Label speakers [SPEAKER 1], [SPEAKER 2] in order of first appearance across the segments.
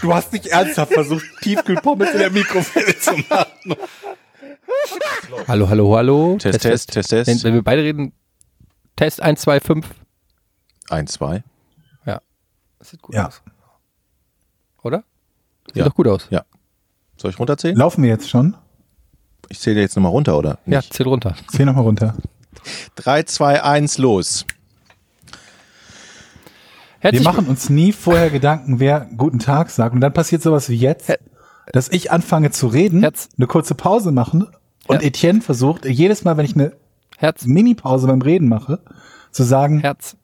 [SPEAKER 1] Du hast nicht ernsthaft versucht, Tiefkühlpommes in der Mikrofile zu machen.
[SPEAKER 2] Hallo, hallo, hallo.
[SPEAKER 1] Test, Test, Test, Test.
[SPEAKER 2] Wenn, wenn wir beide reden, Test 1, 2, 5.
[SPEAKER 1] 1, 2.
[SPEAKER 2] Ja. Das sieht gut
[SPEAKER 3] Ja.
[SPEAKER 2] aus. Oder? Sieht
[SPEAKER 1] Ja.
[SPEAKER 2] doch gut aus.
[SPEAKER 1] Ja. Soll ich runterzählen?
[SPEAKER 3] Laufen wir jetzt schon?
[SPEAKER 1] Ich zähle jetzt nochmal runter, oder?
[SPEAKER 2] Ja, zähl runter.
[SPEAKER 3] Zähl nochmal runter.
[SPEAKER 1] 3, 2, 1, los.
[SPEAKER 3] Wir
[SPEAKER 2] Herzlich
[SPEAKER 3] machen uns nie vorher Gedanken, wer guten Tag sagt. Und dann passiert sowas wie jetzt,
[SPEAKER 2] Her-
[SPEAKER 3] dass ich anfange zu reden,
[SPEAKER 2] Herz.
[SPEAKER 3] eine kurze Pause machen und
[SPEAKER 2] Ja.
[SPEAKER 3] Etienne versucht, jedes Mal, wenn ich eine
[SPEAKER 2] Herz,
[SPEAKER 3] Mini-Pause beim Reden mache, zu sagen,
[SPEAKER 2] Herz.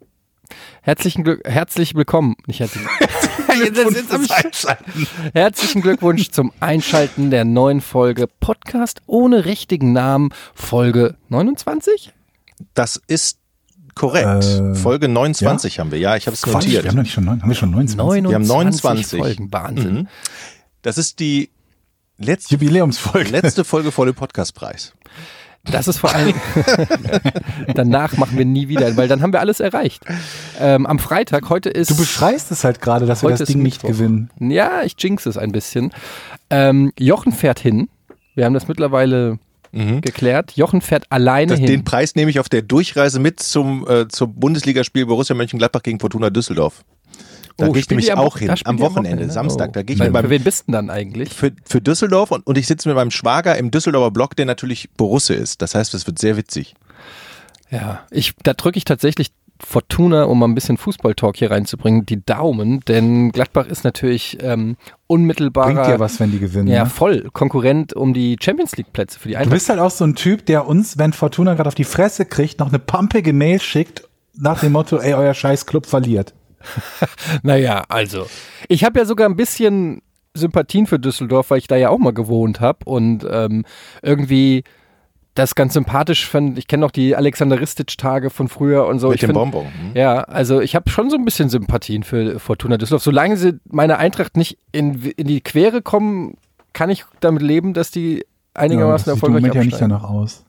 [SPEAKER 2] Herzlichen Glück, herzlich willkommen. Nicht herzlich. jetzt, jetzt, jetzt hab ich- Herzlichen Glückwunsch zum Einschalten der neuen Folge Podcast ohne richtigen Namen, Folge 29?
[SPEAKER 1] Das ist korrekt.
[SPEAKER 3] Äh,
[SPEAKER 1] Folge 29 haben wir. Ja, ich habe es
[SPEAKER 3] Quatsch, wir
[SPEAKER 1] notiert.
[SPEAKER 3] haben doch nicht schon neun, haben wir schon 29.
[SPEAKER 2] 29
[SPEAKER 1] Wir haben 29.
[SPEAKER 2] Folgen, Wahnsinn.
[SPEAKER 1] Mhm. Das ist die letzte,
[SPEAKER 3] Jubiläumsfolge.
[SPEAKER 1] letzte Folge vor dem Podcastpreis.
[SPEAKER 2] Das ist vor allem. Danach machen wir nie wieder, weil dann haben wir alles erreicht. Ähm, am Freitag, heute ist.
[SPEAKER 3] Du beschreist es halt gerade, dass wir
[SPEAKER 2] Heute
[SPEAKER 3] das
[SPEAKER 2] ist
[SPEAKER 3] Ding nicht
[SPEAKER 2] Mittwoch.
[SPEAKER 3] gewinnen.
[SPEAKER 2] Ja, ich jinx es ein bisschen. Ähm, Jochen fährt hin. Wir haben das mittlerweile
[SPEAKER 3] Mhm.
[SPEAKER 2] geklärt. Jochen fährt alleine
[SPEAKER 1] Das, Äh, den
[SPEAKER 2] hin.
[SPEAKER 1] Preis nehme ich auf der Durchreise mit zum, äh, zum Bundesligaspiel Borussia Mönchengladbach gegen Fortuna Düsseldorf. Da
[SPEAKER 2] Oh,
[SPEAKER 1] gehe ich
[SPEAKER 2] spielen
[SPEAKER 1] nämlich
[SPEAKER 2] die am
[SPEAKER 1] auch
[SPEAKER 2] Wo-
[SPEAKER 1] hin,
[SPEAKER 2] da
[SPEAKER 1] am,
[SPEAKER 2] spielen die
[SPEAKER 1] Wochenende,
[SPEAKER 2] ne?
[SPEAKER 1] Samstag.
[SPEAKER 2] Oh.
[SPEAKER 1] Da gehe ich
[SPEAKER 2] Weil-
[SPEAKER 1] mit meinem,
[SPEAKER 2] Für wen bist du denn dann eigentlich?
[SPEAKER 1] für, für Düsseldorf und, und ich sitze mit meinem Schwager im Düsseldorfer Block, der natürlich Borusse ist. Das heißt, es wird sehr witzig.
[SPEAKER 2] Ja, ich, da drücke ich tatsächlich Fortuna, um mal ein bisschen Fußball-Talk hier reinzubringen, die Daumen, denn Gladbach ist natürlich ähm, unmittelbarer.
[SPEAKER 3] Bringt dir was, wenn die gewinnen.
[SPEAKER 2] Ja,
[SPEAKER 3] ne?
[SPEAKER 2] voll Konkurrent um die Champions League-Plätze für die
[SPEAKER 3] Du
[SPEAKER 2] Eintracht.
[SPEAKER 3] bist halt auch so ein Typ, der uns, wenn Fortuna gerade auf die Fresse kriegt, noch eine pumpige Mail schickt nach dem Motto, ey, euer scheiß Club verliert.
[SPEAKER 2] Naja, also. Ich habe ja sogar ein bisschen Sympathien für Düsseldorf, weil ich da ja auch mal gewohnt habe und ähm, irgendwie das ganz sympathisch fand. Ich kenne noch die Alexander Ristic-Tage von früher und so.
[SPEAKER 1] Mit
[SPEAKER 2] Oh, ich
[SPEAKER 1] dem
[SPEAKER 2] find-
[SPEAKER 1] Bonbon. Hm?
[SPEAKER 2] Ja, also ich habe schon so ein bisschen Sympathien für Fortuna Düsseldorf. Solange sie meiner Eintracht nicht in, in die Quere kommen, kann ich damit leben, dass die einigermaßen
[SPEAKER 3] das sieht im
[SPEAKER 2] erfolgreich
[SPEAKER 3] Moment ja nicht
[SPEAKER 2] absteigen.
[SPEAKER 3] danach aus.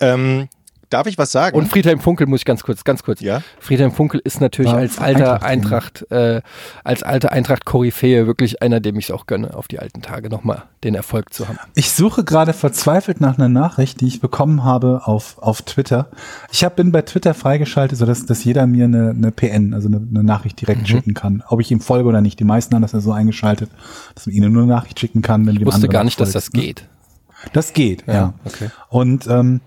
[SPEAKER 1] Ähm, darf ich was sagen?
[SPEAKER 2] Und Friedhelm Funkel muss ich ganz kurz, ganz kurz.
[SPEAKER 1] Ja?
[SPEAKER 2] Friedhelm Funkel ist natürlich
[SPEAKER 3] War
[SPEAKER 2] als alter
[SPEAKER 3] Eintracht-Fan.
[SPEAKER 2] Eintracht, äh, als alter Eintracht-Koryphäe wirklich einer, dem ich es auch gönne, auf die alten Tage nochmal den Erfolg zu haben.
[SPEAKER 3] Ich suche gerade verzweifelt nach einer Nachricht, die ich bekommen habe auf, auf Twitter. Ich hab, bin bei Twitter freigeschaltet, sodass dass jeder mir eine, eine PN, also eine, eine Nachricht direkt
[SPEAKER 2] Mhm.
[SPEAKER 3] schicken kann. Ob ich ihm folge oder nicht. Die meisten haben das ja so eingeschaltet, dass man ihnen nur eine Nachricht schicken kann, wenn
[SPEAKER 2] Ich
[SPEAKER 3] dem
[SPEAKER 2] wusste
[SPEAKER 3] anderen
[SPEAKER 2] gar nicht, dass das
[SPEAKER 3] folgt, ne?
[SPEAKER 2] geht.
[SPEAKER 3] Das geht, ja.
[SPEAKER 2] okay.
[SPEAKER 3] Und ähm,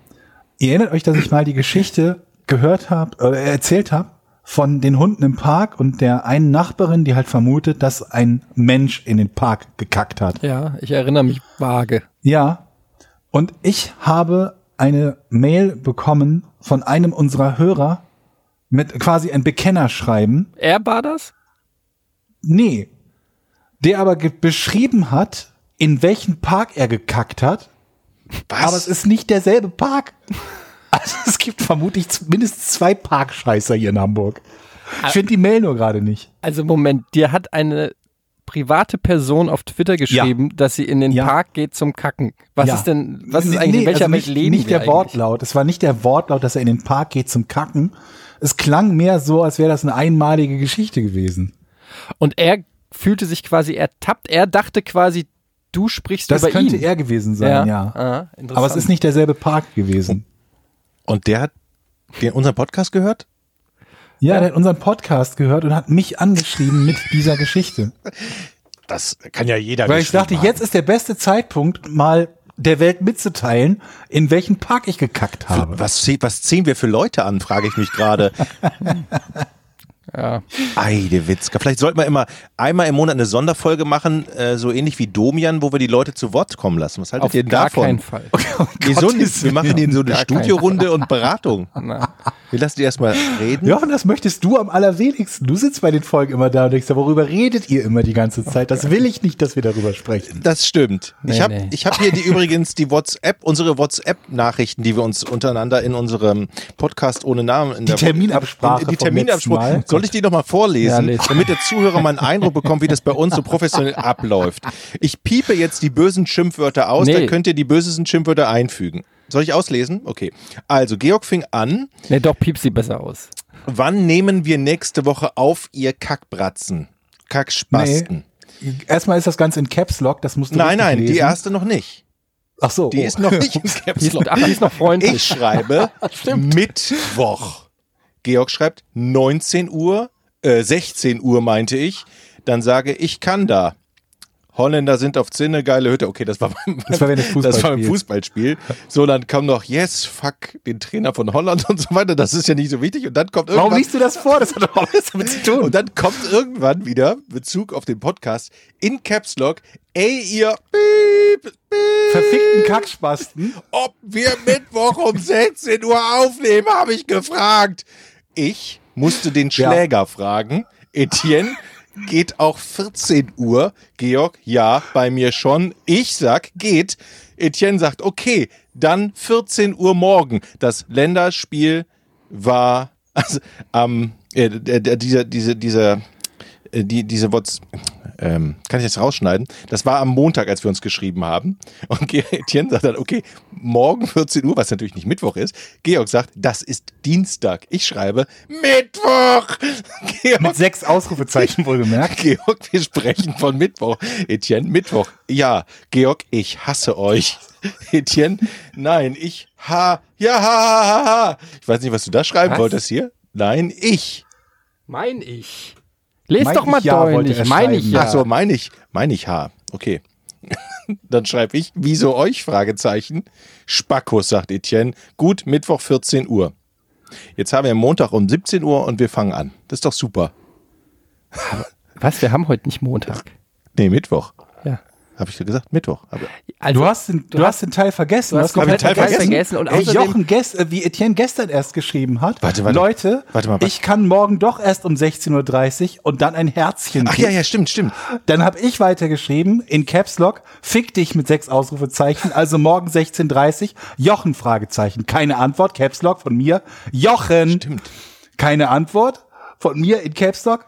[SPEAKER 3] ihr erinnert euch, dass ich mal die Geschichte gehört habe, äh, erzählt habe von den Hunden im Park und der einen Nachbarin, die halt vermutet, dass ein Mensch in den Park gekackt hat.
[SPEAKER 2] Ja, ich erinnere mich vage.
[SPEAKER 3] Ja. Und ich habe eine Mail bekommen von einem unserer Hörer mit quasi ein Bekennerschreiben.
[SPEAKER 2] Er war das?
[SPEAKER 3] Nee. Der aber ge- beschrieben hat, in welchen Park er gekackt hat.
[SPEAKER 1] Was?
[SPEAKER 3] Aber es ist nicht derselbe Park. Also es gibt vermutlich z- mindestens zwei Parkscheißer hier in Hamburg. Ich finde die Mail nur gerade nicht.
[SPEAKER 2] Also Moment, dir hat eine private Person auf Twitter geschrieben, dass sie in den
[SPEAKER 3] Ja.
[SPEAKER 2] Park geht zum Kacken. Was
[SPEAKER 3] Ja.
[SPEAKER 2] ist denn, was ist
[SPEAKER 3] Nee,
[SPEAKER 2] eigentlich, in
[SPEAKER 3] nee,
[SPEAKER 2] welcher
[SPEAKER 3] also
[SPEAKER 2] Welt
[SPEAKER 3] nicht,
[SPEAKER 2] leben
[SPEAKER 3] Nicht
[SPEAKER 2] wir
[SPEAKER 3] der
[SPEAKER 2] eigentlich?
[SPEAKER 3] Wortlaut. Es war nicht der Wortlaut, dass er in den Park geht zum Kacken. Es klang mehr so, als wäre das eine einmalige Geschichte gewesen.
[SPEAKER 2] Und er fühlte sich quasi ertappt, er dachte quasi, du sprichst
[SPEAKER 3] Das
[SPEAKER 2] über
[SPEAKER 3] könnte
[SPEAKER 2] ihn.
[SPEAKER 3] er gewesen sein, ja.
[SPEAKER 2] Ah, interessant. Oh.
[SPEAKER 3] Aber es ist nicht derselbe Park gewesen.
[SPEAKER 1] Und der hat den, unseren Podcast gehört?
[SPEAKER 3] Ja, der hat unseren Podcast gehört und hat mich angeschrieben mit dieser Geschichte.
[SPEAKER 1] Das kann ja jeder
[SPEAKER 3] Weil ich
[SPEAKER 1] geschrieben
[SPEAKER 3] dachte,
[SPEAKER 1] haben.
[SPEAKER 3] jetzt ist der beste Zeitpunkt, mal der Welt mitzuteilen, in welchen Park ich gekackt habe.
[SPEAKER 1] Was, zie- was ziehen wir für Leute an, frage ich mich gerade.
[SPEAKER 2] Ja.
[SPEAKER 1] Eidewitzka. Vielleicht sollten wir immer einmal im Monat eine Sonderfolge machen, äh, so ähnlich wie Domian, wo wir die Leute zu Wort kommen lassen. Was haltet
[SPEAKER 2] Auf
[SPEAKER 1] ihr
[SPEAKER 2] gar
[SPEAKER 1] davon?
[SPEAKER 2] keinen Fall.
[SPEAKER 1] Nee, so nicht. Wir machen denen so eine
[SPEAKER 2] Gar keinen
[SPEAKER 1] Studiorunde und Beratung.
[SPEAKER 2] Na.
[SPEAKER 1] Wir lassen die erstmal reden.
[SPEAKER 3] Jochen, das möchtest du am allerwenigsten. Du sitzt bei den Folgen immer da und denkst, worüber redet ihr immer die ganze Zeit? Das will ich nicht, dass wir darüber sprechen.
[SPEAKER 1] Das stimmt. ich
[SPEAKER 2] Nee,
[SPEAKER 1] habe
[SPEAKER 2] nee.
[SPEAKER 1] ich hab hier die übrigens die WhatsApp, unsere WhatsApp-Nachrichten, die wir uns untereinander in unserem Podcast ohne Namen in
[SPEAKER 3] Die
[SPEAKER 1] der in-
[SPEAKER 3] Terminabsprache
[SPEAKER 1] Die
[SPEAKER 3] vom letzten
[SPEAKER 1] Terminabsprache.
[SPEAKER 3] Mal.
[SPEAKER 1] Soll ich die nochmal vorlesen,
[SPEAKER 2] Ja, lese.
[SPEAKER 1] damit der Zuhörer mal einen Eindruck bekommt, wie das bei uns so professionell abläuft? Ich piepe jetzt die bösen Schimpfwörter aus,
[SPEAKER 2] Nee.
[SPEAKER 1] dann könnt ihr die bösesten Schimpfwörter einfügen. Soll ich auslesen? Okay. Also, Georg fing an.
[SPEAKER 2] Nee, doch piepst sie besser aus.
[SPEAKER 1] Wann nehmen wir nächste Woche auf, ihr Kackbratzen? Kackspasten.
[SPEAKER 3] Erstmal ist das Ganze in Caps Lock, das musst du
[SPEAKER 1] Nein,
[SPEAKER 3] richtig
[SPEAKER 1] nein,
[SPEAKER 3] lesen.
[SPEAKER 1] die erste noch nicht.
[SPEAKER 3] Ach so,
[SPEAKER 1] Die
[SPEAKER 3] oh.
[SPEAKER 1] ist noch nicht in Caps
[SPEAKER 2] Die
[SPEAKER 1] Lock.
[SPEAKER 2] ist, ach, die ist noch freundlich.
[SPEAKER 1] Ich schreibe Mittwoch. Georg schreibt 19 Uhr, äh, 16 Uhr meinte ich. Dann sage ich kann da. Holländer sind auf Zinne, geile Hütte. Okay, das war beim,
[SPEAKER 3] Das war während des
[SPEAKER 1] das war beim
[SPEAKER 3] Fußballspiels.
[SPEAKER 1] Fußballspiel. So, dann kam noch Yes, fuck, den Trainer von Holland und so weiter. Das ist ja nicht so wichtig. Und dann kommt
[SPEAKER 3] Warum
[SPEAKER 1] irgendwann,
[SPEAKER 3] liest du das vor? Das hat doch alles damit zu tun.
[SPEAKER 1] und dann kommt irgendwann wieder Bezug auf den Podcast in Caps Lock. Ey, ihr Piep, Piep.
[SPEAKER 3] Verfickten Kackspasten.
[SPEAKER 1] ob wir Mittwoch um 16 Uhr aufnehmen, habe ich gefragt. Ich musste den Schläger fragen. Etienne geht auch 14 Uhr. Georg, ja, bei mir schon. Ich sag, geht. Etienne sagt, okay, dann 14 Uhr morgen. Das Länderspiel war also, am äh, der- der- dieser diese dieser äh, die, diese Wots, ähm, kann ich jetzt rausschneiden? Das war am Montag, als wir uns geschrieben haben. Und Ge- Etienne sagt dann, okay, morgen 14 Uhr, was natürlich nicht Mittwoch ist. Georg sagt, das ist Dienstag. Ich schreibe Mittwoch! Georg,
[SPEAKER 3] Mit sechs Ausrufezeichen wohlgemerkt.
[SPEAKER 1] Georg, wir sprechen von Mittwoch. Etienne, Mittwoch. Ja, Georg, ich hasse euch. Etienne, nein, ich ha, ja, ha, ha, ha, ha. Ich weiß nicht, was du da schreiben
[SPEAKER 2] Was?
[SPEAKER 1] wolltest hier. Nein, ich.
[SPEAKER 2] Mein ich. Lest
[SPEAKER 3] Mein
[SPEAKER 2] doch mal
[SPEAKER 3] ich ja, wollte
[SPEAKER 2] deutlich.
[SPEAKER 3] er
[SPEAKER 2] Mein ich
[SPEAKER 3] schreiben.
[SPEAKER 2] ja.
[SPEAKER 1] Ach so, meine ich, meine ich H. Okay. Dann schreibe ich, wieso euch? Fragezeichen. Spackos, sagt Etienne. Gut, Mittwoch 14 Uhr. Jetzt haben wir Montag um 17 Uhr und wir fangen an. Das ist doch super.
[SPEAKER 2] Was? Wir haben heute nicht Montag.
[SPEAKER 1] Nee, Mittwoch.
[SPEAKER 2] Ja.
[SPEAKER 1] Habe ich dir gesagt? Mittwoch. Aber
[SPEAKER 2] Also,
[SPEAKER 3] Du hast den, du hast den Teil vergessen.
[SPEAKER 2] du hast
[SPEAKER 1] komplett den Teil
[SPEAKER 2] vergessen und
[SPEAKER 3] Ey,
[SPEAKER 2] außerdem-
[SPEAKER 3] Jochen, gest, äh, wie Etienne gestern erst geschrieben hat.
[SPEAKER 1] Warte, warte.
[SPEAKER 3] Leute,
[SPEAKER 1] Warte mal, warte.
[SPEAKER 3] ich kann morgen doch erst um 16.30 Uhr und dann ein Herzchen.
[SPEAKER 1] Ach ja, ja, stimmt, stimmt.
[SPEAKER 3] Dann habe ich weitergeschrieben in Caps Lock, fick dich mit sechs Ausrufezeichen, also morgen 16.30 Jochen, Fragezeichen. Keine Antwort, Caps Lock von mir. Jochen. Stimmt. Keine Antwort von mir in Caps Lock.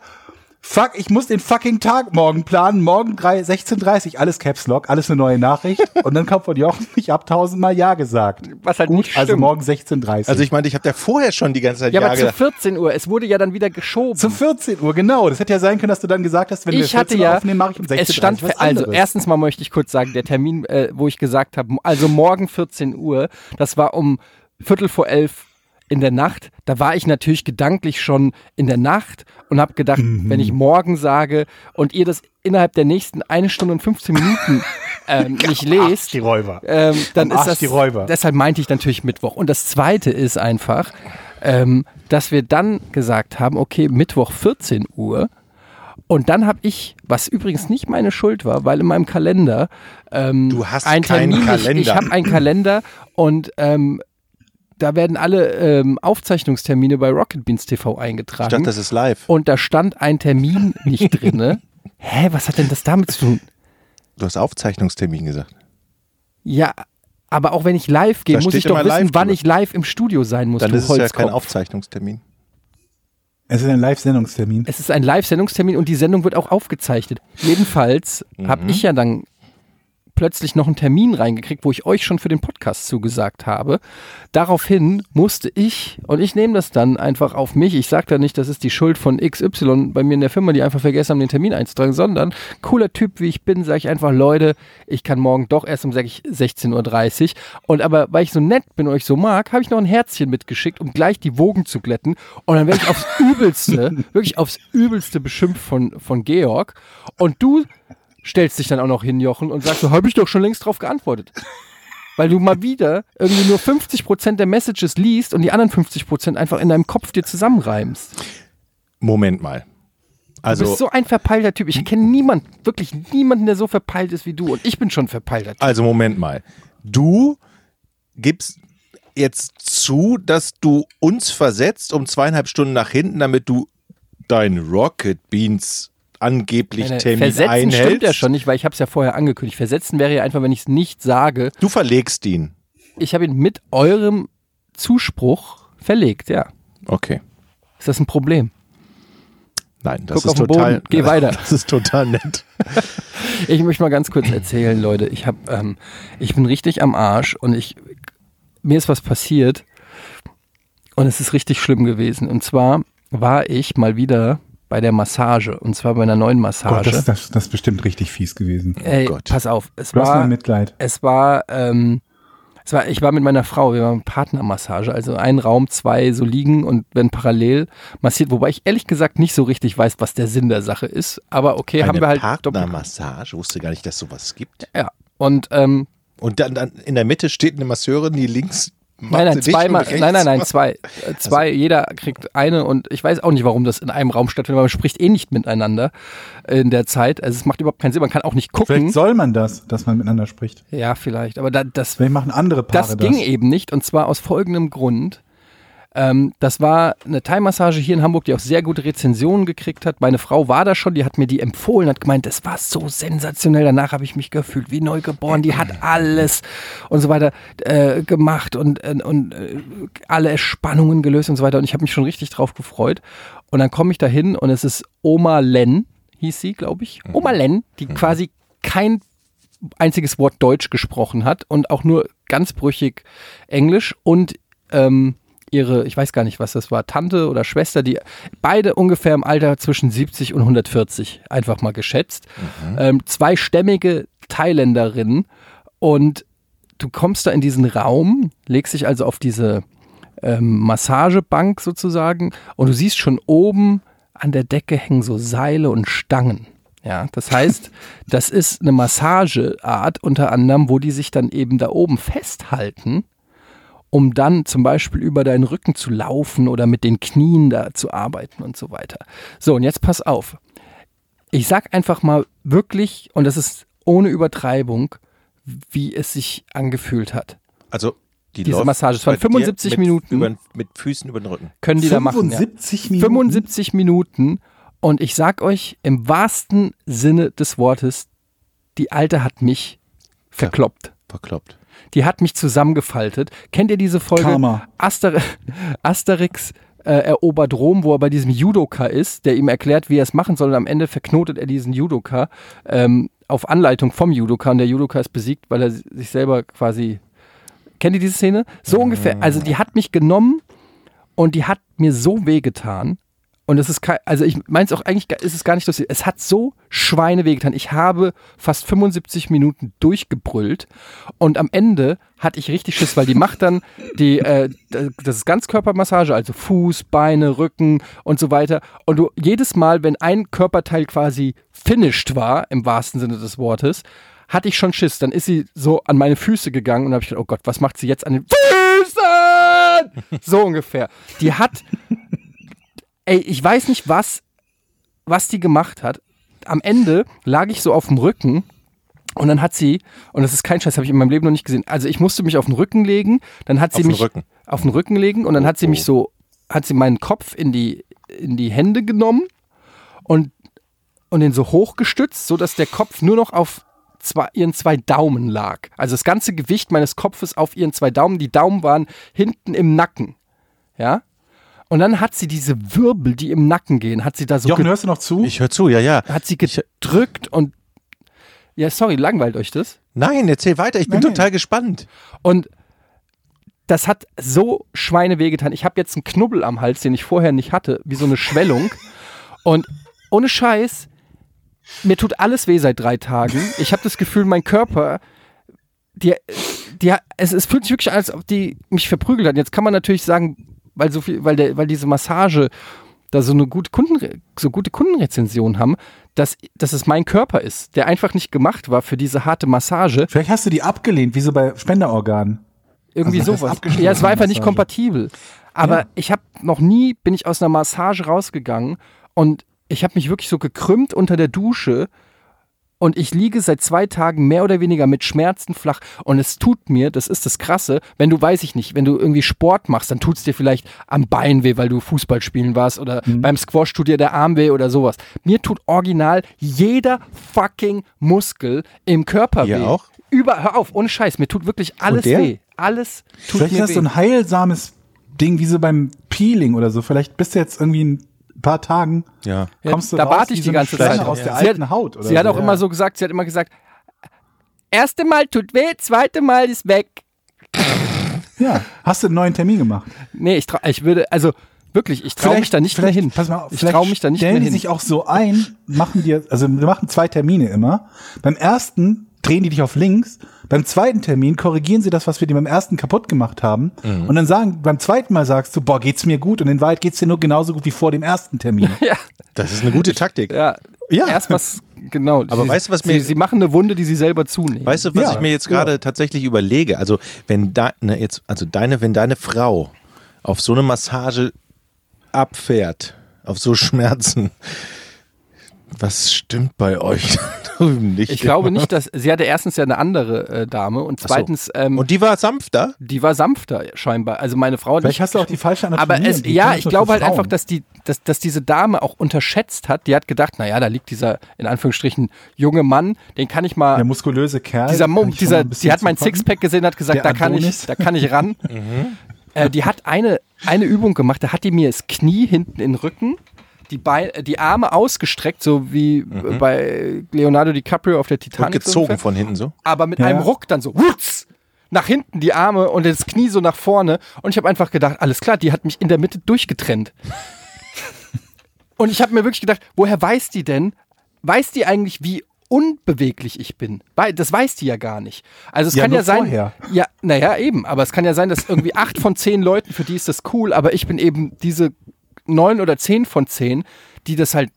[SPEAKER 3] Fuck, ich muss den fucking Tag morgen planen. Morgen drei- 16.30 alles Caps Lock, alles eine neue Nachricht. Und dann kommt von Jochen, ich hab tausendmal Ja gesagt.
[SPEAKER 2] Was halt nicht
[SPEAKER 3] also
[SPEAKER 2] stimmt.
[SPEAKER 3] morgen 16.30
[SPEAKER 1] Also ich meinte, ich habe da vorher schon die ganze Zeit
[SPEAKER 2] ja,
[SPEAKER 1] Ja
[SPEAKER 2] aber zu
[SPEAKER 1] gedacht.
[SPEAKER 2] 14 Uhr. Es wurde ja dann wieder geschoben.
[SPEAKER 3] genau. zu 14 Uhr, genau. Das hätte ja sein können, dass du dann gesagt hast, wenn wir
[SPEAKER 2] ich hatte
[SPEAKER 3] 14 Uhr
[SPEAKER 2] ja,
[SPEAKER 3] aufnehmen, mache ich um 16.30
[SPEAKER 2] es stand,
[SPEAKER 3] was
[SPEAKER 2] also
[SPEAKER 3] anderes.
[SPEAKER 2] erstens mal möchte ich kurz sagen, der Termin, äh, wo ich gesagt habe, also morgen 14 Uhr, das war um Viertel vor elf in der Nacht. Da war ich natürlich gedanklich schon in der Nacht und habe gedacht,
[SPEAKER 3] Mhm.
[SPEAKER 2] wenn ich morgen sage und ihr das innerhalb der nächsten eine Stunde und 15 Minuten ähm, nicht lest,
[SPEAKER 3] die Räuber.
[SPEAKER 2] ähm, dann
[SPEAKER 3] Am
[SPEAKER 2] ist
[SPEAKER 3] Arsch
[SPEAKER 2] das
[SPEAKER 3] die Räuber.
[SPEAKER 2] Deshalb meinte ich natürlich Mittwoch. Und das Zweite ist einfach, ähm, dass wir dann gesagt haben, okay, Mittwoch 14 Uhr. Und dann habe ich, was übrigens nicht meine Schuld war, weil in meinem Kalender ähm,
[SPEAKER 1] Du hast
[SPEAKER 2] ein
[SPEAKER 1] keinen
[SPEAKER 2] Termin,
[SPEAKER 1] Kalender.
[SPEAKER 2] ich, ich habe einen Kalender und ähm, da werden alle ähm, Aufzeichnungstermine bei Rocket Beans TV
[SPEAKER 1] Ich
[SPEAKER 2] eingetragen.
[SPEAKER 1] dachte, das ist live.
[SPEAKER 2] und da stand ein Termin nicht drinne. Hä, was hat denn das damit zu tun?
[SPEAKER 1] Du hast Aufzeichnungstermin gesagt.
[SPEAKER 2] Ja, aber auch wenn ich live gehe,
[SPEAKER 1] Da
[SPEAKER 2] muss
[SPEAKER 1] steht
[SPEAKER 2] ich doch
[SPEAKER 1] immer
[SPEAKER 2] wissen,
[SPEAKER 1] live
[SPEAKER 2] wann
[SPEAKER 1] drüber.
[SPEAKER 2] ich live im Studio sein muss.
[SPEAKER 1] Dann
[SPEAKER 2] du
[SPEAKER 1] ist es ja kein
[SPEAKER 2] Holzkopf.
[SPEAKER 1] Aufzeichnungstermin.
[SPEAKER 3] Es ist ein Live-Sendungstermin.
[SPEAKER 2] es ist ein Live-Sendungstermin und die Sendung wird auch aufgezeichnet. Jedenfalls
[SPEAKER 1] Mhm.
[SPEAKER 2] habe ich ja dann plötzlich noch einen Termin reingekriegt, wo ich euch schon für den Podcast zugesagt habe. Daraufhin musste ich, und ich nehme das dann einfach auf mich, ich sage da nicht, das ist die Schuld von XY bei mir in der Firma, die einfach vergessen haben, den Termin einzutragen, sondern cooler Typ, wie ich bin, sage ich einfach, Leute, ich kann morgen doch erst um sag ich, 16.30 Uhr. Und aber weil ich so nett bin und euch so mag, habe ich noch ein Herzchen mitgeschickt, um gleich die Wogen zu glätten. Und dann werde ich aufs Übelste, wirklich aufs Übelste beschimpft von, von Georg. Und du stellst dich dann auch noch hin, Jochen, und sagst, so habe ich doch schon längst drauf geantwortet. Weil du mal wieder irgendwie nur 50% der Messages liest und die anderen 50% einfach in deinem Kopf dir zusammenreimst.
[SPEAKER 1] Moment mal.
[SPEAKER 2] du
[SPEAKER 1] Also,
[SPEAKER 2] bist so ein verpeilter Typ. Ich kenne niemanden, wirklich niemanden, der so verpeilt ist wie du. Und ich bin schon verpeilter Typ.
[SPEAKER 1] also Moment mal. Du gibst jetzt zu, dass du uns versetzt um zweieinhalb Stunden nach hinten, damit du dein Rocket Beans angeblich
[SPEAKER 2] Meine,
[SPEAKER 1] Termin
[SPEAKER 2] versetzen
[SPEAKER 1] einhältst.
[SPEAKER 2] stimmt ja schon nicht, weil ich habe es ja vorher angekündigt. Versetzen wäre ja einfach, wenn ich es nicht sage.
[SPEAKER 1] Du verlegst ihn.
[SPEAKER 2] Ich habe ihn mit eurem Zuspruch verlegt, ja.
[SPEAKER 1] Okay.
[SPEAKER 2] Ist das ein Problem?
[SPEAKER 1] Nein, das
[SPEAKER 2] Guck auf
[SPEAKER 1] ist
[SPEAKER 2] den
[SPEAKER 1] total.
[SPEAKER 2] Boden, geh weiter.
[SPEAKER 1] Das ist total nett.
[SPEAKER 2] Ich möchte mal ganz kurz erzählen, Leute. Ich hab, ähm, ich bin richtig am Arsch und ich, mir ist was passiert und es ist richtig schlimm gewesen. Und zwar war ich mal wieder bei der Massage und zwar bei einer neuen
[SPEAKER 3] Gott,
[SPEAKER 2] Massage.
[SPEAKER 3] das, das, das ist bestimmt richtig fies gewesen.
[SPEAKER 2] Ey,
[SPEAKER 1] Gott.
[SPEAKER 2] pass auf, es
[SPEAKER 3] Bloß mal
[SPEAKER 2] Äh, war,
[SPEAKER 3] Mitleid.
[SPEAKER 2] es war, ähm, es war, ich war mit meiner Frau, wir waren Partnermassage, also ein Raum, zwei so liegen und werden parallel massiert, wobei ich ehrlich gesagt nicht so richtig weiß, was der Sinn der Sache ist, aber okay, haben wir halt doppelt.
[SPEAKER 1] Partnermassage, wusste gar nicht, dass sowas gibt.
[SPEAKER 2] Ja, und ähm,
[SPEAKER 1] Und dann, dann in der Mitte steht eine Masseurin, die links macht
[SPEAKER 2] Nein, nein,
[SPEAKER 1] sie dich
[SPEAKER 2] zwei
[SPEAKER 1] und
[SPEAKER 2] mal,
[SPEAKER 1] rechts
[SPEAKER 2] nein, nein, nein,
[SPEAKER 1] macht- also
[SPEAKER 2] zwei. Äh, Zwei, jeder kriegt eine und ich weiß auch nicht, warum das in einem Raum stattfindet, weil man spricht eh nicht miteinander in der Zeit. Also es macht überhaupt keinen Sinn, man kann auch nicht gucken.
[SPEAKER 3] Vielleicht soll man das, dass man miteinander spricht.
[SPEAKER 2] ja, vielleicht, aber da, das,
[SPEAKER 3] Vielleicht machen andere Paare
[SPEAKER 2] das
[SPEAKER 3] das.
[SPEAKER 2] ging eben nicht und zwar aus folgendem Grund. Ähm, das war eine Thai-Massage hier in Hamburg, die auch sehr gute Rezensionen gekriegt hat. Meine Frau war da schon, die hat mir die empfohlen, hat gemeint, das war so sensationell. Danach habe ich mich gefühlt wie neugeboren. Die hat alles und so weiter äh, gemacht und, äh, und äh, alle Spannungen gelöst und so weiter. Und ich habe mich schon richtig drauf gefreut. Und dann komme ich da hin und es ist Oma Len, hieß sie, glaube ich.
[SPEAKER 3] Mhm.
[SPEAKER 2] Oma Len, die quasi kein einziges Wort Deutsch gesprochen hat und auch nur ganz brüchig Englisch und ähm, ihre, ich weiß gar nicht, was das war, Tante oder Schwester, die beide ungefähr im Alter zwischen 70 und 140 einfach mal geschätzt. Ähm, zwei stämmige Thailänderinnen und du kommst da in diesen Raum, legst dich also auf diese ähm, Massagebank sozusagen und du siehst schon oben an der Decke hängen so Seile und Stangen. Ja, das heißt, das ist eine Massageart unter anderem, wo die sich dann eben da oben festhalten, um dann zum Beispiel über deinen Rücken zu laufen oder mit den Knien da zu arbeiten und so weiter. So, und jetzt pass auf. Ich sag einfach mal wirklich, und das ist ohne Übertreibung, wie es sich angefühlt hat.
[SPEAKER 1] Also die
[SPEAKER 2] Diese
[SPEAKER 1] läuft
[SPEAKER 2] Massage, es waren
[SPEAKER 1] bei dir
[SPEAKER 2] 75
[SPEAKER 1] mit,
[SPEAKER 2] Minuten.
[SPEAKER 1] Über, mit Füßen über den Rücken.
[SPEAKER 2] Können die da machen? Ja.
[SPEAKER 3] 75 Minuten.
[SPEAKER 2] 75 Minuten und ich sag euch im wahrsten Sinne des Wortes, die Alte hat mich verkloppt.
[SPEAKER 1] Verkloppt.
[SPEAKER 2] Die hat mich zusammengefaltet. Kennt ihr diese Folge?
[SPEAKER 3] Karma.
[SPEAKER 2] Aster Asterix äh, erobert Rom, wo er bei diesem Judoka ist, der ihm erklärt, wie er es machen soll. Und am Ende verknotet er diesen Judoka ähm, auf Anleitung vom Judoka. Und der Judoka ist besiegt, weil er si- sich selber quasi. Kennt ihr diese Szene? So ungefähr. Also die hat mich genommen und die hat mir so wehgetan. Und es ist kein, also ich meine es auch eigentlich, gar- ist es gar nicht lustig. Es hat so Schweine wehgetan. Ich habe fast 75 Minuten durchgebrüllt und am Ende hatte ich richtig Schiss, weil die macht dann die, äh, das ist Ganzkörpermassage, also Fuß, Beine, Rücken und so weiter. Und du jedes Mal, wenn ein Körperteil quasi finished war, im wahrsten Sinne des Wortes, hatte ich schon Schiss. Dann ist sie so an meine Füße gegangen und habe ich gedacht, oh Gott, was macht sie jetzt an den Füßen? So ungefähr. Die hat ey, ich weiß nicht, was, was die gemacht hat. Am Ende lag ich so auf dem Rücken und dann hat sie, und das ist kein Scheiß, habe ich in meinem Leben noch nicht gesehen. Also ich musste mich auf den Rücken legen, dann hat sie
[SPEAKER 1] Auf den
[SPEAKER 2] mich
[SPEAKER 1] Rücken.
[SPEAKER 2] auf den Rücken legen und dann hat sie mich so, hat sie meinen Kopf in die, in die Hände genommen und, und den so hochgestützt, sodass der Kopf nur noch auf zwei, ihren zwei Daumen lag. Also das ganze Gewicht meines Kopfes auf ihren zwei Daumen. Die Daumen waren hinten im Nacken. Ja? Und dann hat sie diese Wirbel, die im Nacken gehen, hat sie da so
[SPEAKER 3] Jochen,
[SPEAKER 2] ge-
[SPEAKER 3] hörst du noch
[SPEAKER 2] hm?
[SPEAKER 3] zu?
[SPEAKER 1] Ich höre zu, ja, ja.
[SPEAKER 2] hat sie gedrückt und ja, sorry, langweilt euch das?
[SPEAKER 1] Nein, erzähl weiter, ich bin
[SPEAKER 3] Nein, nein.
[SPEAKER 1] total gespannt.
[SPEAKER 2] Und das hat so Schweineweh getan. Ich habe jetzt einen Knubbel am Hals, den ich vorher nicht hatte, wie so eine Schwellung. Und ohne Scheiß, mir tut alles weh seit drei Tagen. Ich habe das Gefühl, mein Körper, die, die, es, es fühlt sich wirklich an, als ob die mich verprügelt hat. Jetzt kann man natürlich sagen, weil so viel, weil, der, weil diese Massage da so eine gute Kunden, so gute Kundenrezension haben, dass, dass es mein Körper ist, der einfach nicht gemacht war für diese harte Massage.
[SPEAKER 3] Vielleicht hast du die abgelehnt, wie so bei Spenderorganen.
[SPEAKER 2] Irgendwie
[SPEAKER 3] Also das
[SPEAKER 2] sowas.
[SPEAKER 3] abgeschlossene
[SPEAKER 2] Ja, es war einfach nicht
[SPEAKER 3] Massage.
[SPEAKER 2] kompatibel. Aber ich habe habe noch nie, bin ich aus einer Massage rausgegangen und ich habe mich wirklich so gekrümmt unter der Dusche und ich liege seit zwei Tagen mehr oder weniger mit Schmerzen flach und es tut mir, das ist das Krasse, wenn du, weiß ich nicht, wenn du irgendwie Sport machst, dann tut es dir vielleicht am Bein weh, weil du Fußball spielen warst oder beim Squash tut dir der Arm weh oder sowas. Mir tut original jeder fucking Muskel im Körper
[SPEAKER 1] Dir
[SPEAKER 2] weh.
[SPEAKER 1] auch?
[SPEAKER 2] Über, hör auf, ohne Scheiß, mir tut wirklich alles
[SPEAKER 1] der?
[SPEAKER 2] weh. Alles tut
[SPEAKER 3] Vielleicht ist
[SPEAKER 2] mir
[SPEAKER 3] das
[SPEAKER 2] weh.
[SPEAKER 3] so ein heilsames Ding, wie so beim Peeling oder so. Vielleicht bist du jetzt irgendwie in ein paar Tagen.
[SPEAKER 1] Ja.
[SPEAKER 3] Kommst du
[SPEAKER 2] da
[SPEAKER 3] raus
[SPEAKER 2] warte
[SPEAKER 3] wie
[SPEAKER 2] ich die
[SPEAKER 3] so eine
[SPEAKER 2] ganze
[SPEAKER 3] Schlange
[SPEAKER 2] Zeit.
[SPEAKER 3] aus der
[SPEAKER 2] Sie
[SPEAKER 3] alten
[SPEAKER 2] hat,
[SPEAKER 3] Haut oder
[SPEAKER 2] sie hat
[SPEAKER 3] so.
[SPEAKER 2] auch immer so gesagt, sie hat immer gesagt, erste Mal tut weh, zweite Mal ist weg.
[SPEAKER 3] Ja. Hast du einen neuen Termin gemacht?
[SPEAKER 2] Nee, ich, trau, ich würde, also wirklich, ich traue mich da nicht mehr
[SPEAKER 3] vielleicht-
[SPEAKER 2] hin.
[SPEAKER 3] Pass mal auf,
[SPEAKER 2] ich
[SPEAKER 3] vielleicht
[SPEAKER 2] traue mich da nicht
[SPEAKER 3] stellen
[SPEAKER 2] mehr
[SPEAKER 3] die
[SPEAKER 2] hin.
[SPEAKER 3] sich auch so ein, machen dir, also wir machen zwei Termine immer. Beim ersten drehen die dich auf links, beim zweiten Termin korrigieren sie das, was wir dir beim ersten kaputt gemacht haben. Und dann sagen, beim zweiten Mal sagst du, boah, geht's mir gut und in Wahrheit geht's dir nur genauso gut wie vor dem ersten Termin.
[SPEAKER 2] ja,
[SPEAKER 1] Das ist eine gute Taktik.
[SPEAKER 2] ja,
[SPEAKER 3] Ja.
[SPEAKER 2] Erst was, genau.
[SPEAKER 1] Aber
[SPEAKER 2] sie,
[SPEAKER 1] weißt du, was
[SPEAKER 2] sie,
[SPEAKER 1] mir-
[SPEAKER 2] sie machen eine Wunde, die sie selber zunehmen.
[SPEAKER 1] Weißt du, was
[SPEAKER 3] Ja,
[SPEAKER 1] ich mir jetzt
[SPEAKER 3] ja.
[SPEAKER 1] gerade tatsächlich überlege? Also, wenn deine, jetzt, also deine, wenn deine Frau auf so eine Massage abfährt, auf so Schmerzen, was stimmt bei euch da drüben nicht?
[SPEAKER 2] ich glaube nicht, dass sie hatte erstens ja eine andere äh, Dame und
[SPEAKER 1] Ach so.
[SPEAKER 2] zweitens, ähm,
[SPEAKER 1] Und die war sanfter?
[SPEAKER 2] die war sanfter scheinbar. Also meine Frau.
[SPEAKER 3] Vielleicht hast du auch die falsche Anatomie.
[SPEAKER 2] Aber es,
[SPEAKER 3] und die
[SPEAKER 2] ja,
[SPEAKER 3] können
[SPEAKER 2] ich
[SPEAKER 3] nur
[SPEAKER 2] glaube
[SPEAKER 3] für
[SPEAKER 2] halt
[SPEAKER 3] Frauen.
[SPEAKER 2] einfach, dass, die, dass, dass diese Dame auch unterschätzt hat. Die hat gedacht, naja, da liegt dieser, in Anführungsstrichen, junge Mann, den kann ich mal.
[SPEAKER 3] der muskulöse Kerl.
[SPEAKER 2] dieser
[SPEAKER 3] kann
[SPEAKER 2] Mom,
[SPEAKER 3] ich schon mal
[SPEAKER 2] dieser,
[SPEAKER 3] ein bisschen
[SPEAKER 2] die hat mein
[SPEAKER 3] zupacken.
[SPEAKER 2] Sixpack gesehen, hat gesagt,
[SPEAKER 3] Der
[SPEAKER 2] da kann, ich,
[SPEAKER 3] Adonis.
[SPEAKER 2] da kann ich ran. äh, die hat eine, eine Übung gemacht, da hat die mir das Knie hinten in den Rücken, die, Beine, die Arme ausgestreckt, so wie äh, bei Leonardo DiCaprio auf der
[SPEAKER 1] Und
[SPEAKER 2] Titanic. so
[SPEAKER 1] gezogen
[SPEAKER 2] ungefähr
[SPEAKER 1] von hinten so?
[SPEAKER 2] aber mit
[SPEAKER 3] Ja,
[SPEAKER 2] einem
[SPEAKER 3] ja.
[SPEAKER 2] Ruck dann so wutz, nach hinten die Arme und das Knie so nach vorne und ich habe einfach gedacht, alles klar, die hat mich in der Mitte durchgetrennt. und ich habe mir wirklich gedacht, woher weiß die denn? Weiß die eigentlich, wie unbeweglich ich bin? Weil das weiß die ja gar nicht. Also es
[SPEAKER 3] Ja,
[SPEAKER 2] kann
[SPEAKER 3] nur
[SPEAKER 2] ja sein,
[SPEAKER 3] vorher.
[SPEAKER 2] ja, naja, eben, aber es kann ja sein, dass irgendwie acht von zehn Leuten, für die ist das cool, aber ich bin eben diese neun oder zehn von zehn, die das halt,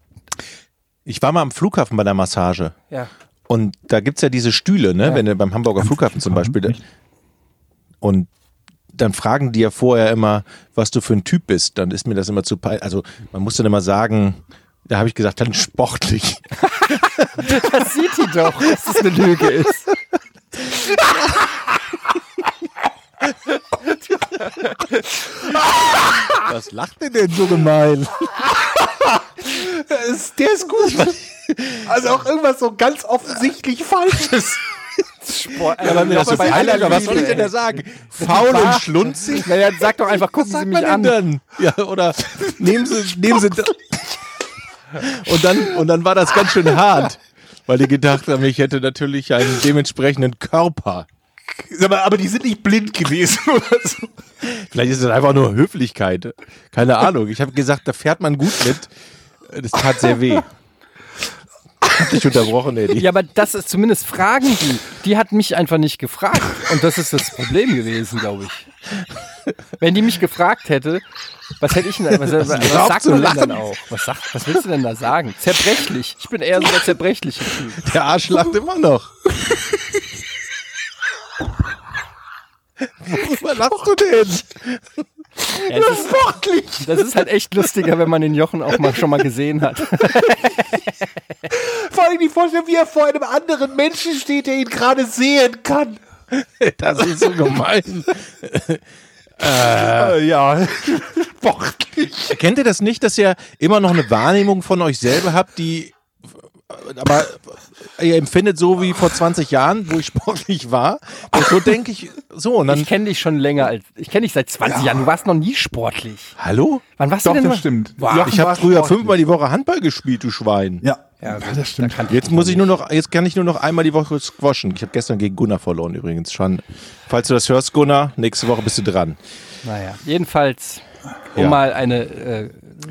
[SPEAKER 1] Ich war mal am Flughafen bei der Massage.
[SPEAKER 2] ja.
[SPEAKER 1] Und da gibt es ja diese Stühle, ne? Wenn du beim Hamburger Flughafen zum Beispiel. Und dann fragen die ja vorher immer, was du für ein Typ bist. Dann ist mir das immer zu peinlich. Also man muss dann immer sagen, da habe ich gesagt, dann sportlich.
[SPEAKER 2] Das sieht die doch, dass es eine Lüge ist.
[SPEAKER 1] Was lacht ihr denn so gemein?
[SPEAKER 3] Der ist gut. Also auch irgendwas so ganz offensichtlich Falsches.
[SPEAKER 2] Boah,
[SPEAKER 1] Ja, aber mir das so
[SPEAKER 2] bei
[SPEAKER 1] peinlich war,
[SPEAKER 2] aller
[SPEAKER 1] was
[SPEAKER 2] Liebe,
[SPEAKER 1] soll ich denn
[SPEAKER 2] ey.
[SPEAKER 1] da sagen? Faul und schlunzig?
[SPEAKER 2] Naja, sag doch einfach, gucken
[SPEAKER 1] Was
[SPEAKER 2] Sie
[SPEAKER 1] sagt
[SPEAKER 2] mich
[SPEAKER 1] man
[SPEAKER 2] an.
[SPEAKER 1] denn dann? Ja, oder nehmen Sie, nehmen Sie und dann und dann war das ganz schön hart, weil die gedacht haben, ich hätte natürlich einen dementsprechenden Körper.
[SPEAKER 3] Aber die sind nicht blind gewesen oder so.
[SPEAKER 1] Vielleicht ist das einfach nur Höflichkeit. Keine Ahnung. Ich habe gesagt, da fährt man gut mit. Das tat sehr weh. Hab dich unterbrochen, Eddie.
[SPEAKER 2] Ja, aber das ist zumindest Fragen die. Die hat mich einfach nicht gefragt. Und das ist das Problem gewesen, glaube ich. Wenn die mich gefragt hätte, was hätte ich denn da- was, was, was
[SPEAKER 1] überhaupt
[SPEAKER 2] sagt
[SPEAKER 1] zu
[SPEAKER 2] man denn
[SPEAKER 1] lachen?
[SPEAKER 2] dann auch? Was, sagt, was willst du denn da sagen? Zerbrechlich. Ich bin eher so der zerbrechliche Typ.
[SPEAKER 1] Der Arsch lacht immer noch. Worüber lachst du denn?
[SPEAKER 2] Ja, das, ist, das ist halt echt lustiger, wenn man den Jochen auch mal schon mal gesehen hat.
[SPEAKER 3] Vor allem die Vorstellung, wie er vor einem anderen Menschen steht, der ihn gerade sehen kann.
[SPEAKER 1] Das ist so gemein. Äh,
[SPEAKER 3] ja. Sportlich.
[SPEAKER 1] Kennt ihr das nicht, dass ihr immer noch eine Wahrnehmung von euch selber habt, die äh, aber äh, ihr empfindet so wie vor 20 Jahren, wo ich sportlich war? Und so denke ich so und dann
[SPEAKER 2] Ich kenne dich schon länger als. Ich kenne dich seit 20 Jahren. Du warst noch nie sportlich.
[SPEAKER 1] Hallo?
[SPEAKER 2] Wann warst
[SPEAKER 3] Doch,
[SPEAKER 2] du denn
[SPEAKER 3] das
[SPEAKER 2] mal-
[SPEAKER 3] stimmt.
[SPEAKER 2] Wow.
[SPEAKER 3] Ja.
[SPEAKER 1] Ich habe
[SPEAKER 3] warst
[SPEAKER 1] früher
[SPEAKER 3] sportlich.
[SPEAKER 1] fünfmal die Woche Handball gespielt, du Schwein.
[SPEAKER 3] Ja.
[SPEAKER 2] Ja, gut,
[SPEAKER 3] das stimmt.
[SPEAKER 2] da kannte ich
[SPEAKER 1] Jetzt muss ich nur noch, jetzt kann ich nur noch einmal die Woche squashen. Ich habe gestern gegen Gunnar verloren übrigens schon. Falls du das hörst, Gunnar, nächste Woche bist du dran.
[SPEAKER 2] Naja, jedenfalls, um
[SPEAKER 1] Ja.
[SPEAKER 2] mal eine äh,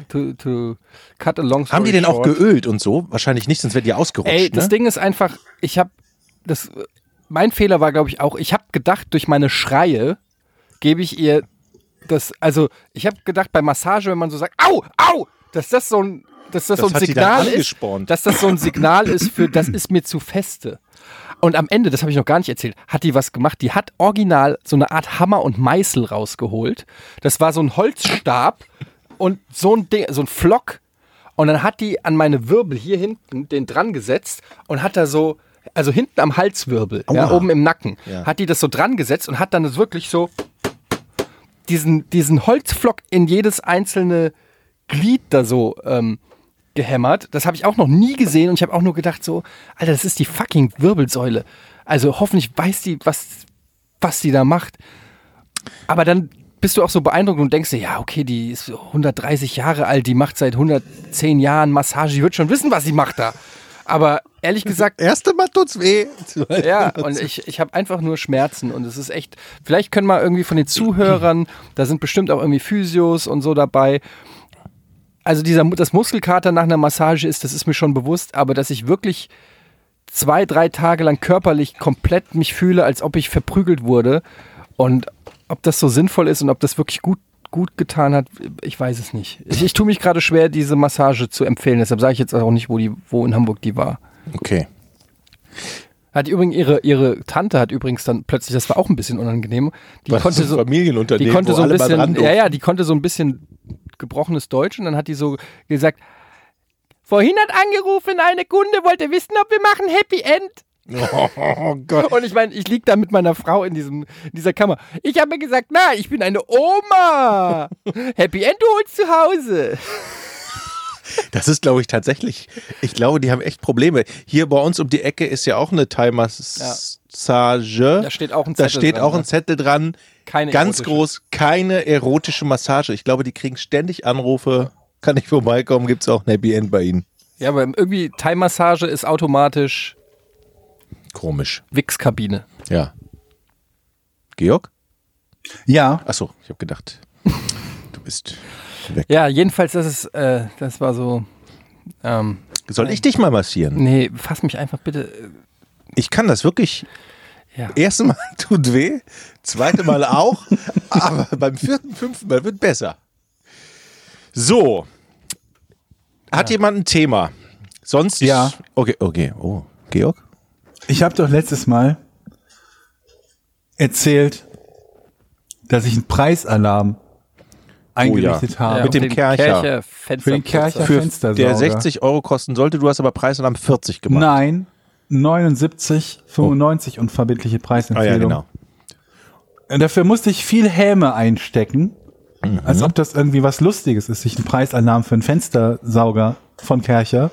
[SPEAKER 2] to, to cut a long story
[SPEAKER 1] Haben die denn auch
[SPEAKER 2] short.
[SPEAKER 1] geölt und so? Wahrscheinlich nicht, sonst wäre die ausgerutscht.
[SPEAKER 2] Ey, das
[SPEAKER 1] ne?
[SPEAKER 2] Ding ist einfach, ich habe das mein Fehler war glaube ich auch, ich habe gedacht, durch meine Schreie gebe ich ihr das also, ich habe gedacht bei Massage, wenn man so sagt, au, au, dass das so ein dass das,
[SPEAKER 1] Das
[SPEAKER 2] so ein
[SPEAKER 1] hat die dann
[SPEAKER 2] Signal ist,
[SPEAKER 1] angespornt.
[SPEAKER 2] dass das so ein Signal ist für das ist mir zu feste.
[SPEAKER 4] Und am Ende, das habe ich noch gar nicht erzählt, hat die was gemacht. Die hat original so eine Art Hammer und Meißel rausgeholt. Das war so ein Holzstab und so ein Ding, so ein Flock. Und dann hat die an meine Wirbel hier hinten den dran gesetzt und hat da so, also hinten am Halswirbel, ja, oben im Nacken,
[SPEAKER 1] Ja.
[SPEAKER 4] hat die das so dran gesetzt und hat dann das wirklich so diesen, diesen Holzflock in jedes einzelne Glied da so ähm, gehämmert. Das habe ich auch noch nie gesehen und ich habe auch nur gedacht so, Alter, das ist die fucking Wirbelsäule. Also hoffentlich weiß die, was, was die da macht. Aber dann bist du auch so beeindruckt und denkst dir, ja, okay, die ist 130 Jahre alt, die macht seit 110 Jahren Massage, die wird schon wissen, was sie macht da. Aber ehrlich gesagt,
[SPEAKER 1] Erste Mal tut's weh.
[SPEAKER 4] ja, und ich, ich habe einfach nur Schmerzen und es ist echt, vielleicht können wir irgendwie von den Zuhörern, da sind bestimmt auch irgendwie Physios und so dabei. Also dieser, das Muskelkater nach einer Massage ist, das ist mir schon bewusst, aber dass ich wirklich zwei, drei Tage lang körperlich komplett mich fühle, als ob ich verprügelt wurde und ob das so sinnvoll ist und ob das wirklich gut, gut getan hat, ich weiß es nicht. Ich, ich tue mich gerade schwer, diese Massage zu empfehlen, deshalb sage ich jetzt auch nicht, wo, die, wo in Hamburg die war.
[SPEAKER 1] Okay.
[SPEAKER 4] Hat übrigens ihre, ihre Tante hat übrigens dann plötzlich, das war auch ein bisschen unangenehm. Die
[SPEAKER 1] Was
[SPEAKER 4] konnte
[SPEAKER 1] ist ein
[SPEAKER 4] so,
[SPEAKER 1] Familienunternehmen,
[SPEAKER 4] die konnte
[SPEAKER 1] wo
[SPEAKER 4] so ein
[SPEAKER 1] alle mal ran
[SPEAKER 4] bisschen,
[SPEAKER 1] durften?
[SPEAKER 4] ja, ja, die konnte so ein bisschen gebrochenes Deutsch und dann hat die so gesagt, vorhin hat angerufen eine Kunde, wollte wissen, ob wir machen Happy End.
[SPEAKER 1] Oh Gott.
[SPEAKER 4] Und ich meine, ich lieg da mit meiner Frau in, diesem, in dieser Kammer. Ich habe mir gesagt, nein, ich bin eine Oma. Happy End du holst zu Hause.
[SPEAKER 1] Das ist, glaube ich, tatsächlich. Ich glaube, die haben echt Probleme. Hier bei uns um die Ecke ist ja auch eine Thai-Massage.
[SPEAKER 4] Da steht auch ein
[SPEAKER 1] Da
[SPEAKER 4] Zettel
[SPEAKER 1] steht
[SPEAKER 4] dran,
[SPEAKER 1] auch
[SPEAKER 4] ne?
[SPEAKER 1] ein Zettel dran.
[SPEAKER 4] Keine
[SPEAKER 1] Ganz
[SPEAKER 4] erotische.
[SPEAKER 1] groß, keine erotische Massage. Ich glaube, die kriegen ständig Anrufe. Kann ich vorbeikommen? Gibt es auch ein Happy End bei ihnen?
[SPEAKER 4] Ja, aber irgendwie Thai-Massage ist automatisch
[SPEAKER 1] Komisch.
[SPEAKER 4] Wichskabine.
[SPEAKER 1] Ja. Georg?
[SPEAKER 3] Ja,
[SPEAKER 1] Achso, ich habe gedacht, du bist weg.
[SPEAKER 4] Ja, jedenfalls, das ist, äh, das war so. Ähm,
[SPEAKER 1] Soll ich dich mal massieren?
[SPEAKER 4] nee, fass mich einfach bitte. äh,
[SPEAKER 1] Ich kann das wirklich.
[SPEAKER 4] Ja.
[SPEAKER 1] Erste Mal tut weh, zweite Mal auch, aber beim vierten, fünften Mal wird besser. So. Hat jemand ein Thema? Sonst?
[SPEAKER 3] Ja.
[SPEAKER 1] Okay, okay. Oh, Georg?
[SPEAKER 3] Ich habe doch letztes Mal erzählt, dass ich einen Preisalarm eingerichtet habe.
[SPEAKER 1] Oh Mit dem Kercher.
[SPEAKER 3] Für den Kercher
[SPEAKER 1] Für
[SPEAKER 3] Fenstersauger.
[SPEAKER 1] der 60 Euro kosten sollte, du hast aber Preis und haben 40 gemacht.
[SPEAKER 3] Nein, 79, 95 unverbindliche
[SPEAKER 1] Ah
[SPEAKER 3] Preisempfehlung.
[SPEAKER 1] ja, genau.
[SPEAKER 3] Und dafür musste ich viel Häme einstecken, als ob das irgendwie was Lustiges ist, sich einen Preisalarm für einen Fenstersauger von Kercher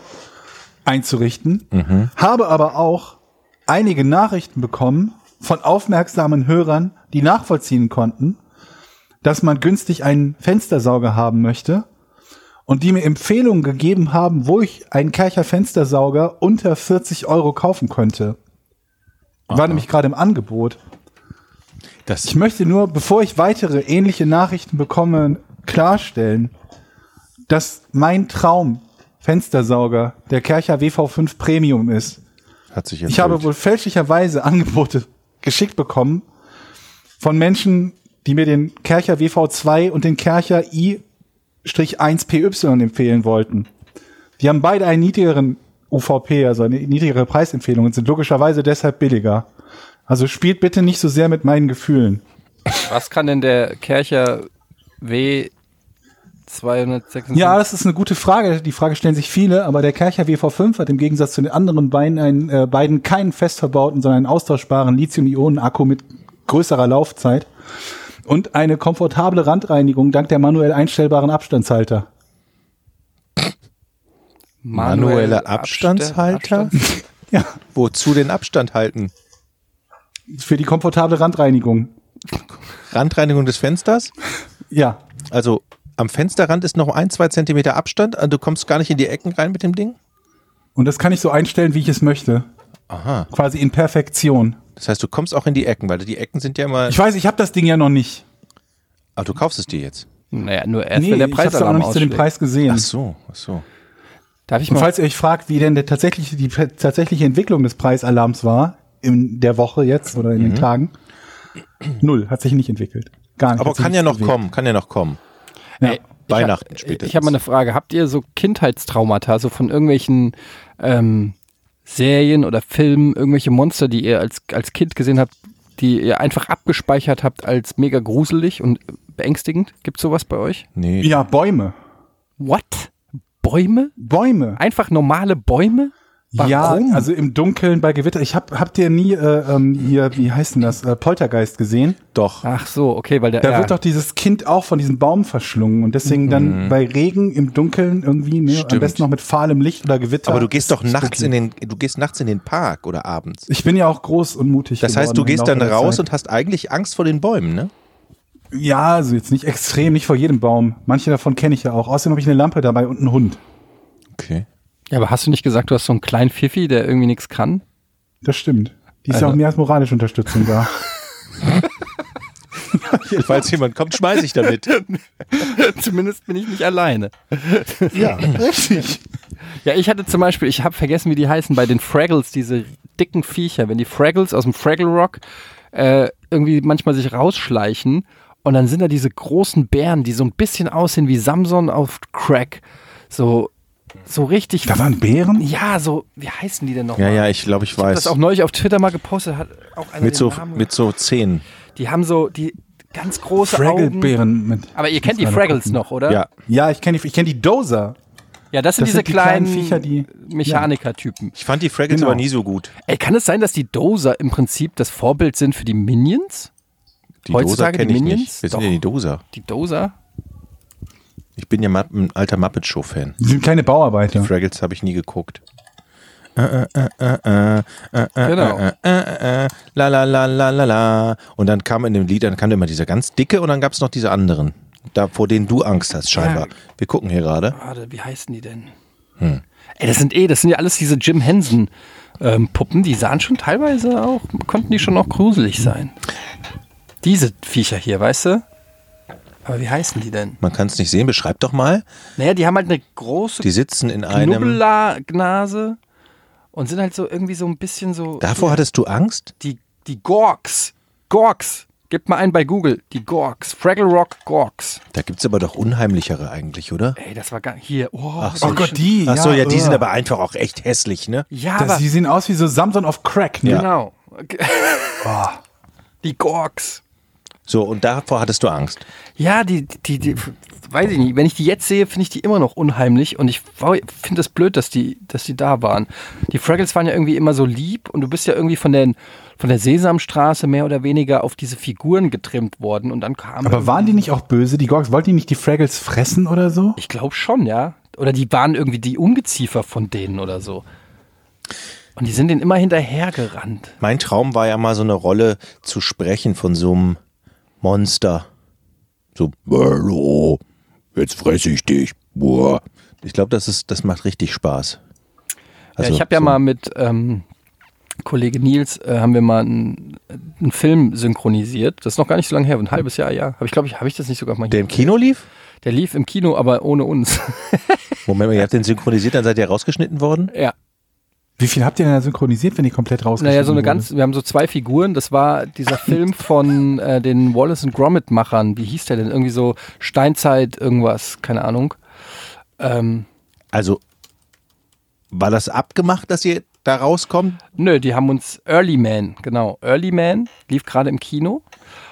[SPEAKER 3] einzurichten. Habe aber auch einige Nachrichten bekommen von aufmerksamen Hörern, die nachvollziehen konnten, dass man günstig einen Fenstersauger haben möchte und die mir Empfehlungen gegeben haben, wo ich einen Kercher Fenstersauger unter 40 Euro kaufen könnte. War nämlich gerade im Angebot.
[SPEAKER 1] Das
[SPEAKER 3] Ich möchte nur, bevor ich weitere ähnliche Nachrichten bekomme, klarstellen, dass mein Traum Fenstersauger der Kercher WV5 Premium ist.
[SPEAKER 1] hat sich jetzt.
[SPEAKER 3] Ich habe wohl fälschlicherweise Angebote geschickt bekommen von Menschen, die mir den Kercher WV2 und den Kercher I-1PY empfehlen wollten. Die haben beide einen niedrigeren UVP, also eine niedrigere Preisempfehlung und sind logischerweise deshalb billiger. Also spielt bitte nicht so sehr mit meinen Gefühlen.
[SPEAKER 4] Was kann denn der Kercher W226?
[SPEAKER 3] Ja, das ist eine gute Frage. Die Frage stellen sich viele, aber der Kercher WV5 hat im Gegensatz zu den anderen beiden, einen, äh, beiden keinen fest verbauten, sondern einen austauschbaren Lithium-Ionen-Akku mit größerer Laufzeit und eine komfortable Randreinigung dank der manuell einstellbaren Abstandshalter.
[SPEAKER 1] Manuelle Abstandshalter?
[SPEAKER 3] Ja,
[SPEAKER 1] Wozu den Abstand halten?
[SPEAKER 3] für die komfortable Randreinigung.
[SPEAKER 1] Randreinigung des Fensters?
[SPEAKER 3] Ja,
[SPEAKER 1] Also am Fensterrand ist noch ein, zwei Zentimeter Abstand. Also, du kommst gar nicht in die Ecken rein mit dem Ding?
[SPEAKER 3] und das kann ich so einstellen, wie ich es möchte.
[SPEAKER 1] Aha.
[SPEAKER 3] Quasi in Perfektion.
[SPEAKER 1] Das heißt, du kommst auch in die Ecken, weil die Ecken sind ja immer.
[SPEAKER 3] Ich weiß, ich habe das Ding ja noch nicht.
[SPEAKER 1] Ah, du kaufst es dir jetzt.
[SPEAKER 4] Naja, nur erst,
[SPEAKER 3] nee,
[SPEAKER 4] wenn der
[SPEAKER 3] ich habe
[SPEAKER 4] Preis
[SPEAKER 3] es auch noch nicht zu dem Preis gesehen.
[SPEAKER 1] Ach so, ach so.
[SPEAKER 4] Darf ich
[SPEAKER 3] Und
[SPEAKER 4] mal?
[SPEAKER 3] falls ihr euch fragt, wie denn der tatsächliche, die tatsächliche Entwicklung des Preisalarms war, in der Woche jetzt oder
[SPEAKER 1] Mhm.
[SPEAKER 3] in den Tagen, null, hat sich nicht entwickelt. Gar nicht.
[SPEAKER 1] Aber
[SPEAKER 3] hat sich
[SPEAKER 1] kann ja
[SPEAKER 3] nichts
[SPEAKER 1] noch
[SPEAKER 3] bewegt.
[SPEAKER 1] kommen, kann ja noch kommen.
[SPEAKER 3] Ja.
[SPEAKER 4] ich hab-
[SPEAKER 2] äh,
[SPEAKER 1] Weihnachten spätestens.
[SPEAKER 4] Ich habe mal eine Frage. Habt ihr so Kindheitstraumata, so von irgendwelchen ähm,
[SPEAKER 2] Serien oder Filmen irgendwelche Monster, die ihr als, als Kind gesehen habt, die ihr einfach abgespeichert habt als mega gruselig und beängstigend? Gibt sowas bei euch?
[SPEAKER 1] Nee.
[SPEAKER 3] Ja, Bäume.
[SPEAKER 2] What? Bäume?
[SPEAKER 3] Bäume.
[SPEAKER 2] Einfach normale Bäume? Warum?
[SPEAKER 3] Ja, also im Dunkeln bei Gewitter. Ich hab, habt ihr nie äh, ähm, hier, wie heißt denn das, äh, Poltergeist gesehen?
[SPEAKER 1] Doch.
[SPEAKER 2] Ach so, okay, weil der.
[SPEAKER 3] Da
[SPEAKER 2] ja.
[SPEAKER 3] wird doch dieses Kind auch von diesem Baum verschlungen und deswegen dann bei Regen im Dunkeln irgendwie, ne, am
[SPEAKER 1] Mhm. Stimmt.
[SPEAKER 3] besten noch mit fahlem Licht oder Gewitter.
[SPEAKER 1] Aber du gehst doch nachts
[SPEAKER 3] Spooky.
[SPEAKER 1] in den, du gehst nachts in den Park oder abends.
[SPEAKER 3] Ich bin ja auch groß und mutig.
[SPEAKER 1] Das heißt, du
[SPEAKER 3] geworden im
[SPEAKER 1] gehst
[SPEAKER 3] Laufe
[SPEAKER 1] dann
[SPEAKER 3] der
[SPEAKER 1] raus
[SPEAKER 3] Zeit.
[SPEAKER 1] und hast eigentlich Angst vor den Bäumen, ne?
[SPEAKER 3] Ja, also jetzt nicht extrem, nicht vor jedem Baum. Manche davon kenne ich ja auch. Außerdem habe ich eine Lampe dabei und einen Hund.
[SPEAKER 1] Okay.
[SPEAKER 2] ja, aber hast du nicht gesagt, du hast so einen kleinen Pfiffi, der irgendwie nichts kann?
[SPEAKER 3] Das stimmt. Die ist
[SPEAKER 2] Also-
[SPEAKER 3] ja auch mehr als moralische Unterstützung da.
[SPEAKER 1] Falls jemand kommt, schmeiß ich damit.
[SPEAKER 2] Zumindest bin ich nicht alleine.
[SPEAKER 3] ja, richtig.
[SPEAKER 2] Ja, ich hatte zum Beispiel, ich habe vergessen, wie die heißen, bei den Fraggles, diese dicken Viecher, wenn die Fraggles aus dem Fraggle Rock äh, irgendwie manchmal sich rausschleichen und dann sind da diese großen Bären, die so ein bisschen aussehen wie Samson auf Crack. So, so richtig.
[SPEAKER 3] Da waren Bären?
[SPEAKER 2] ja, so, wie heißen die denn noch?
[SPEAKER 1] Ja,
[SPEAKER 2] mal?
[SPEAKER 1] ja, ich glaube, ich
[SPEAKER 2] Das
[SPEAKER 1] weiß.
[SPEAKER 2] auch neulich auf Twitter mal gepostet hat. Auch einer
[SPEAKER 1] mit so,
[SPEAKER 2] den Namen.
[SPEAKER 1] mit so Zehen.
[SPEAKER 2] die haben so die ganz große Augen.
[SPEAKER 3] Fraggle-Bären mit.
[SPEAKER 2] Aber ihr kennt die
[SPEAKER 3] Muss mal
[SPEAKER 2] Fraggles
[SPEAKER 3] gucken.
[SPEAKER 2] noch, oder?
[SPEAKER 1] Ja.
[SPEAKER 3] Ja, ich kenne die, ich kenn die Dozer.
[SPEAKER 2] Ja, das sind
[SPEAKER 3] Das
[SPEAKER 2] diese
[SPEAKER 3] sind die
[SPEAKER 2] kleinen,
[SPEAKER 3] kleinen Viecher, die-
[SPEAKER 2] Mechanikertypen.
[SPEAKER 1] Ich fand die Fraggles
[SPEAKER 3] Genau.
[SPEAKER 1] aber nie so gut.
[SPEAKER 2] Ey, kann es sein, dass die Dozer im Prinzip das Vorbild sind für die Minions?
[SPEAKER 1] Die
[SPEAKER 2] Heutzutage
[SPEAKER 1] kenn
[SPEAKER 2] die Minions?
[SPEAKER 1] Wir sind
[SPEAKER 2] Doch.
[SPEAKER 1] ja die Doser.
[SPEAKER 2] Die Dozer?
[SPEAKER 1] Ich bin ja Ma- ein alter Muppet-Show-Fan.
[SPEAKER 2] Hm.
[SPEAKER 3] Die sind kleine Bauarbeiter.
[SPEAKER 1] Fraggles habe ich nie geguckt.
[SPEAKER 2] genau.
[SPEAKER 1] Äh, äh, la la la la la la. Und dann kam in dem Lied, dann kam immer dieser ganz dicke und dann gab es noch diese anderen, da, vor denen du Angst hast scheinbar. Wir gucken hier gerade.
[SPEAKER 2] Warte, wie heißen die denn? Ey, das sind eh, das sind ja alles diese Jim Henson ähm, Puppen, die sahen schon teilweise auch, konnten die schon auch gruselig sein. Diese Viecher hier, weißt du? Aber wie heißen die denn?
[SPEAKER 1] Man kann es nicht sehen, beschreib doch mal.
[SPEAKER 2] Naja, die haben halt eine große
[SPEAKER 1] Die sitzen in einem.
[SPEAKER 2] Knubbelnase und sind halt so irgendwie so ein bisschen so.
[SPEAKER 1] Davor hattest du Angst?
[SPEAKER 2] die, die Gorks. Gorks. Gib mal einen bei Google. Die Gorks. Fraggle Rock Gorks.
[SPEAKER 1] Da gibt es aber doch unheimlichere eigentlich, oder?
[SPEAKER 2] Ey, das war gar Hier. Oh,
[SPEAKER 1] Ach
[SPEAKER 2] das
[SPEAKER 1] so.
[SPEAKER 2] war
[SPEAKER 3] Oh Gott,
[SPEAKER 2] schon-
[SPEAKER 3] die.
[SPEAKER 1] Ach so, ja, die
[SPEAKER 3] äh.
[SPEAKER 1] sind aber einfach auch echt hässlich, ne?
[SPEAKER 2] Ja,
[SPEAKER 3] Das,
[SPEAKER 2] aber,
[SPEAKER 3] die sehen aus wie so Samson auf Crack, ne?
[SPEAKER 2] genau. Die Gorks.
[SPEAKER 1] So, und davor hattest du Angst.
[SPEAKER 2] Ja, die, die, die, weiß ich nicht. Wenn ich die jetzt sehe, finde ich die immer noch unheimlich und ich finde das blöd, dass die, dass die da waren. Die Fraggles waren ja irgendwie immer so lieb und du bist ja irgendwie von der, von der Sesamstraße mehr oder weniger auf diese Figuren getrimmt worden und dann kam.
[SPEAKER 3] Aber waren die nicht auch böse, die Gorgs? Wollten die nicht die Fraggles fressen oder so?
[SPEAKER 2] Ich glaube schon, ja. Oder die waren irgendwie die Ungeziefer von denen oder so. Und die sind denen immer hinterhergerannt.
[SPEAKER 1] Mein Traum war ja mal so eine Rolle zu sprechen von so einem Monster. So, hallo, jetzt fresse ich dich. Boah. Ich glaube, das, ist- das macht richtig Spaß. Also
[SPEAKER 2] ja, ich habe ja
[SPEAKER 1] so-
[SPEAKER 2] mal mit ähm, Kollege Nils, äh, haben wir mal einen, einen Film synchronisiert. Das ist noch gar nicht so lange her, ein halbes Jahr, ja. Habe ich, glaube ich, habe ich das nicht sogar mal hier.
[SPEAKER 1] Der im Kino lief?
[SPEAKER 2] Der lief im Kino, aber ohne uns.
[SPEAKER 1] Moment mal, ihr habt den synchronisiert, dann seid ihr rausgeschnitten worden?
[SPEAKER 2] ja.
[SPEAKER 3] Wie viel habt ihr denn da synchronisiert, wenn die komplett rausgeschnitten
[SPEAKER 2] Naja, so eine
[SPEAKER 3] wurde?
[SPEAKER 2] ganz, wir haben so zwei Figuren. Das war dieser Film von äh, den Wallace und Gromit-Machern. Wie hieß der denn? Irgendwie so Steinzeit, irgendwas, keine Ahnung. Ähm,
[SPEAKER 1] Also, war das abgemacht, dass ihr da rauskommt?
[SPEAKER 2] Nö, die haben uns Early Man, genau. Early Man lief gerade im Kino.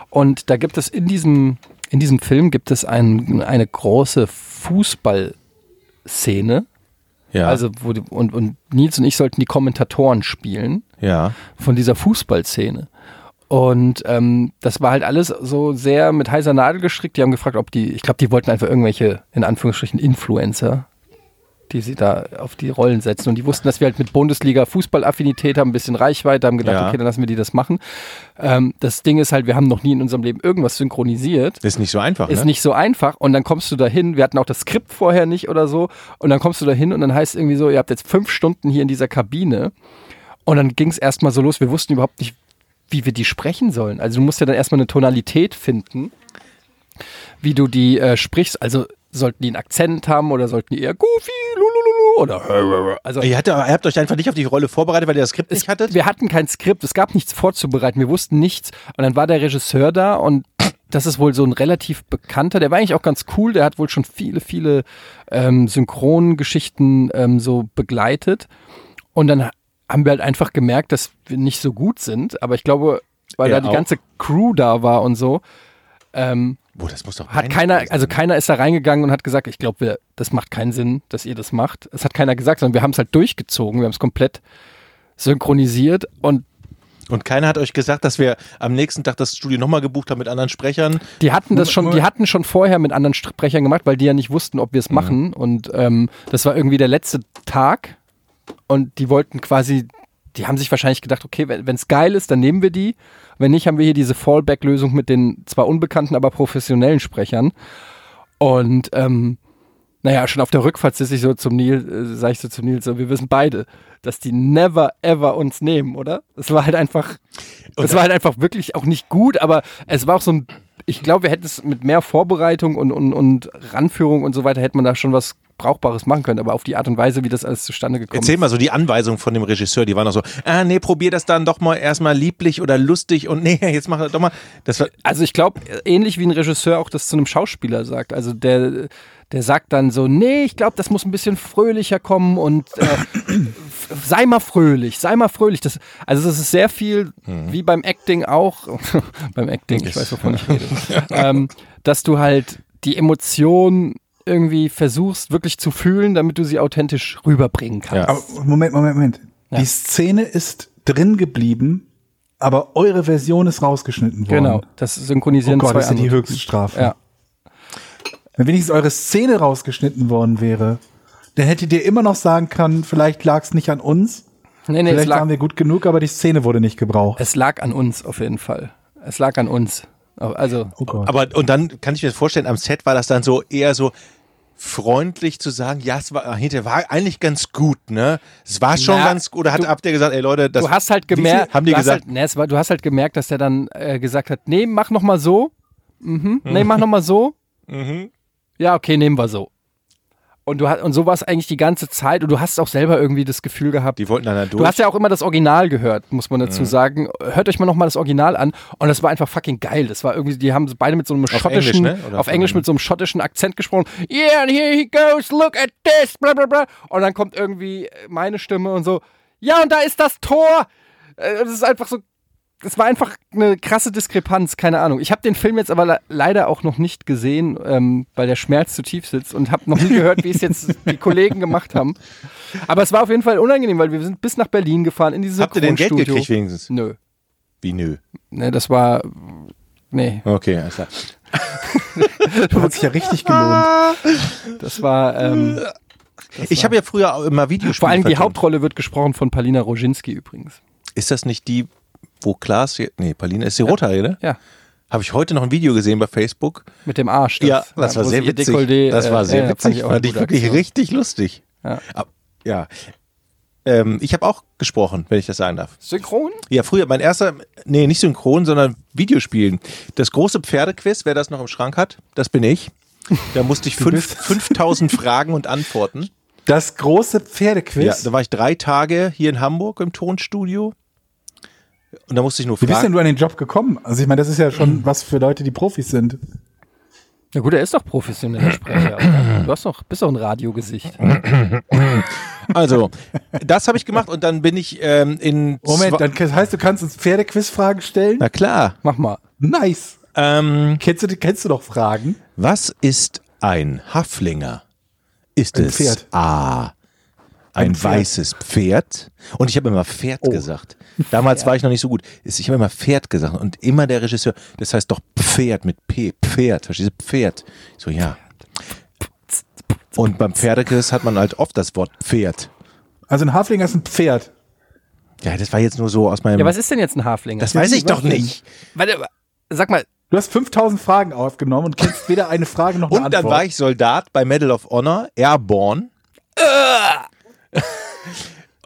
[SPEAKER 2] Und da gibt es in diesem, in diesem Film gibt es ein, eine große Fußballszene.
[SPEAKER 1] Ja.
[SPEAKER 2] Also, wo die, und, und Nils und ich sollten die Kommentatoren spielen
[SPEAKER 1] ja.
[SPEAKER 2] von dieser Fußballszene. Und ähm, das war halt alles so sehr mit heiser Nadel gestrickt. Die haben gefragt, ob die, ich glaube, die wollten einfach irgendwelche, in Anführungsstrichen, Influencer, die sie da auf die Rollen setzen. Und die wussten, dass wir halt mit Bundesliga Fußballaffinität haben, ein bisschen Reichweite, haben gedacht,
[SPEAKER 1] Ja.
[SPEAKER 2] okay, dann lassen wir die das machen. Ähm, das Ding ist halt, wir haben noch nie in unserem Leben irgendwas synchronisiert.
[SPEAKER 1] Ist nicht so einfach,
[SPEAKER 2] Ist
[SPEAKER 1] ne?
[SPEAKER 2] nicht so einfach. Und dann kommst du dahin. Wir hatten auch das Skript vorher nicht oder so. Und dann kommst du dahin und dann heißt irgendwie so, ihr habt jetzt fünf Stunden hier in dieser Kabine. Und dann ging es erstmal so los. Wir wussten überhaupt nicht, wie wir die sprechen sollen. Also du musst ja dann erstmal eine Tonalität finden, wie du die äh, sprichst. Also sollten die einen Akzent haben oder sollten die eher Goofy, lulululu oder also
[SPEAKER 1] ihr, hattet, ihr habt euch einfach nicht auf die Rolle vorbereitet, weil ihr das Skript nicht hattet?
[SPEAKER 2] wir hatten kein Skript, es gab nichts vorzubereiten, wir wussten nichts. Und dann war der Regisseur da und das ist wohl so ein relativ bekannter, der war eigentlich auch ganz cool, der hat wohl schon viele, viele ähm, Synchrongeschichten ähm, so begleitet. Und dann
[SPEAKER 4] haben wir halt einfach gemerkt, dass wir nicht so gut sind. Aber ich glaube, weil
[SPEAKER 1] Er
[SPEAKER 4] da die
[SPEAKER 1] auch.
[SPEAKER 4] ganze Crew da war und so, ähm,
[SPEAKER 1] Boah, das muss doch
[SPEAKER 4] hat
[SPEAKER 1] peinlich
[SPEAKER 4] keiner,
[SPEAKER 1] gewesen
[SPEAKER 4] also
[SPEAKER 1] sein.
[SPEAKER 4] keiner ist da reingegangen und hat gesagt, ich glaube, das macht keinen Sinn, dass ihr das macht. Es hat keiner gesagt, sondern wir haben es halt durchgezogen, wir haben es komplett synchronisiert und
[SPEAKER 1] Und keiner hat euch gesagt, dass wir am nächsten Tag das Studio nochmal gebucht haben mit anderen Sprechern.
[SPEAKER 4] die hatten das schon,
[SPEAKER 3] Moment.
[SPEAKER 4] die hatten schon vorher mit anderen Sprechern gemacht, weil die ja nicht wussten, ob wir es machen. Und ähm, das war irgendwie der letzte Tag und die wollten quasi, die haben sich wahrscheinlich gedacht, okay, wenn es geil ist, dann nehmen wir die. Wenn nicht, haben wir hier diese Fallback-Lösung mit den zwar unbekannten, aber professionellen Sprechern. Und ähm, naja, schon auf der Rückfahrt sitze ich so zum Nil, äh, sag ich so zu Nils, so, wir wissen beide, dass die never ever uns nehmen, oder? Es war halt einfach, es war halt einfach wirklich auch nicht gut, aber es war auch so ein, ich glaube, wir hätten es mit mehr Vorbereitung und, und, und Ranführung und so weiter, hätte man da schon was Brauchbares machen können, aber auf die Art und Weise, wie das alles zustande gekommen
[SPEAKER 1] Erzähl
[SPEAKER 4] ist.
[SPEAKER 1] mal so die Anweisung von dem Regisseur, die war noch so, ah nee, probier das dann doch mal erstmal lieblich oder lustig und nee, jetzt mach das doch mal. Das war,
[SPEAKER 4] Also ich glaube, ähnlich wie ein Regisseur auch das zu einem Schauspieler sagt. Also der, der sagt dann so, nee, ich glaube, das muss ein bisschen fröhlicher kommen und äh, f- sei mal fröhlich, sei mal fröhlich. Das, also das ist sehr viel, wie beim Acting auch, beim Acting, ich weiß, wovon ich rede, ähm, dass du halt die Emotion irgendwie versuchst, wirklich zu fühlen, damit du sie authentisch rüberbringen kannst.
[SPEAKER 1] Ja.
[SPEAKER 3] Aber Moment, Moment, Moment.
[SPEAKER 4] Ja.
[SPEAKER 3] Die Szene ist drin geblieben, aber eure Version ist rausgeschnitten worden.
[SPEAKER 4] Genau, das
[SPEAKER 3] Oh
[SPEAKER 4] synchronisieren
[SPEAKER 3] Gott,
[SPEAKER 4] zwei
[SPEAKER 3] das ist ja die
[SPEAKER 4] andere.
[SPEAKER 3] Höchststrafe.
[SPEAKER 4] Ja.
[SPEAKER 3] Wenn wenigstens eure Szene rausgeschnitten worden wäre, dann hättet ihr immer noch sagen können, vielleicht lag es nicht an uns,
[SPEAKER 4] Nee, nee, es
[SPEAKER 3] vielleicht
[SPEAKER 4] lag,
[SPEAKER 3] waren wir gut genug, aber die Szene wurde nicht gebraucht.
[SPEAKER 4] es lag an uns auf jeden Fall. Es lag an uns. Also
[SPEAKER 3] Oh Gott.
[SPEAKER 1] aber und dann kann ich mir vorstellen, am Set war das dann so eher so freundlich zu sagen, ja, es war hinterher war eigentlich ganz gut, ne? Es war schon
[SPEAKER 4] Na,
[SPEAKER 1] ganz gut. Oder hat
[SPEAKER 4] du-
[SPEAKER 1] Abder gesagt, ey Leute, das
[SPEAKER 4] du hast halt
[SPEAKER 1] Wie viel
[SPEAKER 4] gemerkt,
[SPEAKER 1] haben die
[SPEAKER 4] du hast
[SPEAKER 1] gesagt,
[SPEAKER 4] halt, nee, es war, du hast halt gemerkt, dass der dann äh, gesagt hat, nee, mach noch mal so, mhm. nee, mach noch mal so,
[SPEAKER 1] Mhm.
[SPEAKER 4] ja, okay, nehmen wir so. Und du hast und so war es eigentlich die ganze Zeit und du hast auch selber irgendwie das Gefühl gehabt.
[SPEAKER 1] die wollten dann halt da
[SPEAKER 4] Du
[SPEAKER 1] durch.
[SPEAKER 4] hast ja auch immer das Original gehört, muss man
[SPEAKER 1] Mhm.
[SPEAKER 4] dazu sagen. Hört euch mal nochmal das Original an. Und das war einfach fucking geil. Das war irgendwie, die haben so beide mit so einem schottischen,
[SPEAKER 1] Englisch, ne? Oder
[SPEAKER 4] auf
[SPEAKER 1] von-
[SPEAKER 4] Englisch mit so einem schottischen Akzent gesprochen. Yeah, and here he goes, look at this, bla bla bla. Und dann kommt irgendwie meine Stimme und so, ja, und da ist das Tor. Äh, Das ist einfach so, das war einfach eine krasse Diskrepanz, keine Ahnung. Ich habe den Film jetzt aber le- leider auch noch nicht gesehen, ähm, weil der Schmerz zu tief sitzt und habe noch nie gehört, wie es jetzt die Kollegen gemacht haben. Aber es war auf jeden Fall unangenehm, weil wir sind bis nach Berlin gefahren in dieses
[SPEAKER 1] Habt ihr denn Geld
[SPEAKER 4] Synchronstudio.
[SPEAKER 1] gekriegt wenigstens?
[SPEAKER 4] Nö.
[SPEAKER 1] Wie nö.
[SPEAKER 4] Ne, das war. Nee,
[SPEAKER 1] Okay, alles klar.
[SPEAKER 3] Das hat sich ja richtig gelohnt.
[SPEAKER 4] das war. Ähm,
[SPEAKER 1] Ich habe ja früher auch immer Videospiele
[SPEAKER 4] vor allem die
[SPEAKER 1] vertont.
[SPEAKER 4] Hauptrolle wird gesprochen von Palina Roginski übrigens.
[SPEAKER 1] Ist das nicht die, wo Klaas, hier- nee, Paulina ist die Rothaarige, ne?
[SPEAKER 4] Ja.
[SPEAKER 1] Habe ich heute noch ein Video gesehen bei Facebook.
[SPEAKER 4] Mit dem Arsch. ähm,
[SPEAKER 1] ja, das war
[SPEAKER 4] wo
[SPEAKER 1] sehr
[SPEAKER 4] sie ihr
[SPEAKER 1] witzig.
[SPEAKER 4] Dekolleté,
[SPEAKER 1] das war
[SPEAKER 4] äh,
[SPEAKER 1] sehr
[SPEAKER 4] ja,
[SPEAKER 1] witzig. Fand ich,
[SPEAKER 4] auch eine gute
[SPEAKER 1] wirklich
[SPEAKER 4] Aktion.
[SPEAKER 1] richtig lustig.
[SPEAKER 4] Ja.
[SPEAKER 1] Ab, ja. Ähm, ich habe auch gesprochen, wenn ich das sagen darf.
[SPEAKER 4] Synchron?
[SPEAKER 1] Ja, früher, mein erster, nee, nicht synchron, sondern Videospielen. Das große Pferdequiz, wer das noch im Schrank hat, das bin ich. Da musste ich fünf, 5000 Fragen und Antworten.
[SPEAKER 3] Das große
[SPEAKER 1] Ja,
[SPEAKER 3] Pferdequiz.
[SPEAKER 1] da war ich drei Tage hier in Hamburg im Tonstudio. Und da musste ich nur
[SPEAKER 3] Wie bist denn
[SPEAKER 1] fragen.
[SPEAKER 3] du an den Job gekommen? Also ich meine, das ist ja schon was für Leute, die Profis sind.
[SPEAKER 4] Na gut, er ist doch professioneller Sprecher. oder? Du hast doch, bist doch ein Radiogesicht.
[SPEAKER 1] Also, das habe ich gemacht und dann bin ich ähm, in. zwei-
[SPEAKER 3] Moment, dann das heißt, du kannst uns Pferdequiz-Fragen stellen?
[SPEAKER 1] Na klar.
[SPEAKER 4] Mach mal.
[SPEAKER 3] Nice.
[SPEAKER 1] Ähm,
[SPEAKER 3] Kennst du, kennst du doch Fragen?
[SPEAKER 1] was ist ein Haflinger? Ist
[SPEAKER 3] Ein
[SPEAKER 1] es
[SPEAKER 3] Pferd.
[SPEAKER 1] A. Ein,
[SPEAKER 3] Ein Pferd. Oh.
[SPEAKER 1] weißes Pferd. Und ich habe immer Pferd gesagt. Damals war ich noch nicht so gut. Ist- Ich habe immer Pferd gesagt und immer der Regisseur. Das heißt doch Pferd mit P. Pferd. Verstehst du? Pferd. Ich So, ja. Und beim Pferdekriss hat man halt oft das Wort Pferd.
[SPEAKER 3] Also ein Haflinger ist ein Pferd.
[SPEAKER 1] Ja, das war jetzt nur so aus meinem.
[SPEAKER 4] Ja, was ist denn jetzt ein Haflinger?
[SPEAKER 1] das weiß ich doch nicht.
[SPEAKER 4] Warte, sag mal,
[SPEAKER 3] Du hast 5000 Fragen aufgenommen und kennst weder eine Frage noch eine
[SPEAKER 1] Und
[SPEAKER 3] Antwort.
[SPEAKER 1] dann war ich Soldat bei Medal of Honor, Airborne.
[SPEAKER 3] Äh.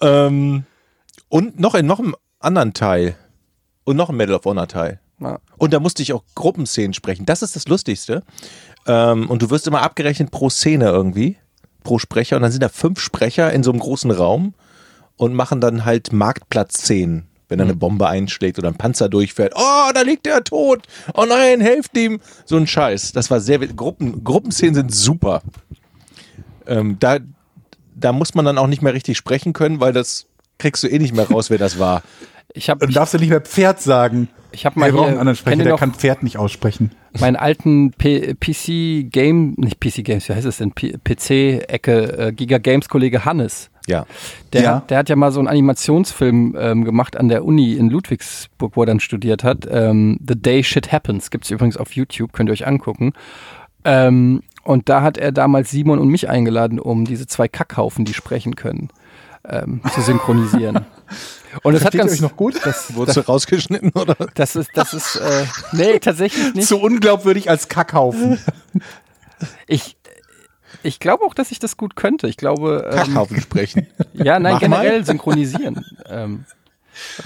[SPEAKER 1] ähm, und noch in noch einem anderen Teil. Und noch ein Medal of Honor Teil.
[SPEAKER 4] Ja.
[SPEAKER 1] Und da musste ich auch Gruppenszenen sprechen. Das ist das Lustigste. Ähm, und du wirst immer abgerechnet pro Szene irgendwie, pro Sprecher. Und dann sind da fünf Sprecher in so einem großen Raum und machen dann halt Marktplatzszenen. Wenn da eine Bombe einschlägt oder ein Panzer durchfährt. Oh, da liegt der tot. Oh nein, helft ihm. So ein Scheiß. Das war sehr wit- Gruppen Gruppenszenen sind super. Ähm, da, da muss man dann auch nicht mehr richtig sprechen können, weil das kriegst du eh nicht mehr raus, wer das war.
[SPEAKER 4] Ich habe
[SPEAKER 3] Dann darfst du nicht mehr Pferd sagen.
[SPEAKER 4] Ich hab mal
[SPEAKER 3] Wir brauchen
[SPEAKER 4] hier-
[SPEAKER 3] einen anderen
[SPEAKER 4] kennt
[SPEAKER 3] Sprecher,
[SPEAKER 4] ihr
[SPEAKER 3] der
[SPEAKER 4] noch-
[SPEAKER 3] kann Pferd nicht aussprechen.
[SPEAKER 4] meinen alten P PC Game, nicht PC Games, wie heißt es denn? P- PC Ecke äh, Giga Games Kollege Hannes.
[SPEAKER 1] Ja.
[SPEAKER 4] Der,
[SPEAKER 3] Ja.
[SPEAKER 4] hat, der hat ja mal so einen Animationsfilm ähm, gemacht an der Uni in Ludwigsburg, wo er dann studiert hat. Ähm, The Day Shit Happens gibt's übrigens auf YouTube, könnt ihr euch angucken. Ähm, und da hat er damals Simon und mich eingeladen, um diese zwei Kackhaufen, die sprechen können, ähm, zu synchronisieren. Und das hat
[SPEAKER 3] Versteht ihr
[SPEAKER 4] ganz
[SPEAKER 3] euch noch gut?
[SPEAKER 1] Wurdest du rausgeschnitten, oder?
[SPEAKER 4] Das ist, das ist, äh, nee, tatsächlich nicht.
[SPEAKER 3] so unglaubwürdig als Kackhaufen.
[SPEAKER 4] Ich, ich glaube auch, dass ich das gut könnte. Ich glaube, ähm,
[SPEAKER 1] Kachhaufen sprechen.
[SPEAKER 4] ja, nein,
[SPEAKER 1] Mach
[SPEAKER 4] generell synchronisieren. Ähm,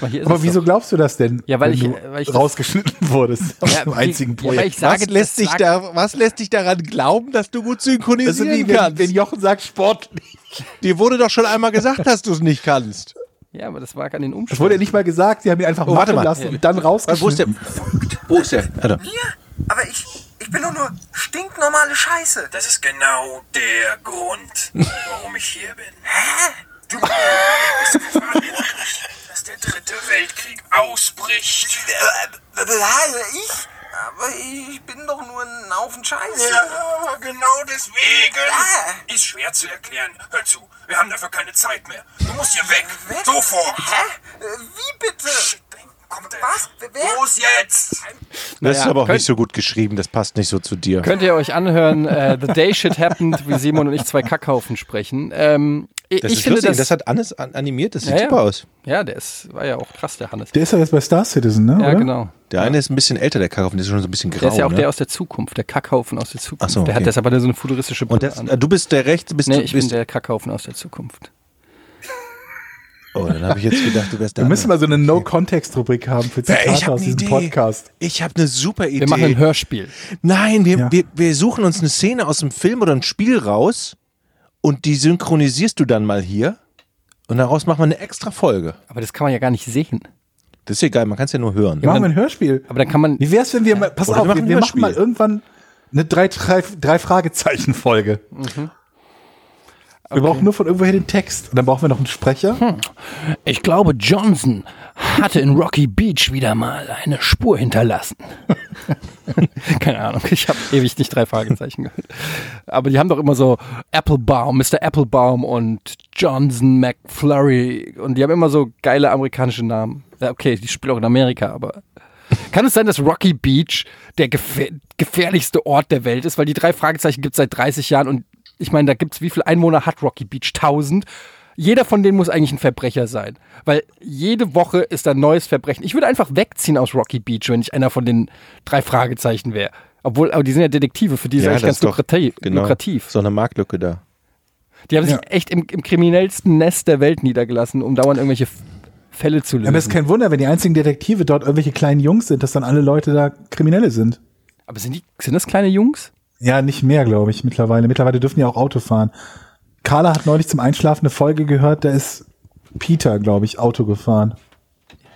[SPEAKER 4] warte mal, hier ist
[SPEAKER 3] Aber
[SPEAKER 4] es
[SPEAKER 3] wieso
[SPEAKER 4] doch.
[SPEAKER 3] glaubst du das denn?
[SPEAKER 4] Ja, weil
[SPEAKER 3] wenn
[SPEAKER 4] ich- äh,
[SPEAKER 3] du
[SPEAKER 4] weil ich-
[SPEAKER 3] rausgeschnitten wurdest aus
[SPEAKER 4] Ja,
[SPEAKER 3] einem
[SPEAKER 4] wie-
[SPEAKER 3] einzigen
[SPEAKER 4] ja, weil
[SPEAKER 3] Projekt.
[SPEAKER 4] ich sage-
[SPEAKER 1] was, lässt
[SPEAKER 4] das
[SPEAKER 1] dich
[SPEAKER 4] sagt-
[SPEAKER 1] da, was lässt dich daran glauben, dass du gut
[SPEAKER 3] das ist
[SPEAKER 1] synchronisieren
[SPEAKER 3] wie wenn,
[SPEAKER 1] kannst?
[SPEAKER 3] wenn Jochen sagt sportlich.
[SPEAKER 1] Dir wurde doch schon einmal gesagt, dass du es nicht kannst.
[SPEAKER 4] Ja, aber das lag an den
[SPEAKER 3] Das
[SPEAKER 4] Umständen.
[SPEAKER 3] wurde nicht mal gesagt, sie haben ihn einfach
[SPEAKER 1] Oh, warte
[SPEAKER 3] machen
[SPEAKER 1] mal.
[SPEAKER 3] lassen und dann rausgeschnitten.
[SPEAKER 1] Wo ist der? Alter.
[SPEAKER 5] Mir? Aber ich, ich bin doch nur stinknormale Scheiße. Das ist genau der Grund, warum ich hier bin. Hä? Du bist verantwortlich, dass der dritte Weltkrieg ausbricht.
[SPEAKER 6] Ich? Aber ich bin doch nur ein Haufen Scheiße.
[SPEAKER 5] Ja, genau deswegen. Ist schwer zu erklären. Hör zu, wir haben dafür keine Zeit mehr. Du musst hier weg. Sofort.
[SPEAKER 6] Hä? Äh, Wie bitte?
[SPEAKER 5] Shit, dein Kopf, ey.
[SPEAKER 6] Was? Wer?
[SPEAKER 5] Los jetzt!
[SPEAKER 1] Das ist
[SPEAKER 4] Naja,
[SPEAKER 1] aber auch
[SPEAKER 4] könnt-
[SPEAKER 1] nicht so gut geschrieben, das passt nicht so zu dir.
[SPEAKER 4] Könnt ihr euch anhören, äh, The Day Shit Happened, wie Simon und ich zwei Kackhaufen sprechen. Ähm, ich
[SPEAKER 1] das
[SPEAKER 4] ich
[SPEAKER 1] ist
[SPEAKER 4] finde
[SPEAKER 1] lustig,
[SPEAKER 4] das,
[SPEAKER 1] das, hat Annes an- animiert, das sieht
[SPEAKER 4] Ja, ja.
[SPEAKER 1] super aus.
[SPEAKER 4] ja, der ist, war ja auch krass, der Hannes.
[SPEAKER 3] Der ist ja jetzt bei Star Citizen, ne?
[SPEAKER 4] ja,
[SPEAKER 3] oder?
[SPEAKER 4] genau.
[SPEAKER 1] Der eine ist ein bisschen älter, der Kachhaufen, der ist schon so ein bisschen grau.
[SPEAKER 4] Der ist ja auch
[SPEAKER 1] ne?
[SPEAKER 4] der aus der Zukunft, der Kackhaufen aus der Zukunft.
[SPEAKER 1] Ach so,
[SPEAKER 4] Der hat
[SPEAKER 1] okay.
[SPEAKER 4] deshalb hat er so eine futuristische Brille
[SPEAKER 1] Und das,
[SPEAKER 4] an.
[SPEAKER 1] äh, du bist der rechts, bist
[SPEAKER 4] Nee,
[SPEAKER 1] du
[SPEAKER 4] ich bin
[SPEAKER 1] bist,
[SPEAKER 4] der Kackhaufen aus der Zukunft.
[SPEAKER 1] Oh, dann habe ich jetzt gedacht, du wärst der
[SPEAKER 3] Wir müssen
[SPEAKER 1] andere.
[SPEAKER 3] mal so eine No-Context-Rubrik haben für
[SPEAKER 1] Äh,
[SPEAKER 3] Zitate
[SPEAKER 1] hab
[SPEAKER 3] aus
[SPEAKER 1] ne
[SPEAKER 3] diesem
[SPEAKER 1] Idee.
[SPEAKER 3] Podcast.
[SPEAKER 1] Ich habe eine super Idee.
[SPEAKER 4] Wir machen ein Hörspiel.
[SPEAKER 1] Nein, wir,
[SPEAKER 3] Ja.
[SPEAKER 1] wir, wir suchen uns eine Szene aus dem Film oder ein Spiel raus und die synchronisierst du dann mal hier und daraus machen wir eine extra Folge.
[SPEAKER 4] Aber das kann man ja gar nicht sehen.
[SPEAKER 1] Das ist egal, man kann es ja nur hören.
[SPEAKER 3] Machen wir ein Hörspiel.
[SPEAKER 4] Aber dann kann man,
[SPEAKER 3] Wie wär's, wenn wir mal, pass
[SPEAKER 1] Oder wir
[SPEAKER 3] auf, wir,
[SPEAKER 1] machen ein
[SPEAKER 3] wir machen
[SPEAKER 1] Hörspiel.
[SPEAKER 3] mal irgendwann eine drei, drei, drei Fragezeichen Folge.
[SPEAKER 4] Mhm.
[SPEAKER 3] Wir brauchen nur von irgendwoher den Text und dann brauchen wir noch einen Sprecher.
[SPEAKER 4] Hm. Ich glaube, Johnson hatte in Rocky Beach wieder mal eine Spur hinterlassen. Keine Ahnung, ich habe ewig nicht drei Fragezeichen gehört. Aber die haben doch immer so Applebaum, Mr. Applebaum und Johnson McFlurry und die haben immer so geile amerikanische Namen. Ja, okay, die spielen auch in Amerika, aber. Kann es sein, dass Rocky Beach der gefähr gefährlichste Ort der Welt ist? Weil die drei Fragezeichen gibt es seit 30 Jahren und ich meine, da gibt es, wie viele Einwohner hat Rocky Beach? 1000. Jeder von denen muss eigentlich ein Verbrecher sein, weil jede Woche ist da ein neues Verbrechen. Ich würde einfach wegziehen aus Rocky Beach, wenn ich einer von den drei Fragezeichen wäre. Obwohl, aber die sind ja Detektive, für die ist genau. eigentlich ganz lukrativ. lukrativ.
[SPEAKER 1] genau So eine Marktlücke da.
[SPEAKER 4] Die haben sich
[SPEAKER 3] Ja.
[SPEAKER 4] echt im, im kriminellsten Nest der Welt niedergelassen, um dauernd irgendwelche F- Fälle zu
[SPEAKER 3] Aber es
[SPEAKER 4] lösen.
[SPEAKER 3] ist kein Wunder, wenn die einzigen Detektive dort irgendwelche kleinen Jungs sind, dass dann alle Leute da Kriminelle sind.
[SPEAKER 4] Aber sind, die, sind das kleine Jungs?
[SPEAKER 3] Ja, nicht mehr, glaube ich, mittlerweile. Mittlerweile dürfen die auch Auto fahren. Carla hat neulich zum Einschlafen eine Folge gehört, da ist Peter, glaube ich, Auto gefahren.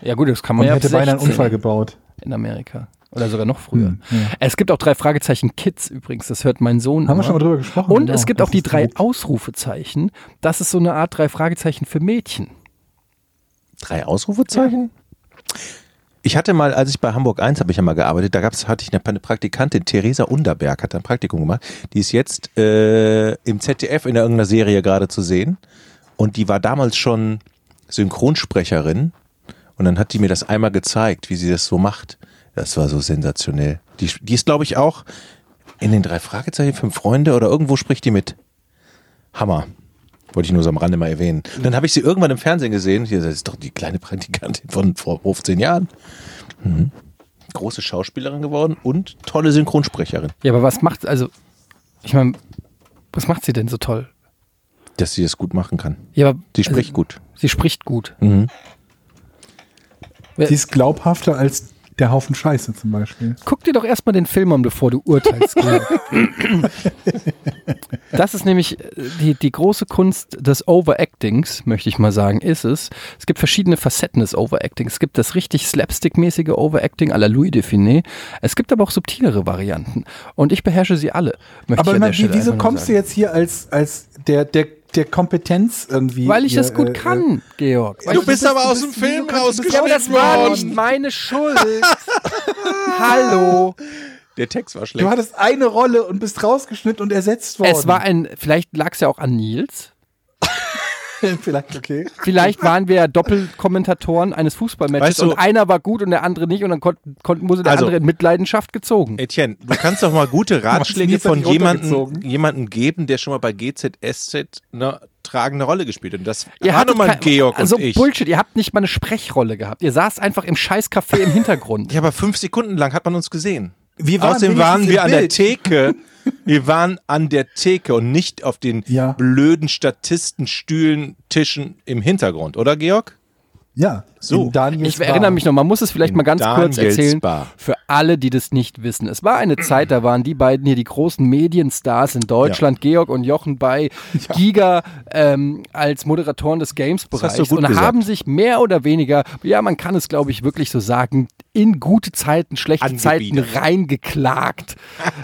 [SPEAKER 4] Ja gut, das kann
[SPEAKER 3] Und
[SPEAKER 4] man ja ab
[SPEAKER 3] hätte beinahe einen
[SPEAKER 4] 16.
[SPEAKER 3] Unfall gebaut.
[SPEAKER 4] in Amerika. Oder sogar noch früher. Es gibt auch drei Fragezeichen Kids übrigens, das hört mein Sohn.
[SPEAKER 3] Haben wir
[SPEAKER 4] immer.
[SPEAKER 3] schon mal drüber gesprochen,
[SPEAKER 4] Und
[SPEAKER 3] genau,
[SPEAKER 4] es gibt
[SPEAKER 3] dass
[SPEAKER 4] auch die
[SPEAKER 3] es die
[SPEAKER 4] drei
[SPEAKER 3] gibt.
[SPEAKER 4] Ausrufezeichen. Das ist so eine Art drei Fragezeichen für Mädchen.
[SPEAKER 1] Drei Ausrufezeichen? Ich hatte mal, als ich bei Hamburg 1 habe ich ja mal gearbeitet, da gab's, hatte ich eine, eine Praktikantin, Theresa Underberg, hat ein Praktikum gemacht. Die ist jetzt äh, im ZDF in irgendeiner Serie gerade zu sehen. Und die war damals schon Synchronsprecherin. Und dann hat die mir das einmal gezeigt, wie sie das so macht. Das war so sensationell. Die, die ist, glaube ich, auch in den drei Fragezeichen, fünf Freunde oder irgendwo spricht die mit. Hammer. Wollte ich nur so am Rande mal erwähnen. Dann habe ich sie irgendwann im Fernsehen gesehen. Hier, Das ist doch die kleine Praktikantin von vor 15 Jahren. Mhm. Große Schauspielerin geworden und tolle Synchronsprecherin.
[SPEAKER 4] Ja, aber was macht, also, ich meine, was macht sie denn so toll?
[SPEAKER 1] Dass sie das gut machen kann.
[SPEAKER 4] Ja, aber,
[SPEAKER 1] Sie spricht gut.
[SPEAKER 4] Sie spricht gut. Äh,
[SPEAKER 3] Die ist glaubhafter als der Haufen Scheiße zum Beispiel.
[SPEAKER 4] Guck dir doch erstmal den Film an, bevor du urteilst. Georg. das ist nämlich äh, die, die große Kunst des Overactings, möchte ich mal sagen, ist es. Es gibt verschiedene Facetten des Overactings. Es gibt das richtig slapstick-mäßige Overacting à la Louis Define. Es gibt aber auch subtilere Varianten. Und ich beherrsche sie alle. Möchte ich
[SPEAKER 3] Aber
[SPEAKER 4] an
[SPEAKER 3] man,
[SPEAKER 4] der
[SPEAKER 3] wie,
[SPEAKER 4] Stelle
[SPEAKER 3] wieso
[SPEAKER 4] einfach nur
[SPEAKER 3] kommst du
[SPEAKER 4] sagen.
[SPEAKER 3] jetzt hier als, als der, der der Kompetenz irgendwie.
[SPEAKER 4] Weil ich
[SPEAKER 3] hier,
[SPEAKER 4] das gut
[SPEAKER 3] äh,
[SPEAKER 4] kann, Hm, Georg.
[SPEAKER 1] Du bist aber aus dem Film
[SPEAKER 4] ja, aber das
[SPEAKER 1] rausgeschmissen
[SPEAKER 4] war nicht
[SPEAKER 1] worden.
[SPEAKER 4] meine Schuld. Hallo.
[SPEAKER 1] Der Text war
[SPEAKER 3] Du
[SPEAKER 1] schlecht.
[SPEAKER 3] hattest eine Rolle und bist rausgeschnitten und ersetzt worden.
[SPEAKER 4] Es war ein, vielleicht lag es ja auch an Nils.
[SPEAKER 3] vielleicht okay.
[SPEAKER 4] Vielleicht waren wir ja Doppelkommentatoren eines Fußballmatches
[SPEAKER 1] Weißt du-
[SPEAKER 4] und einer war gut und der andere nicht und dann konnten, konnten wurde der
[SPEAKER 1] Also-
[SPEAKER 4] andere in Mitleidenschaft gezogen.
[SPEAKER 1] Etienne, du kannst doch mal gute Ratschläge
[SPEAKER 3] Nils hat
[SPEAKER 1] von
[SPEAKER 3] dich
[SPEAKER 1] jemandem
[SPEAKER 3] runtergezogen.
[SPEAKER 1] jemanden geben, der schon mal bei GZSZ eine tragende Rolle gespielt hat. Und das
[SPEAKER 4] Ihr
[SPEAKER 1] war
[SPEAKER 4] hattet
[SPEAKER 1] nochmal
[SPEAKER 4] kein-
[SPEAKER 1] Georg
[SPEAKER 4] also
[SPEAKER 1] und ich.
[SPEAKER 4] Bullshit, ihr habt nicht mal eine Sprechrolle gehabt. Ihr saßt einfach im Scheißcafé im Hintergrund.
[SPEAKER 1] Ja, aber fünf Sekunden lang hat man uns gesehen.
[SPEAKER 3] Wir waren
[SPEAKER 1] Außerdem
[SPEAKER 3] wenigstens
[SPEAKER 1] waren wir
[SPEAKER 3] im
[SPEAKER 1] an der
[SPEAKER 3] Bild.
[SPEAKER 1] Theke. Wir waren an der Theke und nicht auf den
[SPEAKER 3] Ja.
[SPEAKER 1] blöden Statistenstühlen, Tischen im Hintergrund, oder Georg?
[SPEAKER 3] Ja,
[SPEAKER 1] So.
[SPEAKER 3] in Daniels
[SPEAKER 4] Ich erinnere mich noch, man muss es vielleicht
[SPEAKER 1] In
[SPEAKER 4] mal ganz kurz
[SPEAKER 1] Daniels
[SPEAKER 4] erzählen,
[SPEAKER 1] Bar.
[SPEAKER 4] für alle, die das nicht wissen. Es war eine Zeit, da waren die beiden hier die großen Medienstars in Deutschland, Georg und Jochen bei Giga ähm, als Moderatoren des
[SPEAKER 1] hast
[SPEAKER 4] Games-Bereichs
[SPEAKER 1] du gut
[SPEAKER 4] und
[SPEAKER 1] gesagt.
[SPEAKER 4] haben sich mehr oder weniger, ja, man kann es glaube ich wirklich so sagen, in gute Zeiten, schlechte
[SPEAKER 1] Angebietet.
[SPEAKER 4] Zeiten reingeklagt.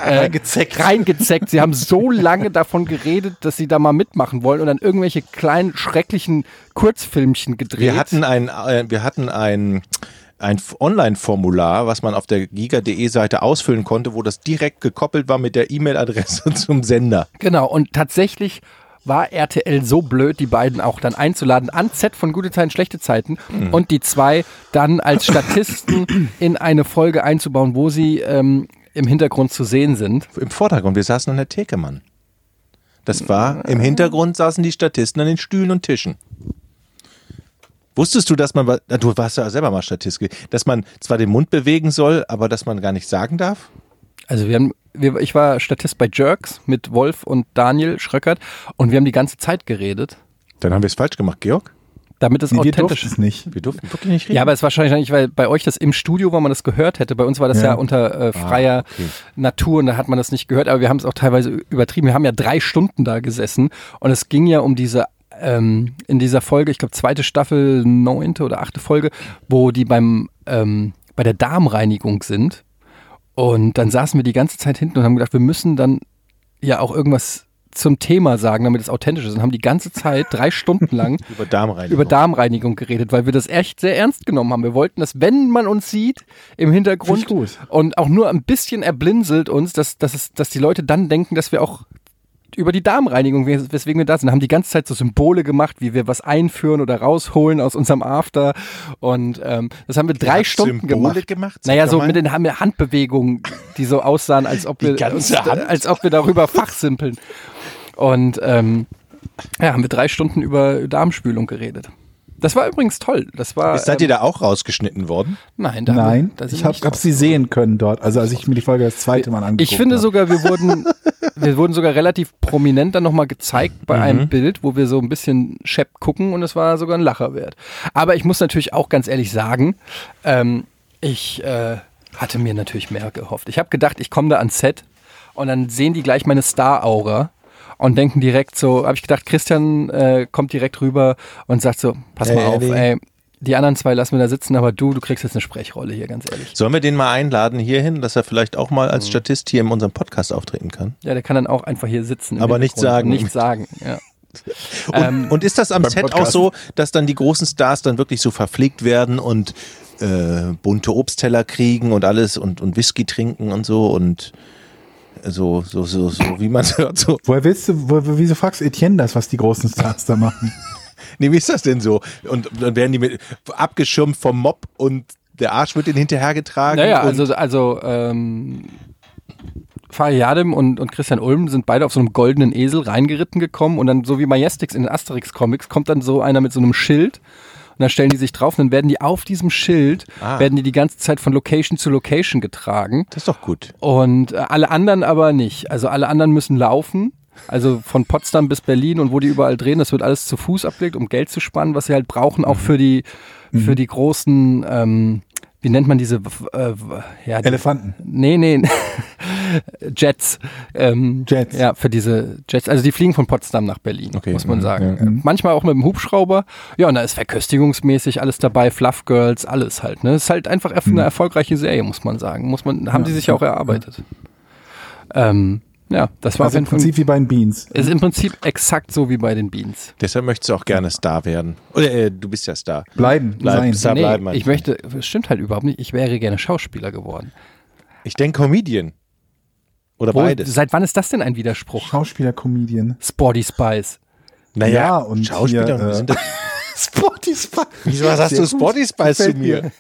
[SPEAKER 4] äh,
[SPEAKER 3] Reingezeckt.
[SPEAKER 4] reingezeckt. Sie haben so lange davon geredet, dass sie da mal mitmachen wollen und dann irgendwelche kleinen, schrecklichen Kurzfilmchen gedreht.
[SPEAKER 1] Wir hatten ein, äh, wir hatten ein, ein F- Online-Formular, was man auf der giga.de-Seite ausfüllen konnte, wo das direkt gekoppelt war mit der E-Mail-Adresse zum Sender.
[SPEAKER 4] Genau, und tatsächlich war RTL so blöd, die beiden auch dann einzuladen an Z von Gute Zeiten, Schlechte Zeiten
[SPEAKER 3] Mhm.
[SPEAKER 4] und die zwei dann als Statisten in eine Folge einzubauen, wo sie ähm, im Hintergrund zu sehen sind.
[SPEAKER 1] Im Vordergrund, wir saßen an der Theke, Mann. Das war, im Hintergrund saßen die Statisten an den Stühlen und Tischen. Wusstest du, dass man, wa- du warst ja selber mal Statist, ge- dass man zwar den Mund bewegen soll, aber dass man gar nicht sagen darf?
[SPEAKER 4] Also wir haben, wir, ich war Statist bei Jerks mit Wolf und Daniel Schröckert und wir haben die ganze Zeit geredet,
[SPEAKER 1] Dann haben wir es falsch gemacht, Georg.
[SPEAKER 4] damit es
[SPEAKER 3] Nee, wir
[SPEAKER 4] authentisch
[SPEAKER 3] durften es nicht.
[SPEAKER 1] Wir durften wirklich nicht reden.
[SPEAKER 4] Ja, aber es ist wahrscheinlich nicht, weil bei euch das im Studio, wo man das gehört hätte, bei uns war das ja,
[SPEAKER 3] Ja.
[SPEAKER 4] unter äh, freier Natur und da hat man das nicht gehört, aber wir haben es auch teilweise übertrieben. Wir haben ja drei Stunden da gesessen und es ging ja um diese, ähm, in dieser Folge, ich glaube zweite Staffel, neunte oder achte Folge, wo die beim, ähm, bei der Darmreinigung sind und dann saßen wir die ganze Zeit hinten und haben gedacht, wir müssen dann ja auch irgendwas zum Thema sagen, damit es authentisch ist und haben die ganze Zeit drei Stunden lang
[SPEAKER 1] über Darmreinigung.
[SPEAKER 4] über Darmreinigung geredet, weil wir das echt sehr ernst genommen haben. Wir wollten, dass wenn man uns sieht im Hintergrund
[SPEAKER 3] Finde ich gut.
[SPEAKER 4] und auch nur ein bisschen erblinzelt uns, dass, dass, es, dass die Leute dann denken, dass wir auch über die Darmreinigung, wes- weswegen wir da sind, haben die ganze Zeit so Symbole gemacht, wie wir was einführen oder rausholen aus unserem After. Und ähm, das haben wir drei
[SPEAKER 1] habt
[SPEAKER 4] Stunden
[SPEAKER 1] Symbole
[SPEAKER 4] gemacht.
[SPEAKER 1] gemacht, sag
[SPEAKER 4] naja,
[SPEAKER 1] doch
[SPEAKER 4] so
[SPEAKER 1] mal.
[SPEAKER 4] mit den haben wir Handbewegungen, die so aussahen, als ob wir,
[SPEAKER 1] ganze Hand?
[SPEAKER 4] als ob wir darüber fachsimpeln. Und ähm, ja, haben wir drei Stunden über Darmspülung geredet. Das war übrigens toll. Das war.
[SPEAKER 1] Ist- Seid
[SPEAKER 4] ähm,
[SPEAKER 1] ihr da auch rausgeschnitten worden?
[SPEAKER 4] Nein, da
[SPEAKER 3] Nein,
[SPEAKER 4] da sind
[SPEAKER 3] ich
[SPEAKER 4] wir
[SPEAKER 3] habe
[SPEAKER 4] nicht
[SPEAKER 3] hab sie sehen können dort. Also als ich mir die Folge das zweite Mal angeguckt
[SPEAKER 4] Ich finde
[SPEAKER 3] habe.
[SPEAKER 4] sogar, wir wurden, wir wurden sogar relativ prominent dann nochmal gezeigt bei einem Bild, wo wir so ein bisschen schepp gucken und es war sogar ein Lacher wert. Aber ich muss natürlich auch ganz ehrlich sagen, ähm, ich äh, hatte mir natürlich mehr gehofft. Ich habe gedacht, ich komme da ans Set und dann sehen die gleich meine Star-Aura und denken direkt so, habe ich gedacht, Christian äh, kommt direkt rüber und sagt so, pass mal
[SPEAKER 1] Ey,
[SPEAKER 4] auf,
[SPEAKER 1] Eddie.
[SPEAKER 4] ey, die anderen zwei lassen wir da sitzen, aber du, du kriegst jetzt eine Sprechrolle hier, ganz ehrlich.
[SPEAKER 1] Sollen wir den mal einladen hierhin, dass er vielleicht auch mal
[SPEAKER 4] Mhm.
[SPEAKER 1] als Statist hier in unserem Podcast auftreten kann?
[SPEAKER 4] Ja, der kann dann auch einfach hier sitzen. im
[SPEAKER 1] Aber nichts
[SPEAKER 4] Hintergrund und
[SPEAKER 1] sagen.
[SPEAKER 4] Nichts sagen, ja.
[SPEAKER 1] Und,
[SPEAKER 4] Ähm,
[SPEAKER 1] und ist das am Set auch so, dass dann die großen Stars dann wirklich so verpflegt werden und äh, bunte Obstteller kriegen und alles und, und Whisky trinken und so und äh, so, so, so, so wie man es hört, so.
[SPEAKER 3] Woher willst du, wo, wieso fragst du Etienne das, was die großen Stars da machen?
[SPEAKER 1] Nee, wie ist das denn so? Und dann werden die mit, abgeschirmt vom Mob und der Arsch wird ihnen hinterhergetragen.
[SPEAKER 4] Naja,
[SPEAKER 1] und
[SPEAKER 4] also, also ähm, Fari Yadim und, und Christian Ulm sind beide auf so einem goldenen Esel reingeritten gekommen und dann, so wie Majestix in den Asterix-Comics, kommt dann so einer mit so einem Schild und dann stellen die sich drauf und dann werden die auf diesem Schild,
[SPEAKER 1] Ah.
[SPEAKER 4] werden die die ganze Zeit von Location zu Location getragen
[SPEAKER 1] das ist doch gut.
[SPEAKER 4] und äh, alle anderen aber nicht. Also alle anderen müssen laufen. Also von Potsdam bis Berlin und wo die überall drehen, das wird alles zu Fuß abgelegt, um Geld zu sparen, was sie halt brauchen, auch für die, für die großen, ähm, wie nennt man diese, w- äh, w- ja, die,
[SPEAKER 3] Elefanten.
[SPEAKER 4] nee, nee, Jets. Ähm,
[SPEAKER 3] Jets.
[SPEAKER 4] Ja, für diese Jets. Also die fliegen von Potsdam nach Berlin,
[SPEAKER 1] Okay,
[SPEAKER 4] muss man
[SPEAKER 1] mhm,
[SPEAKER 4] sagen. Äh, Manchmal auch mit dem Hubschrauber. Ja, und da ist verköstigungsmäßig alles dabei, Fluff Girls, alles halt. Ne? Ist halt
[SPEAKER 1] Mhm.
[SPEAKER 4] einfach eine erfolgreiche Serie, muss man sagen. Muss man, haben die sich ja auch erarbeitet. Ähm, Ja, das war
[SPEAKER 3] Also im
[SPEAKER 4] auf jeden Fall-
[SPEAKER 3] Prinzip wie bei den Beans.
[SPEAKER 4] Ist im Prinzip exakt so wie bei den Beans.
[SPEAKER 1] Deshalb möchtest du auch gerne Star werden. Oder äh, du bist ja Star.
[SPEAKER 3] Bleiben,
[SPEAKER 1] Bleib-
[SPEAKER 3] sein.
[SPEAKER 1] Star bleiben.
[SPEAKER 4] ich
[SPEAKER 1] manchmal.
[SPEAKER 4] möchte, das stimmt halt überhaupt nicht, ich wäre gerne Schauspieler geworden.
[SPEAKER 1] ich denke Comedian. Oder
[SPEAKER 4] Wo,
[SPEAKER 1] beides.
[SPEAKER 4] seit wann ist das denn ein Widerspruch?
[SPEAKER 3] Schauspieler, Comedian.
[SPEAKER 4] Sporty Spice.
[SPEAKER 1] Naja,
[SPEAKER 3] Ja, und
[SPEAKER 1] Schauspieler
[SPEAKER 3] hier,
[SPEAKER 1] und wir
[SPEAKER 3] äh,
[SPEAKER 1] sind das-
[SPEAKER 3] Spotty Spice.
[SPEAKER 1] Wieso hast du Spotty Spice zu mir?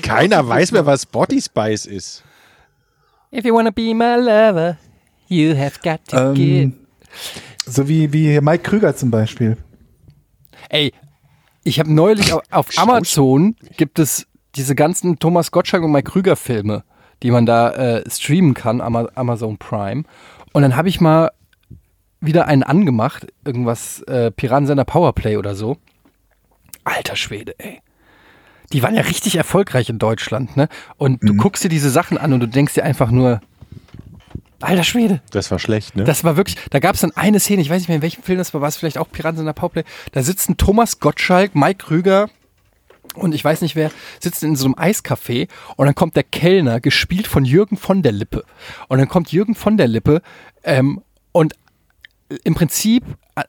[SPEAKER 1] Keiner weiß mehr, was Spotty Spice ist.
[SPEAKER 4] If you wanna be my lover, you have got to give.
[SPEAKER 3] Ähm, so wie, wie hier Mike Krüger zum Beispiel.
[SPEAKER 4] Ey, ich habe neulich auf, auf Amazon gibt es diese ganzen Thomas Gottschalk und Mike Krüger Filme, die man da äh, streamen kann, Ama Amazon Prime. Und dann habe ich mal wieder einen angemacht, irgendwas äh, Piran seiner Powerplay oder so. Alter Schwede, ey. Die waren ja richtig erfolgreich in Deutschland, ne? Und du guckst dir diese Sachen an und du denkst dir einfach nur, alter Schwede,
[SPEAKER 1] Das war schlecht, ne?
[SPEAKER 4] das war wirklich, da gab es dann eine Szene, ich weiß nicht mehr in welchem Film das war, war es vielleicht auch Piraten in der Powerplay. Da sitzen Thomas Gottschalk, Mike Krüger und ich weiß nicht wer, sitzen in so einem Eiscafé und dann kommt der Kellner, gespielt von Jürgen von der Lippe. Und dann kommt Jürgen von der Lippe ähm, und im Prinzip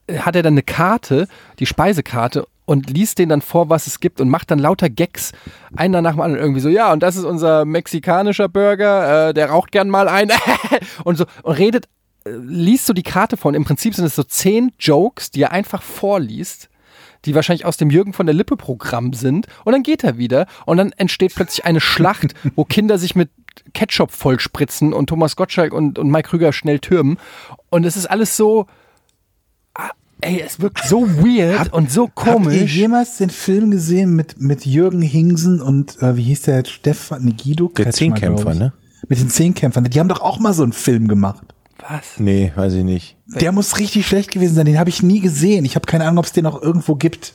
[SPEAKER 4] äh, hat er dann eine Karte, die Speisekarte, und liest denen dann vor, was es gibt und macht dann lauter Gags, einen danach mal irgendwie so, ja, und das ist unser mexikanischer Burger, äh, der raucht gern mal ein und so und redet, äh, liest so die Karte vor und im Prinzip sind es so zehn Jokes, die er einfach vorliest, die wahrscheinlich aus dem Jürgen von der Lippe Programm sind und dann geht er wieder und dann entsteht plötzlich eine Schlacht, wo Kinder sich mit Ketchup vollspritzen und Thomas Gottschalk und, und Mike Krüger schnell türmen und es ist alles so, ah, ey, es wirkt so weird und so
[SPEAKER 3] Habt ihr
[SPEAKER 4] komisch.
[SPEAKER 3] jemals den Film gesehen mit, mit Jürgen Hingsen und äh, wie hieß der jetzt? Stefan nee, Guido?
[SPEAKER 1] Der
[SPEAKER 3] Kretschmer,
[SPEAKER 1] Zehnkämpfer,
[SPEAKER 3] glaub ich.
[SPEAKER 1] ne?
[SPEAKER 3] Mit den Zehnkämpfern. Die haben doch auch mal so einen Film gemacht.
[SPEAKER 4] Was?
[SPEAKER 1] Nee, weiß ich nicht.
[SPEAKER 3] Der muss richtig schlecht gewesen sein. Den habe ich nie gesehen. Ich habe keine Ahnung, ob es den noch irgendwo gibt.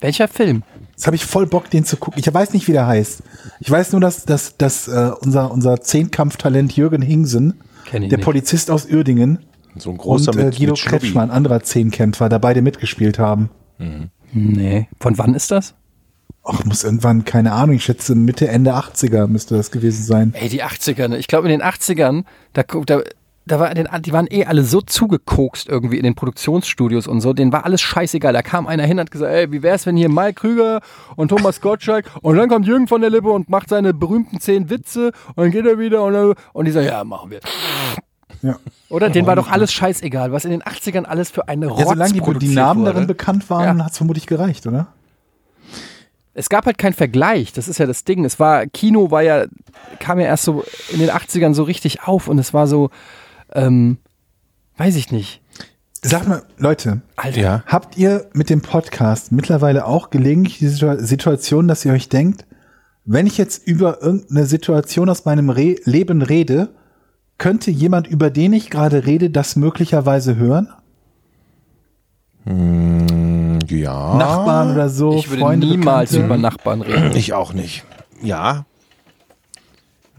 [SPEAKER 4] Welcher Film?
[SPEAKER 3] Jetzt habe ich voll Bock, den zu gucken. Ich weiß nicht, wie der heißt. Ich weiß nur, dass, dass, dass äh, unser, unser Zehnkampftalent Jürgen Hingsen,
[SPEAKER 4] Kenn ich
[SPEAKER 3] der
[SPEAKER 4] nicht.
[SPEAKER 3] Polizist aus Uerdingen,
[SPEAKER 1] So ein großer
[SPEAKER 3] und äh,
[SPEAKER 1] mit,
[SPEAKER 3] Guido
[SPEAKER 1] mit Schnubbi.
[SPEAKER 3] Kretschmann, anderer Zehnkämpfer, da beide mitgespielt haben.
[SPEAKER 4] Nee. Von wann ist das?
[SPEAKER 3] Ach, muss irgendwann, keine Ahnung, ich schätze Mitte, Ende 80er müsste das gewesen sein.
[SPEAKER 4] Ey, die 80er, ne? Ich glaube, in den 80ern, da, gu- da, da war den, die waren eh alle so zugekokst irgendwie in den Produktionsstudios und so. Denen war alles scheißegal. Da kam einer hin und hat gesagt, ey, wie wär's, wenn hier Mike Krüger und Thomas Gottschalk und dann kommt Jürgen von der Lippe und macht seine berühmten zehn Witze und dann geht er wieder und, dann, und die sagen, ja, machen wir.
[SPEAKER 3] Ja.
[SPEAKER 4] Oder? Denen war doch alles scheißegal, was in den 80ern alles für eine Rotz
[SPEAKER 3] Ja, solange die, die
[SPEAKER 4] produziert
[SPEAKER 3] Namen
[SPEAKER 4] wurde.
[SPEAKER 3] darin bekannt waren,
[SPEAKER 4] Ja.
[SPEAKER 3] hat's vermutlich gereicht, oder?
[SPEAKER 4] Es gab halt keinen Vergleich, das ist ja das Ding. Es war, Kino war ja, kam ja erst so in den 80ern so richtig auf und es war so, ähm, weiß ich nicht.
[SPEAKER 3] Sag mal, Leute,
[SPEAKER 4] Alter.
[SPEAKER 1] Ja.
[SPEAKER 3] habt ihr mit dem Podcast mittlerweile auch gelegentlich die Situa- Situation, dass ihr euch denkt, wenn ich jetzt über irgendeine Situation aus meinem Re Leben rede, könnte jemand, über den ich gerade rede, das möglicherweise hören?
[SPEAKER 1] Hm, Ja.
[SPEAKER 3] Nachbarn oder so,
[SPEAKER 4] Ah, Ich würde
[SPEAKER 3] Freunde,
[SPEAKER 4] niemals
[SPEAKER 3] Bekannte?
[SPEAKER 4] über Nachbarn reden.
[SPEAKER 1] Ich auch nicht. Ja.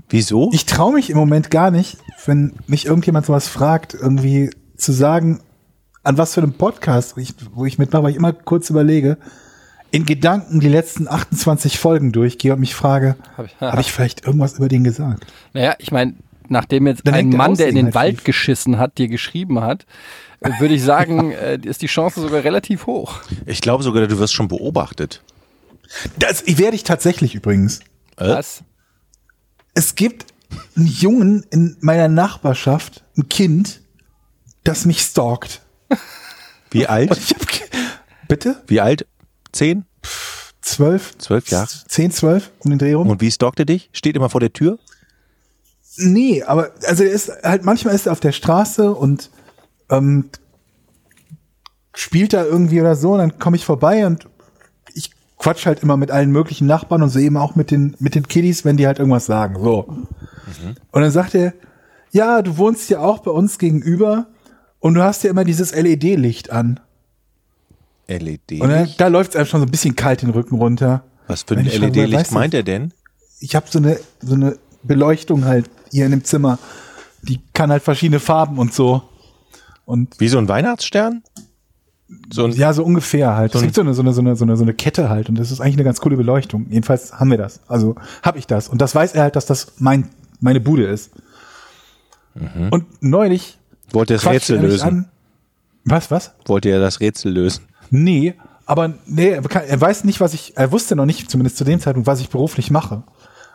[SPEAKER 1] Wieso?
[SPEAKER 3] Ich traue mich im Moment gar nicht, wenn mich irgendjemand sowas fragt, irgendwie zu sagen, an was für einem Podcast ich, wo ich mitmache, weil ich immer kurz überlege, in Gedanken die letzten 28 Folgen durchgehe und mich frage,
[SPEAKER 4] Hab ich-
[SPEAKER 3] habe ich vielleicht irgendwas über den gesagt?
[SPEAKER 4] Naja, ich meine, nachdem jetzt
[SPEAKER 3] Dann
[SPEAKER 4] ein
[SPEAKER 3] hängt der
[SPEAKER 4] Mann, der in
[SPEAKER 3] Aussehen
[SPEAKER 4] den
[SPEAKER 3] halt
[SPEAKER 4] Wald
[SPEAKER 3] schief.
[SPEAKER 4] geschissen hat, dir geschrieben hat, äh, würde ich sagen, äh, ist die Chance sogar relativ hoch.
[SPEAKER 1] Ich glaube sogar, du wirst schon beobachtet.
[SPEAKER 3] Das werde ich tatsächlich übrigens.
[SPEAKER 4] Was?
[SPEAKER 3] Es gibt einen Jungen in meiner Nachbarschaft, ein Kind, das mich stalkt.
[SPEAKER 1] Wie
[SPEAKER 3] Und
[SPEAKER 1] alt?
[SPEAKER 3] ich hab, ge- bitte?
[SPEAKER 1] Wie alt? Zehn?
[SPEAKER 3] Zwölf?
[SPEAKER 1] Zwölf Jahre.
[SPEAKER 3] Zehn, zwölf um den Dreh rum?
[SPEAKER 1] Und wie stalkt er dich? Steht immer vor der Tür?
[SPEAKER 3] Nee, aber also er ist halt manchmal ist er auf der Straße und ähm, spielt da irgendwie oder so und dann komme ich vorbei und ich quatsch halt immer mit allen möglichen Nachbarn und so eben auch mit den mit den Kiddies, wenn die halt irgendwas sagen, so.
[SPEAKER 1] Mhm.
[SPEAKER 3] Und dann sagt er, ja, du wohnst ja auch bei uns gegenüber und du hast ja immer dieses LED Licht an.
[SPEAKER 1] LED.
[SPEAKER 3] Und dann, da läuft's einem schon so ein bisschen kalt den Rücken runter.
[SPEAKER 1] Was für ein E
[SPEAKER 3] Wenn ich frage, woher
[SPEAKER 1] LED-Licht
[SPEAKER 3] weißt du-
[SPEAKER 1] meint er denn?
[SPEAKER 3] ich habe so eine so eine Beleuchtung halt hier in dem Zimmer. Die kann halt verschiedene Farben und so. Und
[SPEAKER 1] Wie so ein Weihnachtsstern? So ein,
[SPEAKER 3] ja, so ungefähr halt.
[SPEAKER 1] So
[SPEAKER 3] Es
[SPEAKER 1] ein-
[SPEAKER 3] gibt so eine, so eine, so eine, so eine, so eine Kette halt. Und das ist eigentlich eine ganz coole Beleuchtung. Jedenfalls haben wir das. Also habe ich das. Und das weiß er halt, dass das mein, meine Bude ist. Und neulich
[SPEAKER 1] Wollt ihr Mhm. das
[SPEAKER 3] quatschte
[SPEAKER 1] Rätsel
[SPEAKER 3] er mich
[SPEAKER 1] lösen?
[SPEAKER 3] an. Was, was?
[SPEAKER 1] Wollt ihr das Rätsel lösen?
[SPEAKER 3] Nee, aber nee, er kann- er weiß nicht, was ich, er wusste noch nicht, zumindest zu dem Zeitpunkt, was ich beruflich mache.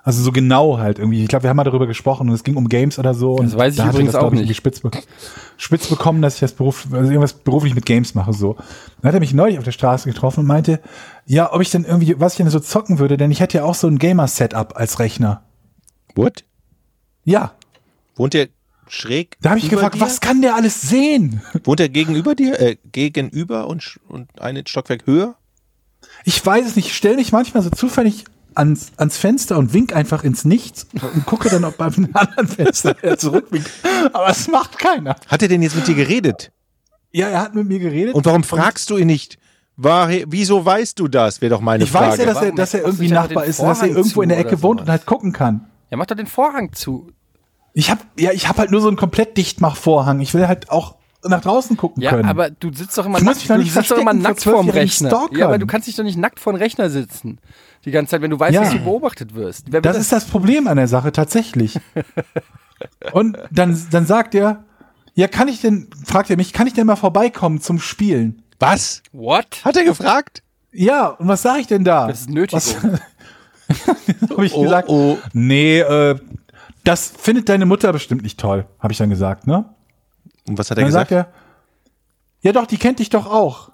[SPEAKER 3] Also so genau halt irgendwie. Ich glaube, wir haben mal darüber gesprochen und es ging um Games oder so.
[SPEAKER 4] Das
[SPEAKER 3] und
[SPEAKER 4] weiß ich
[SPEAKER 3] da hat er
[SPEAKER 4] übrigens
[SPEAKER 3] das, glaub
[SPEAKER 4] auch nicht.
[SPEAKER 3] irgendwie Spitz, be spitz bekommen, dass ich das Beruf, also irgendwas beruflich mit Games mache so. Dann hat er mich neulich auf der Straße getroffen und meinte, ja, ob ich denn irgendwie, was ich denn so zocken würde, denn ich hätte ja auch so ein Gamer-Setup als Rechner.
[SPEAKER 1] What?
[SPEAKER 3] Ja,
[SPEAKER 1] Wohnt ihr schräg?
[SPEAKER 3] da habe ich
[SPEAKER 1] über
[SPEAKER 3] gefragt,
[SPEAKER 1] dir?
[SPEAKER 3] was kann der alles sehen?
[SPEAKER 1] Wohnt er gegenüber dir? Äh, gegenüber und, sch- und einen Stockwerk höher?
[SPEAKER 3] Ich weiß es nicht. Ich stelle mich manchmal so zufällig ans, ans Fenster und wink einfach ins Nichts und gucke dann, ob beim anderen Fenster er zurückwinkt. Aber es macht keiner.
[SPEAKER 1] Hat er denn jetzt mit dir geredet?
[SPEAKER 3] Ja, er hat mit mir geredet.
[SPEAKER 1] Und warum fragst du ihn nicht? War, wieso weißt du das? Wäre doch meine
[SPEAKER 3] ich
[SPEAKER 1] Frage.
[SPEAKER 3] weiß ja, dass er,
[SPEAKER 4] Warum
[SPEAKER 3] dass er
[SPEAKER 4] machst du
[SPEAKER 3] irgendwie
[SPEAKER 4] nicht einfach
[SPEAKER 3] Nachbar
[SPEAKER 4] den
[SPEAKER 3] ist, und dass er
[SPEAKER 4] Vorhang
[SPEAKER 3] irgendwo in der
[SPEAKER 4] zu
[SPEAKER 3] Ecke
[SPEAKER 4] oder
[SPEAKER 3] wohnt
[SPEAKER 4] sowas?
[SPEAKER 3] und halt gucken kann.
[SPEAKER 4] Ja, mach doch den Vorhang zu.
[SPEAKER 3] Ich habe ja, ich habe halt nur so einen komplett Dichtmachvorhang. Ich will halt auch nach draußen gucken
[SPEAKER 4] Ja,
[SPEAKER 3] können.
[SPEAKER 4] aber du sitzt doch immer
[SPEAKER 3] Ich muss
[SPEAKER 4] nackt,
[SPEAKER 3] mich doch
[SPEAKER 4] du
[SPEAKER 3] nicht
[SPEAKER 4] sitzt doch immer
[SPEAKER 3] verstecken vor
[SPEAKER 4] nackt vorm
[SPEAKER 3] zwölfjährigen
[SPEAKER 4] Rechner. Ja, aber
[SPEAKER 3] Stalkern.
[SPEAKER 4] du kannst dich doch nicht nackt vorm Rechner sitzen. Die ganze Zeit, wenn du weißt,
[SPEAKER 3] Ja.
[SPEAKER 4] dass du beobachtet wirst. Wer will
[SPEAKER 3] Das ist das Problem an der Sache tatsächlich. Und dann, dann sagt er, ja, kann ich denn, fragt er mich, kann ich denn mal vorbeikommen zum Spielen?
[SPEAKER 1] Was?
[SPEAKER 4] What?
[SPEAKER 1] Hat er gefragt?
[SPEAKER 3] Ja, und was sage ich denn da?
[SPEAKER 4] Das ist Nötigung.
[SPEAKER 3] habe ich
[SPEAKER 1] Oh,
[SPEAKER 3] gesagt.
[SPEAKER 1] oh.
[SPEAKER 3] Nee, äh, das findet deine Mutter bestimmt nicht toll, habe ich dann gesagt, ne?
[SPEAKER 1] Und was hat er
[SPEAKER 3] Dann
[SPEAKER 1] gesagt?
[SPEAKER 3] sagt er, ja doch, die kennt dich doch auch.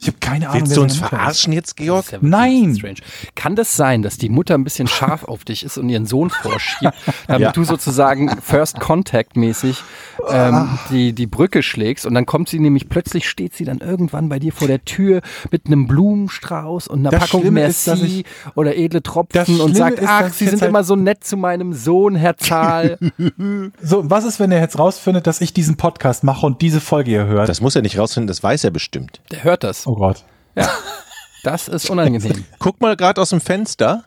[SPEAKER 3] Ich habe keine Ahnung.
[SPEAKER 1] Willst
[SPEAKER 3] wer
[SPEAKER 1] du
[SPEAKER 3] seine
[SPEAKER 1] uns
[SPEAKER 3] Mutter ist.
[SPEAKER 1] verarschen jetzt, Georg?
[SPEAKER 4] Das ist ja wirklich
[SPEAKER 3] Nein.
[SPEAKER 4] Strange. Kann das sein, dass die Mutter ein bisschen scharf auf dich ist und ihren Sohn vorschiebt, damit
[SPEAKER 1] Ja.
[SPEAKER 4] du sozusagen First Contact mäßig
[SPEAKER 3] Ah.
[SPEAKER 4] ähm, die, die Brücke schlägst und dann kommt sie nämlich, plötzlich steht sie dann irgendwann bei dir vor der Tür mit einem Blumenstrauß und einer
[SPEAKER 3] Das
[SPEAKER 4] Packung
[SPEAKER 3] Schlimme ist,
[SPEAKER 4] Merci
[SPEAKER 3] dass ich-
[SPEAKER 4] oder edle
[SPEAKER 3] Das
[SPEAKER 4] Tropfen
[SPEAKER 3] Schlimme
[SPEAKER 4] und sagt,
[SPEAKER 3] ist, dass
[SPEAKER 4] ach,
[SPEAKER 3] ich
[SPEAKER 4] sie
[SPEAKER 3] jetzt
[SPEAKER 4] sind
[SPEAKER 3] halt-
[SPEAKER 4] immer so nett zu meinem Sohn, Herr Zahl.
[SPEAKER 3] So, und was ist, wenn er jetzt rausfindet, dass ich diesen Podcast mache und diese Folge hier hört?
[SPEAKER 1] Das muss er nicht rausfinden, das weiß er bestimmt.
[SPEAKER 4] Der hört das.
[SPEAKER 3] oh Gott.
[SPEAKER 4] Das ist unangenehm.
[SPEAKER 1] Guck mal gerade aus dem Fenster.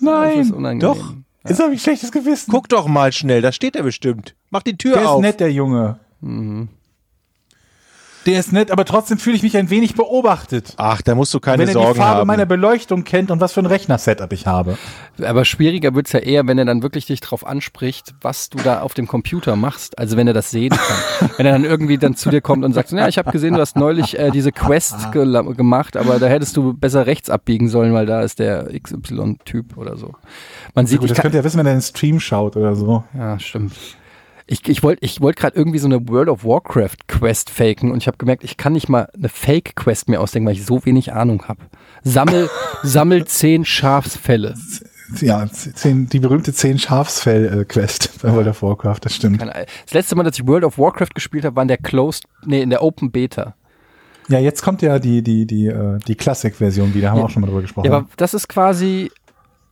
[SPEAKER 3] Nein.
[SPEAKER 4] Das ist unangenehm.
[SPEAKER 1] Doch.
[SPEAKER 3] Jetzt habe ich ein schlechtes Gewissen.
[SPEAKER 1] Guck doch mal schnell, da steht er bestimmt. Mach die Tür
[SPEAKER 3] der ist
[SPEAKER 1] auf.
[SPEAKER 3] nett, der Junge.
[SPEAKER 4] Mhm.
[SPEAKER 3] Der ist nett, aber trotzdem fühle ich mich ein wenig beobachtet.
[SPEAKER 1] Ach, da musst du keine
[SPEAKER 3] wenn er
[SPEAKER 1] Sorgen
[SPEAKER 3] die Farbe
[SPEAKER 1] haben.
[SPEAKER 3] meiner Beleuchtung kennt und was für ein Rechner-Setup ich habe.
[SPEAKER 4] Aber schwieriger wird's ja eher, wenn er dann wirklich dich drauf anspricht, was du da auf dem Computer machst. Also wenn er das sehen kann. wenn er dann irgendwie dann zu dir kommt und sagt, ja, ich habe gesehen, du hast neulich äh, diese
[SPEAKER 3] Ah.
[SPEAKER 4] Quest gel- gemacht, aber da hättest du besser rechts abbiegen sollen, weil da ist der XY-Typ oder so. Man sieht, ich
[SPEAKER 3] Gut, das
[SPEAKER 4] kann,
[SPEAKER 3] könnt ihr wissen, wenn er den Stream schaut oder so.
[SPEAKER 4] ja, Ah, stimmt. Ich, ich wollte ich wollt gerade irgendwie so eine World of Warcraft Quest faken und ich habe gemerkt, ich kann nicht mal eine Fake Quest mir ausdenken, weil ich so wenig Ahnung habe. Sammel, sammel zehn Schafsfälle.
[SPEAKER 3] Ja, zehn, die berühmte 10 Schafsfell-Quest bei World of Warcraft, das stimmt.
[SPEAKER 4] Keine Ahnung. Das letzte Mal, dass ich World of Warcraft gespielt habe, war in der Closed, nee, in der Open Beta.
[SPEAKER 3] Ja, jetzt kommt ja die, die, die, äh, die Classic-Version wieder, haben wir auch schon mal drüber gesprochen.
[SPEAKER 4] Ja, aber das ist quasi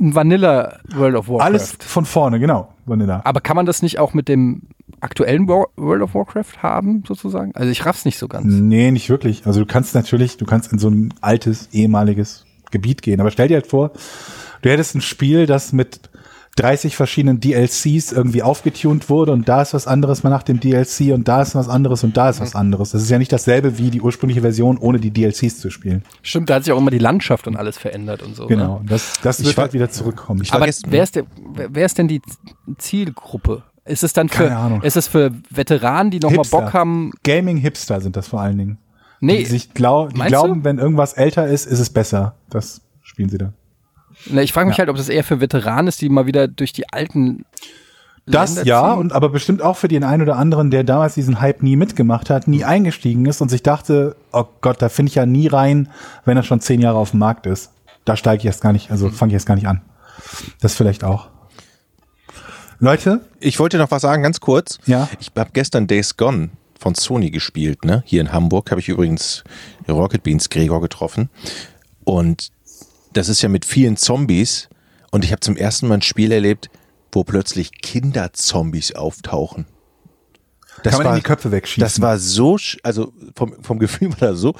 [SPEAKER 4] ein Vanilla World of Warcraft.
[SPEAKER 3] Alles von vorne, genau, Vanilla.
[SPEAKER 4] Aber kann man das nicht auch mit dem aktuellen War World of Warcraft haben, sozusagen? Also ich raff's nicht so ganz.
[SPEAKER 3] Nee, nicht wirklich. Also du kannst natürlich, du kannst in so ein altes, ehemaliges Gebiet gehen, aber stell dir halt vor, du hättest ein Spiel, das mit 30 verschiedenen DLCs irgendwie aufgetunt wurde und da ist was anderes mal nach dem DLC und da ist was anderes und da ist
[SPEAKER 4] Mhm.
[SPEAKER 3] was anderes. Das ist ja nicht dasselbe wie die ursprüngliche Version, ohne die DLCs zu spielen.
[SPEAKER 4] Stimmt, da hat sich auch immer die Landschaft und alles verändert und so.
[SPEAKER 3] Genau,
[SPEAKER 4] Ne?
[SPEAKER 3] das, das
[SPEAKER 1] Ich
[SPEAKER 3] wird
[SPEAKER 1] war-
[SPEAKER 3] halt wieder zurückkommen. Ich
[SPEAKER 4] Aber
[SPEAKER 1] Vergessen.
[SPEAKER 4] wer ist, der, wer wer ist denn die Zielgruppe? Ist es dann für,
[SPEAKER 3] Keine Ahnung.
[SPEAKER 4] ist es für Veteranen, die nochmal
[SPEAKER 3] Hipster.
[SPEAKER 4] Bock haben?
[SPEAKER 3] Gaming-Hipster sind das vor allen Dingen.
[SPEAKER 4] Nee,
[SPEAKER 3] Die, sich glau die
[SPEAKER 4] Meinst
[SPEAKER 3] glauben,
[SPEAKER 4] du?
[SPEAKER 3] wenn irgendwas älter ist, ist es besser. Das spielen sie dann.
[SPEAKER 4] Na, ich frage mich halt, ob das eher für Veteranen ist, die mal wieder durch die alten
[SPEAKER 3] Das
[SPEAKER 4] Länder
[SPEAKER 3] ja,
[SPEAKER 4] ziehen.
[SPEAKER 3] und aber bestimmt auch für den einen oder anderen, der damals diesen Hype nie mitgemacht hat, nie eingestiegen ist und sich dachte, oh Gott, da finde ich ja nie rein, wenn er schon zehn Jahre auf dem Markt ist. Da steige ich erst gar nicht,
[SPEAKER 1] Mhm.
[SPEAKER 3] also fange ich erst gar nicht an. Das vielleicht auch. Leute,
[SPEAKER 1] Ich wollte noch was sagen, ganz kurz.
[SPEAKER 3] Ja.
[SPEAKER 1] Ich habe gestern Days Gone von Sony gespielt, ne? Hier in Hamburg habe ich übrigens Rocket Beans Gregor getroffen. Und das ist ja mit vielen Zombies. Und ich habe zum ersten Mal ein Spiel erlebt, wo plötzlich Kinderzombies auftauchen. Das
[SPEAKER 3] kann man in die Köpfe wegschießen.
[SPEAKER 1] Das war so, sch- also vom, vom Gefühl war das so,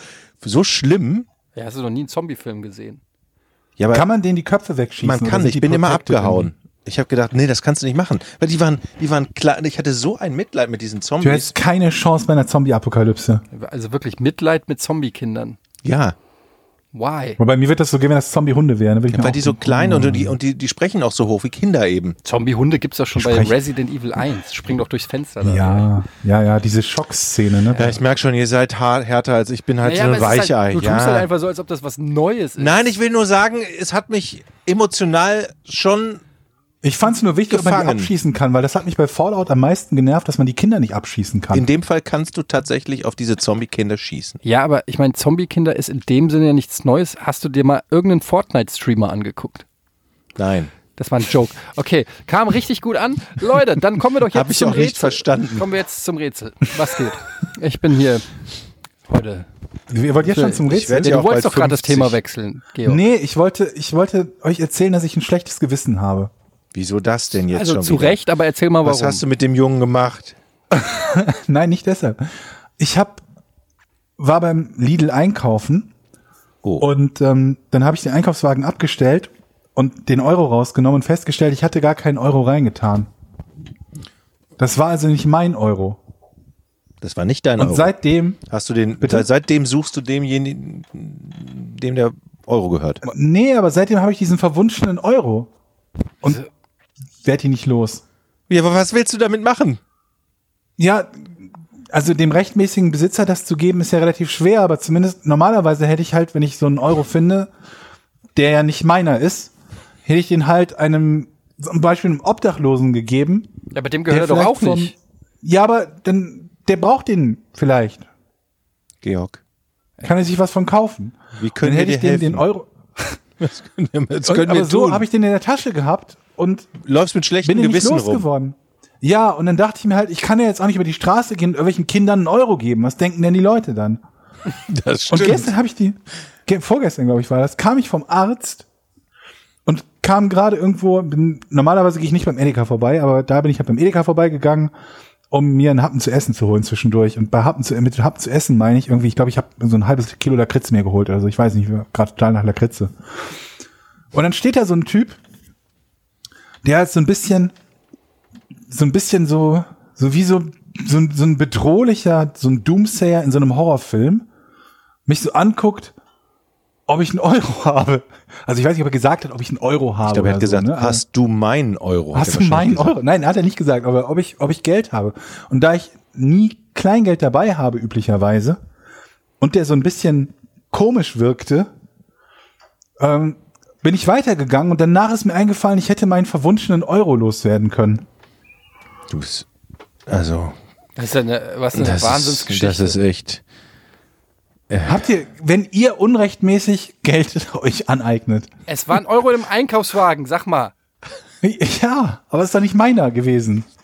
[SPEAKER 1] so schlimm.
[SPEAKER 4] Ja, hast du noch nie einen Zombie-Film gesehen?
[SPEAKER 1] Ja, aber
[SPEAKER 3] kann man denen die Köpfe wegschießen?
[SPEAKER 1] man
[SPEAKER 3] oder
[SPEAKER 1] kann
[SPEAKER 3] sind
[SPEAKER 1] nicht.
[SPEAKER 3] die
[SPEAKER 1] Ich bin immer
[SPEAKER 3] protected
[SPEAKER 1] abgehauen. Ich habe gedacht, nee, das kannst du nicht machen. Weil die waren, die waren klar, ich hatte so ein Mitleid mit diesen
[SPEAKER 3] irgendwie? Du
[SPEAKER 1] Zombies.
[SPEAKER 3] hättest keine Chance bei einer Zombie-Apokalypse.
[SPEAKER 4] Also wirklich Mitleid mit Zombie-Kindern.
[SPEAKER 1] Ja.
[SPEAKER 4] Why?
[SPEAKER 3] Wobei mir wird das so gehen, wenn das Zombie-Hunde wären. dann würde ich mir
[SPEAKER 1] Weil
[SPEAKER 3] auch
[SPEAKER 1] die so
[SPEAKER 3] denken,
[SPEAKER 1] klein
[SPEAKER 3] oh.
[SPEAKER 1] und die, und die, die sprechen auch so hoch wie Kinder eben.
[SPEAKER 4] Zombie-Hunde gibt es ja schon
[SPEAKER 3] Sprechen.
[SPEAKER 4] bei Resident Evil 1. Spring doch durchs Fenster. da.
[SPEAKER 3] Ja, ja, ja, diese Schockszene, ne?
[SPEAKER 1] Ja, ich merke schon, ihr seid har- härter als ich bin halt
[SPEAKER 4] Naja,
[SPEAKER 1] so
[SPEAKER 4] aber
[SPEAKER 1] ein
[SPEAKER 4] es ist
[SPEAKER 1] Weichei.
[SPEAKER 4] halt, du
[SPEAKER 1] ja.
[SPEAKER 4] tust halt einfach so, als ob das was Neues ist.
[SPEAKER 1] Nein, ich will nur sagen, es hat mich emotional schon.
[SPEAKER 3] Ich fand es nur wichtig, ob man
[SPEAKER 1] Gefangen.
[SPEAKER 3] die abschießen kann, weil das hat mich bei Fallout am meisten genervt, dass man die Kinder nicht abschießen kann.
[SPEAKER 1] In dem Fall kannst du tatsächlich auf diese Zombie-Kinder schießen.
[SPEAKER 4] Ja, aber ich meine, Zombie-Kinder ist in dem Sinne ja nichts Neues. Hast du dir mal irgendeinen Fortnite-Streamer angeguckt?
[SPEAKER 1] Nein.
[SPEAKER 4] Das war ein Joke. Okay, kam richtig gut an. Leute, dann kommen wir doch jetzt
[SPEAKER 1] Hab ich
[SPEAKER 4] zum
[SPEAKER 1] auch nicht
[SPEAKER 4] Rätsel.
[SPEAKER 1] verstanden.
[SPEAKER 4] Kommen wir jetzt zum Rätsel. Was geht? Ich bin hier heute.
[SPEAKER 3] Ihr wollt jetzt schon zum
[SPEAKER 1] Ich
[SPEAKER 3] Rätsel?
[SPEAKER 1] werd ja
[SPEAKER 4] du
[SPEAKER 1] auch
[SPEAKER 4] wolltest
[SPEAKER 1] bald
[SPEAKER 4] doch gerade das
[SPEAKER 1] 50.
[SPEAKER 4] Thema wechseln, Georg.
[SPEAKER 3] Nee, ich wollte, ich wollte euch erzählen, dass ich ein schlechtes Gewissen habe.
[SPEAKER 1] Wieso das denn jetzt
[SPEAKER 4] also
[SPEAKER 1] schon?
[SPEAKER 4] zu
[SPEAKER 1] wieder?
[SPEAKER 4] Recht, aber erzähl mal warum.
[SPEAKER 1] Was hast du mit dem Jungen gemacht?
[SPEAKER 3] Nein, nicht deshalb. Ich hab, war beim Lidl einkaufen
[SPEAKER 1] Oh.
[SPEAKER 3] und ähm, dann habe ich den Einkaufswagen abgestellt und den Euro rausgenommen und festgestellt, ich hatte gar keinen Euro reingetan. Das war also nicht mein Euro.
[SPEAKER 1] Das war nicht dein
[SPEAKER 3] Und
[SPEAKER 1] Euro.
[SPEAKER 3] seitdem,
[SPEAKER 1] Hast du den,
[SPEAKER 3] Bitte?
[SPEAKER 1] seitdem suchst du demjenigen, dem der Euro gehört.
[SPEAKER 3] nee, aber seitdem habe ich diesen verwunschenen Euro
[SPEAKER 4] Also
[SPEAKER 3] und werd ihn nicht los.
[SPEAKER 1] Ja, aber was willst du damit machen?
[SPEAKER 3] Ja, also dem rechtmäßigen Besitzer das zu geben, ist ja relativ schwer, aber zumindest normalerweise hätte ich halt, wenn ich so einen Euro finde, der ja nicht meiner ist, hätte ich den halt einem, zum Beispiel einem Obdachlosen gegeben.
[SPEAKER 4] ja, aber dem
[SPEAKER 3] der
[SPEAKER 4] gehört er doch
[SPEAKER 3] vielleicht
[SPEAKER 4] auch
[SPEAKER 3] vom-
[SPEAKER 4] nicht.
[SPEAKER 3] Ja, aber dann, der braucht den vielleicht.
[SPEAKER 1] Georg,
[SPEAKER 3] Kann er sich was von kaufen?
[SPEAKER 1] wie können
[SPEAKER 3] dann
[SPEAKER 1] wir
[SPEAKER 3] hätte
[SPEAKER 1] dir
[SPEAKER 3] ich
[SPEAKER 1] helfen?
[SPEAKER 3] den, den Euro.
[SPEAKER 1] Das können wir, das
[SPEAKER 3] Und,
[SPEAKER 1] können
[SPEAKER 3] aber
[SPEAKER 1] wir
[SPEAKER 3] so
[SPEAKER 1] tun.
[SPEAKER 3] habe ich den in der Tasche gehabt und
[SPEAKER 1] Läufst mit schlechtem
[SPEAKER 3] bin den nicht
[SPEAKER 1] Gewissen rum.
[SPEAKER 3] losgeworden. Ja, und dann dachte ich mir halt, ich kann ja jetzt auch nicht über die Straße gehen und irgendwelchen Kindern einen Euro geben. Was denken denn die Leute dann?
[SPEAKER 1] Das
[SPEAKER 3] Und
[SPEAKER 1] stimmt.
[SPEAKER 3] gestern habe ich die, ge- vorgestern glaube ich war das, kam ich vom Arzt und kam gerade irgendwo, bin, normalerweise gehe ich nicht beim Edeka vorbei, aber da bin ich halt beim Edeka vorbeigegangen, um mir einen Happen zu essen zu holen zwischendurch. Und bei Happen zu, mit Happen zu essen meine ich irgendwie, ich glaube, ich habe so ein halbes Kilo Lakritze mir geholt. Also ich weiß nicht, gerade total nach Lakritze. Und dann steht da so ein Typ, der halt so ein bisschen, so ein bisschen so, so wie so, so, ein- so ein bedrohlicher, so ein Doomsayer in so einem Horrorfilm mich so anguckt, ob ich einen Euro habe. Also ich weiß nicht, ob er gesagt hat, ob ich einen Euro habe.
[SPEAKER 1] ich glaube, er hat
[SPEAKER 3] oder
[SPEAKER 1] gesagt,
[SPEAKER 3] so, ne? Aber-
[SPEAKER 1] hast du meinen Euro? hat
[SPEAKER 3] Hast
[SPEAKER 1] er
[SPEAKER 3] du meinen
[SPEAKER 1] wahrscheinlich gesagt.
[SPEAKER 3] Euro? Nein, hat er nicht gesagt, aber ob ich, ob ich Geld habe. Und da ich nie Kleingeld dabei habe, üblicherweise, und der so ein bisschen komisch wirkte, ähm, bin ich weitergegangen und danach ist mir eingefallen, ich hätte meinen verwunschenen Euro loswerden können.
[SPEAKER 1] Du bist, also,
[SPEAKER 4] Das ist ja eine, was eine
[SPEAKER 1] das ist,
[SPEAKER 4] Wahnsinnsgeschichte.
[SPEAKER 1] das ist echt.
[SPEAKER 3] Habt ihr, wenn ihr unrechtmäßig Geld euch aneignet?
[SPEAKER 4] es war ein Euro im Einkaufswagen, sag mal.
[SPEAKER 3] Ja, aber ist doch nicht meiner gewesen.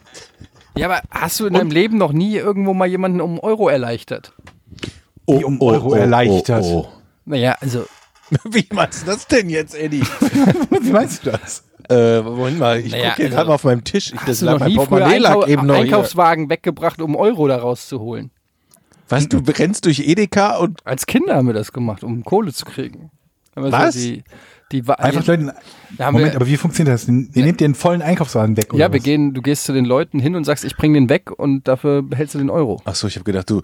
[SPEAKER 4] Ja, aber hast du in deinem Leben noch nie irgendwo mal jemanden um einen Euro erleichtert?
[SPEAKER 1] Oh,
[SPEAKER 3] Wie um Euro erleichtert.
[SPEAKER 4] Naja, also
[SPEAKER 1] Wie meinst du das denn jetzt, Eddie?
[SPEAKER 3] Wie meinst du das?
[SPEAKER 1] äh, Moment mal, ich
[SPEAKER 4] Naja,
[SPEAKER 1] gucke hier
[SPEAKER 4] also-
[SPEAKER 1] gerade mal auf meinem Tisch. Ich, das
[SPEAKER 4] hast du
[SPEAKER 1] lag
[SPEAKER 4] noch
[SPEAKER 1] mein
[SPEAKER 4] nie früher
[SPEAKER 1] Portemonnaie lag
[SPEAKER 4] Einkau
[SPEAKER 1] eben noch hier.
[SPEAKER 4] Einkaufswagen weggebracht, um Euro da rauszuholen.
[SPEAKER 1] Was, du rennst durch Edeka und
[SPEAKER 4] Als Kinder haben wir das gemacht, um Kohle zu kriegen. Haben wir
[SPEAKER 1] Was?
[SPEAKER 4] So die, die Wa-
[SPEAKER 3] Einfach
[SPEAKER 4] ja,
[SPEAKER 3] Leute.
[SPEAKER 4] Da haben
[SPEAKER 3] Moment,
[SPEAKER 4] wir-
[SPEAKER 3] aber wie funktioniert das? Ihr nehmt den vollen Einkaufswagen weg, oder?
[SPEAKER 4] ja, wir
[SPEAKER 3] was?
[SPEAKER 4] gehen, du gehst zu den Leuten hin und sagst, ich bringe den weg und dafür behältst du den Euro.
[SPEAKER 1] Ach so, ich habe gedacht, du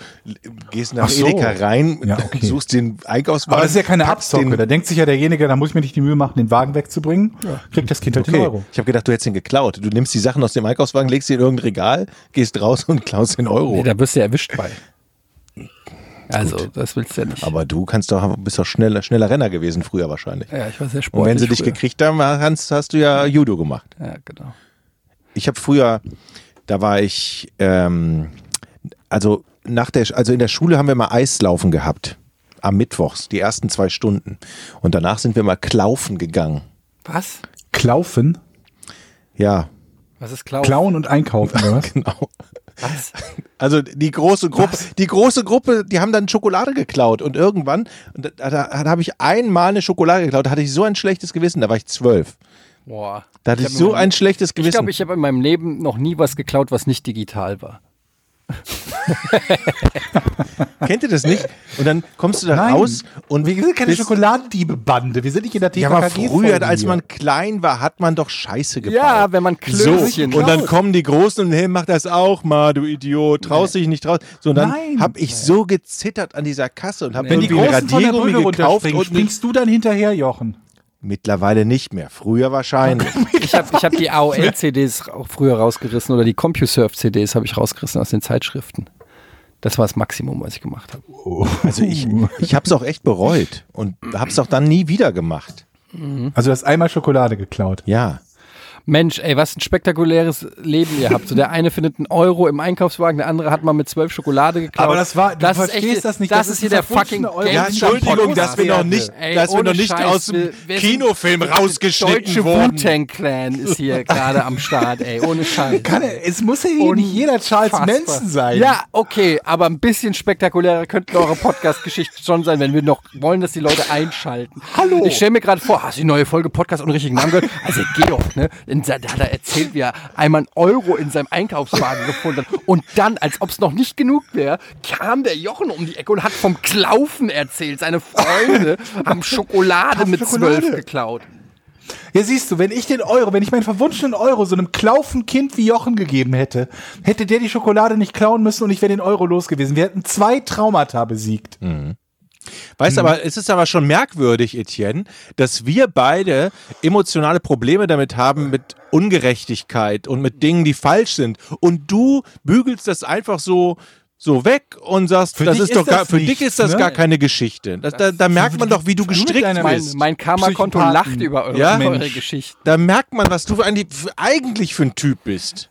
[SPEAKER 1] gehst nach
[SPEAKER 3] Ach so.
[SPEAKER 1] Edeka rein,
[SPEAKER 3] Ja, okay.
[SPEAKER 1] suchst den Einkaufswagen.
[SPEAKER 3] Aber das ist ja keine
[SPEAKER 1] packst
[SPEAKER 3] Abzocke. Da
[SPEAKER 1] den-
[SPEAKER 3] denkt sich ja derjenige, da muss ich mir nicht die Mühe machen, den Wagen wegzubringen. Kriegt das Kind halt den
[SPEAKER 1] Okay.
[SPEAKER 3] Euro.
[SPEAKER 1] Ich habe gedacht, du hättest ihn geklaut. Du nimmst die Sachen aus dem Einkaufswagen, legst sie in irgendein Regal, gehst raus und klaust den Euro.
[SPEAKER 4] Nee, da wirst du ja erwischt bei. Also, das willst du ja nicht.
[SPEAKER 1] Aber du kannst doch, bist doch schneller, schneller Renner gewesen früher wahrscheinlich.
[SPEAKER 4] ja, ich war sehr sportlich.
[SPEAKER 1] Und wenn sie dich
[SPEAKER 4] früher.
[SPEAKER 1] gekriegt haben, hast, hast du ja Judo gemacht.
[SPEAKER 4] Ja, genau.
[SPEAKER 1] Ich habe früher, da war ich, ähm, also nach der, also in der Schule haben wir mal Eislaufen gehabt. Am Mittwochs, die ersten zwei Stunden. Und danach sind wir mal Klaufen gegangen.
[SPEAKER 4] Was?
[SPEAKER 3] Klaufen,
[SPEAKER 1] Ja,
[SPEAKER 4] Was ist Klaus?
[SPEAKER 3] klauen und einkaufen, oder was?
[SPEAKER 1] genau.
[SPEAKER 4] Was?
[SPEAKER 1] Also die große Gruppe, die große Gruppe, die haben dann Schokolade geklaut und irgendwann, und da, da, da habe ich einmal eine Schokolade geklaut, da hatte ich so ein schlechtes Gewissen, da war ich zwölf.
[SPEAKER 4] Boah.
[SPEAKER 1] Da hatte
[SPEAKER 4] Ich
[SPEAKER 1] ich
[SPEAKER 4] hab
[SPEAKER 1] so
[SPEAKER 4] in meinem-
[SPEAKER 1] ein schlechtes
[SPEAKER 4] Ich
[SPEAKER 1] Gewissen.
[SPEAKER 4] glaube, ich habe in meinem Leben noch nie was geklaut, was nicht digital war.
[SPEAKER 1] Kennt ihr das nicht? Und dann kommst du da
[SPEAKER 3] Nein.
[SPEAKER 1] raus und
[SPEAKER 3] Wir sind keine
[SPEAKER 1] bist-
[SPEAKER 3] Schokoladendiebe-Bande. Wir sind nicht in der
[SPEAKER 1] Ja, aber
[SPEAKER 3] TKKG
[SPEAKER 1] früher,
[SPEAKER 3] Folge
[SPEAKER 1] als
[SPEAKER 3] hier.
[SPEAKER 1] man klein war, hat man doch Scheiße gebaut.
[SPEAKER 4] Ja, wenn man
[SPEAKER 1] So,
[SPEAKER 4] Klößchen
[SPEAKER 1] und dann
[SPEAKER 4] baut.
[SPEAKER 1] kommen die Großen und hey, mach das auch mal, du Idiot, traust dich nicht draus. So, und dann
[SPEAKER 3] Nein.
[SPEAKER 1] habe ich so gezittert an dieser Kasse und habe
[SPEAKER 3] Wenn die
[SPEAKER 1] irgendwie
[SPEAKER 3] Großen von der
[SPEAKER 1] Radiergummi
[SPEAKER 3] Brücke
[SPEAKER 1] gekauft
[SPEAKER 3] runterspringen,
[SPEAKER 1] und mich
[SPEAKER 3] springst du dann hinterher, Jochen.
[SPEAKER 1] mittlerweile nicht mehr. Früher wahrscheinlich.
[SPEAKER 4] Ich habe ich hab die AOL-CDs auch früher rausgerissen oder die CompuServe-CDs habe ich rausgerissen aus den Zeitschriften. Das war das Maximum, was ich gemacht habe.
[SPEAKER 1] Also ich, ich habe es auch echt bereut und habe es auch dann nie wieder gemacht.
[SPEAKER 3] Also du hast einmal Schokolade geklaut.
[SPEAKER 1] Ja.
[SPEAKER 4] Mensch, ey, was ein spektakuläres Leben ihr habt. So der eine findet einen Euro im Einkaufswagen, der andere hat mal mit zwölf Schokolade geklaut.
[SPEAKER 3] Aber das war- du
[SPEAKER 4] das ist
[SPEAKER 3] verstehst
[SPEAKER 4] echt,
[SPEAKER 3] das nicht.
[SPEAKER 4] Das,
[SPEAKER 3] Das
[SPEAKER 4] ist
[SPEAKER 3] ist
[SPEAKER 4] hier
[SPEAKER 3] ein
[SPEAKER 4] der fucking
[SPEAKER 3] verwunschener Euro.
[SPEAKER 4] Game
[SPEAKER 3] Ja,
[SPEAKER 4] Show
[SPEAKER 3] Entschuldigung,
[SPEAKER 4] Podcast.
[SPEAKER 3] dass wir noch nicht-
[SPEAKER 4] Ey, ohne Scheiß, wir- wir sind- Der Wu-Tang Clan ist hier gerade am Start, ey, ohne Scheiß.
[SPEAKER 3] Kann, er- es muss ja hier nicht jeder Charles Manson sein.
[SPEAKER 4] Ja, Ah, okay, aber ein bisschen spektakulärer könnten eure Podcast-Geschichten schon sein, wenn wir noch wollen, dass die Leute einschalten.
[SPEAKER 3] Hallo.
[SPEAKER 4] Ich stelle mir gerade vor, hast du die neue Folge Podcast und richtigen Namen gehört? Also Georg, ne? In, se- da hat er erzählt, wie er einmal einen Euro in seinem Einkaufswagen gefunden hat. Und dann, als ob es noch nicht genug wäre, kam der Jochen um die Ecke und hat vom Klaufen erzählt. Seine Freunde haben Schokolade
[SPEAKER 3] Haben
[SPEAKER 4] mit
[SPEAKER 3] Schokolade.
[SPEAKER 4] zwölf geklaut.
[SPEAKER 3] Ja, siehst du, wenn ich den Euro, wenn ich meinen verwunschenen Euro so einem klaufen Kind wie Jochen gegeben hätte, hätte der die Schokolade nicht klauen müssen und ich wäre den Euro los gewesen. Wir hätten zwei Traumata besiegt.
[SPEAKER 1] Weißt
[SPEAKER 3] Mhm.
[SPEAKER 1] aber, es ist aber schon merkwürdig, Etienne, dass wir beide emotionale Probleme damit haben mit Ungerechtigkeit und mit Dingen, die falsch sind. Und du bügelst das einfach so so weg und sagst,
[SPEAKER 3] Für
[SPEAKER 1] das
[SPEAKER 3] dich
[SPEAKER 1] ist doch
[SPEAKER 3] ist
[SPEAKER 1] gar,
[SPEAKER 3] das
[SPEAKER 1] für
[SPEAKER 3] nichts,
[SPEAKER 1] dich ist das
[SPEAKER 3] ne?
[SPEAKER 1] gar keine Geschichte. Das, da, da merkt man doch, wie du gestrickt
[SPEAKER 3] deiner-
[SPEAKER 4] Mein,
[SPEAKER 1] bist.
[SPEAKER 4] mein Karma-Konto
[SPEAKER 3] Psychopathen.
[SPEAKER 4] lacht über eure,
[SPEAKER 1] Ja?
[SPEAKER 4] über eure
[SPEAKER 3] Mensch.
[SPEAKER 4] Geschichten.
[SPEAKER 1] Da merkt man, was du eigentlich, eigentlich für ein Typ bist.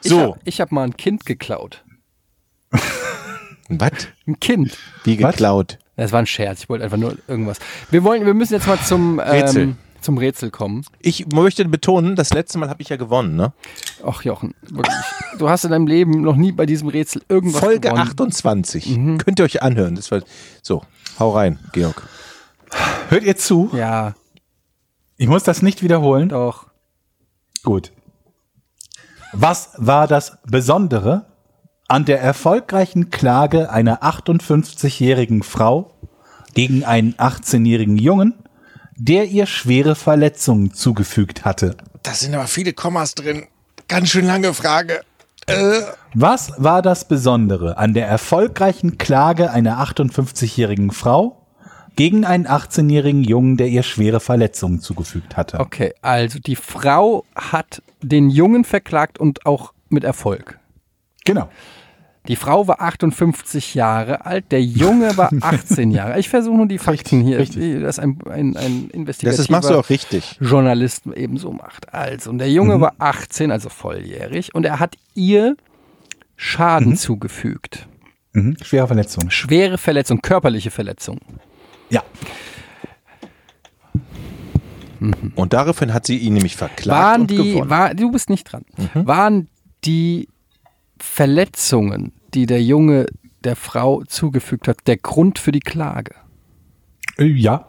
[SPEAKER 1] So,
[SPEAKER 4] Ich habe hab mal ein Kind geklaut.
[SPEAKER 1] was?
[SPEAKER 4] Ein Kind.
[SPEAKER 1] Wie
[SPEAKER 3] Was?
[SPEAKER 1] geklaut?
[SPEAKER 4] Das war ein Scherz. Ich wollte einfach nur irgendwas. Wir wollen, wir müssen jetzt mal zum ähm,
[SPEAKER 1] Rätsel.
[SPEAKER 4] zum Rätsel kommen.
[SPEAKER 1] Ich möchte betonen, das letzte Mal habe ich ja gewonnen, ne?
[SPEAKER 4] Ach Jochen, wirklich. du hast in deinem Leben noch nie bei diesem Rätsel irgendwas
[SPEAKER 1] Folge
[SPEAKER 4] gewonnen. Mhm.
[SPEAKER 1] 28. Könnt ihr euch anhören. Das war, so, hau rein, Georg.
[SPEAKER 3] Hört ihr zu?
[SPEAKER 4] Ja,
[SPEAKER 3] Ich muss das nicht wiederholen.
[SPEAKER 4] doch.
[SPEAKER 3] Gut. Was war das Besondere an der erfolgreichen Klage einer 58-jährigen Frau gegen einen 18-jährigen Jungen, der ihr schwere Verletzungen zugefügt hatte?
[SPEAKER 5] Da sind aber viele Kommas drin. Ganz schön lange Frage. Äh,
[SPEAKER 3] Was war das Besondere an der erfolgreichen Klage einer 58-jährigen Frau gegen einen 18-jährigen Jungen, der ihr schwere Verletzungen zugefügt hatte?
[SPEAKER 4] Okay, also die Frau hat den Jungen verklagt und auch mit Erfolg.
[SPEAKER 3] Genau.
[SPEAKER 4] Die Frau war 58 Jahre alt, der Junge war 18 Jahre. alt. Ich versuche nur die Fakten hier,
[SPEAKER 3] richtig.
[SPEAKER 4] das ist ein, ein, ein investigativer
[SPEAKER 1] Das ist, machst du auch richtig. Mhm.
[SPEAKER 4] Journalist ebenso macht. Also, und der Junge war 18, also volljährig, und er hat ihr Schaden zugefügt.
[SPEAKER 3] Mhm. Schwere Verletzungen.
[SPEAKER 4] Schwere Verletzung, körperliche Verletzung.
[SPEAKER 3] Ja.
[SPEAKER 1] Und daraufhin hat sie ihn nämlich verklagt
[SPEAKER 4] Waren
[SPEAKER 1] und
[SPEAKER 4] die,
[SPEAKER 1] gewonnen.
[SPEAKER 4] war, du bist nicht dran. Waren die Verletzungen, die der Junge der Frau zugefügt hat, der Grund für die Klage?
[SPEAKER 3] Äh, Ja.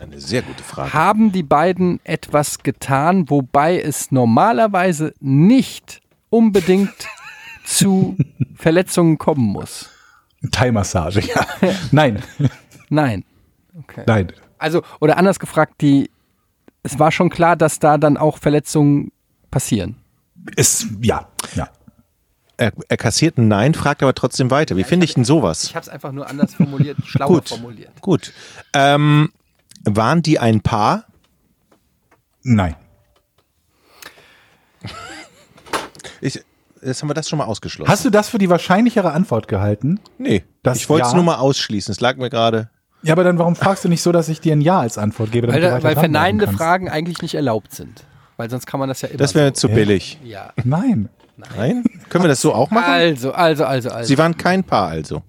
[SPEAKER 1] Eine sehr gute Frage.
[SPEAKER 4] Haben die beiden etwas getan, wobei es normalerweise nicht unbedingt zu Verletzungen kommen muss?
[SPEAKER 3] Thai-Massage, ja. Nein,
[SPEAKER 4] Nein. Okay.
[SPEAKER 3] nein.
[SPEAKER 4] Also, oder anders gefragt, die, es war schon klar, dass da dann auch Verletzungen passieren.
[SPEAKER 3] Ist, ja, ja.
[SPEAKER 1] Er, er kassiert ein Nein, fragt aber trotzdem weiter. Wie finde ich denn sowas?
[SPEAKER 4] habe es einfach nur anders formuliert, schlauer
[SPEAKER 1] Gut, gut. Ähm, waren die ein Paar?
[SPEAKER 3] Nein.
[SPEAKER 1] Ich, jetzt haben wir das schon mal ausgeschlossen.
[SPEAKER 3] Hast du das für die wahrscheinlichere Antwort gehalten?
[SPEAKER 1] nee,
[SPEAKER 3] das
[SPEAKER 1] ich wollte es
[SPEAKER 3] Ja?
[SPEAKER 1] nur mal ausschließen. Es lag mir gerade.
[SPEAKER 3] Ja, aber dann warum fragst du nicht so, dass ich dir ein Ja als Antwort gebe?
[SPEAKER 4] Weil,
[SPEAKER 3] du
[SPEAKER 4] da,
[SPEAKER 3] weiter
[SPEAKER 4] weil
[SPEAKER 3] dranbleiben
[SPEAKER 4] verneinende
[SPEAKER 3] kannst?
[SPEAKER 4] Fragen eigentlich nicht erlaubt sind. Weil sonst kann man das Also, ja immer.
[SPEAKER 1] Das wäre zu billig.
[SPEAKER 4] so. ja.
[SPEAKER 3] Nein.
[SPEAKER 1] Nein? Können wir das so auch machen?
[SPEAKER 4] Also, also, also, also.
[SPEAKER 1] Sie waren kein Paar also.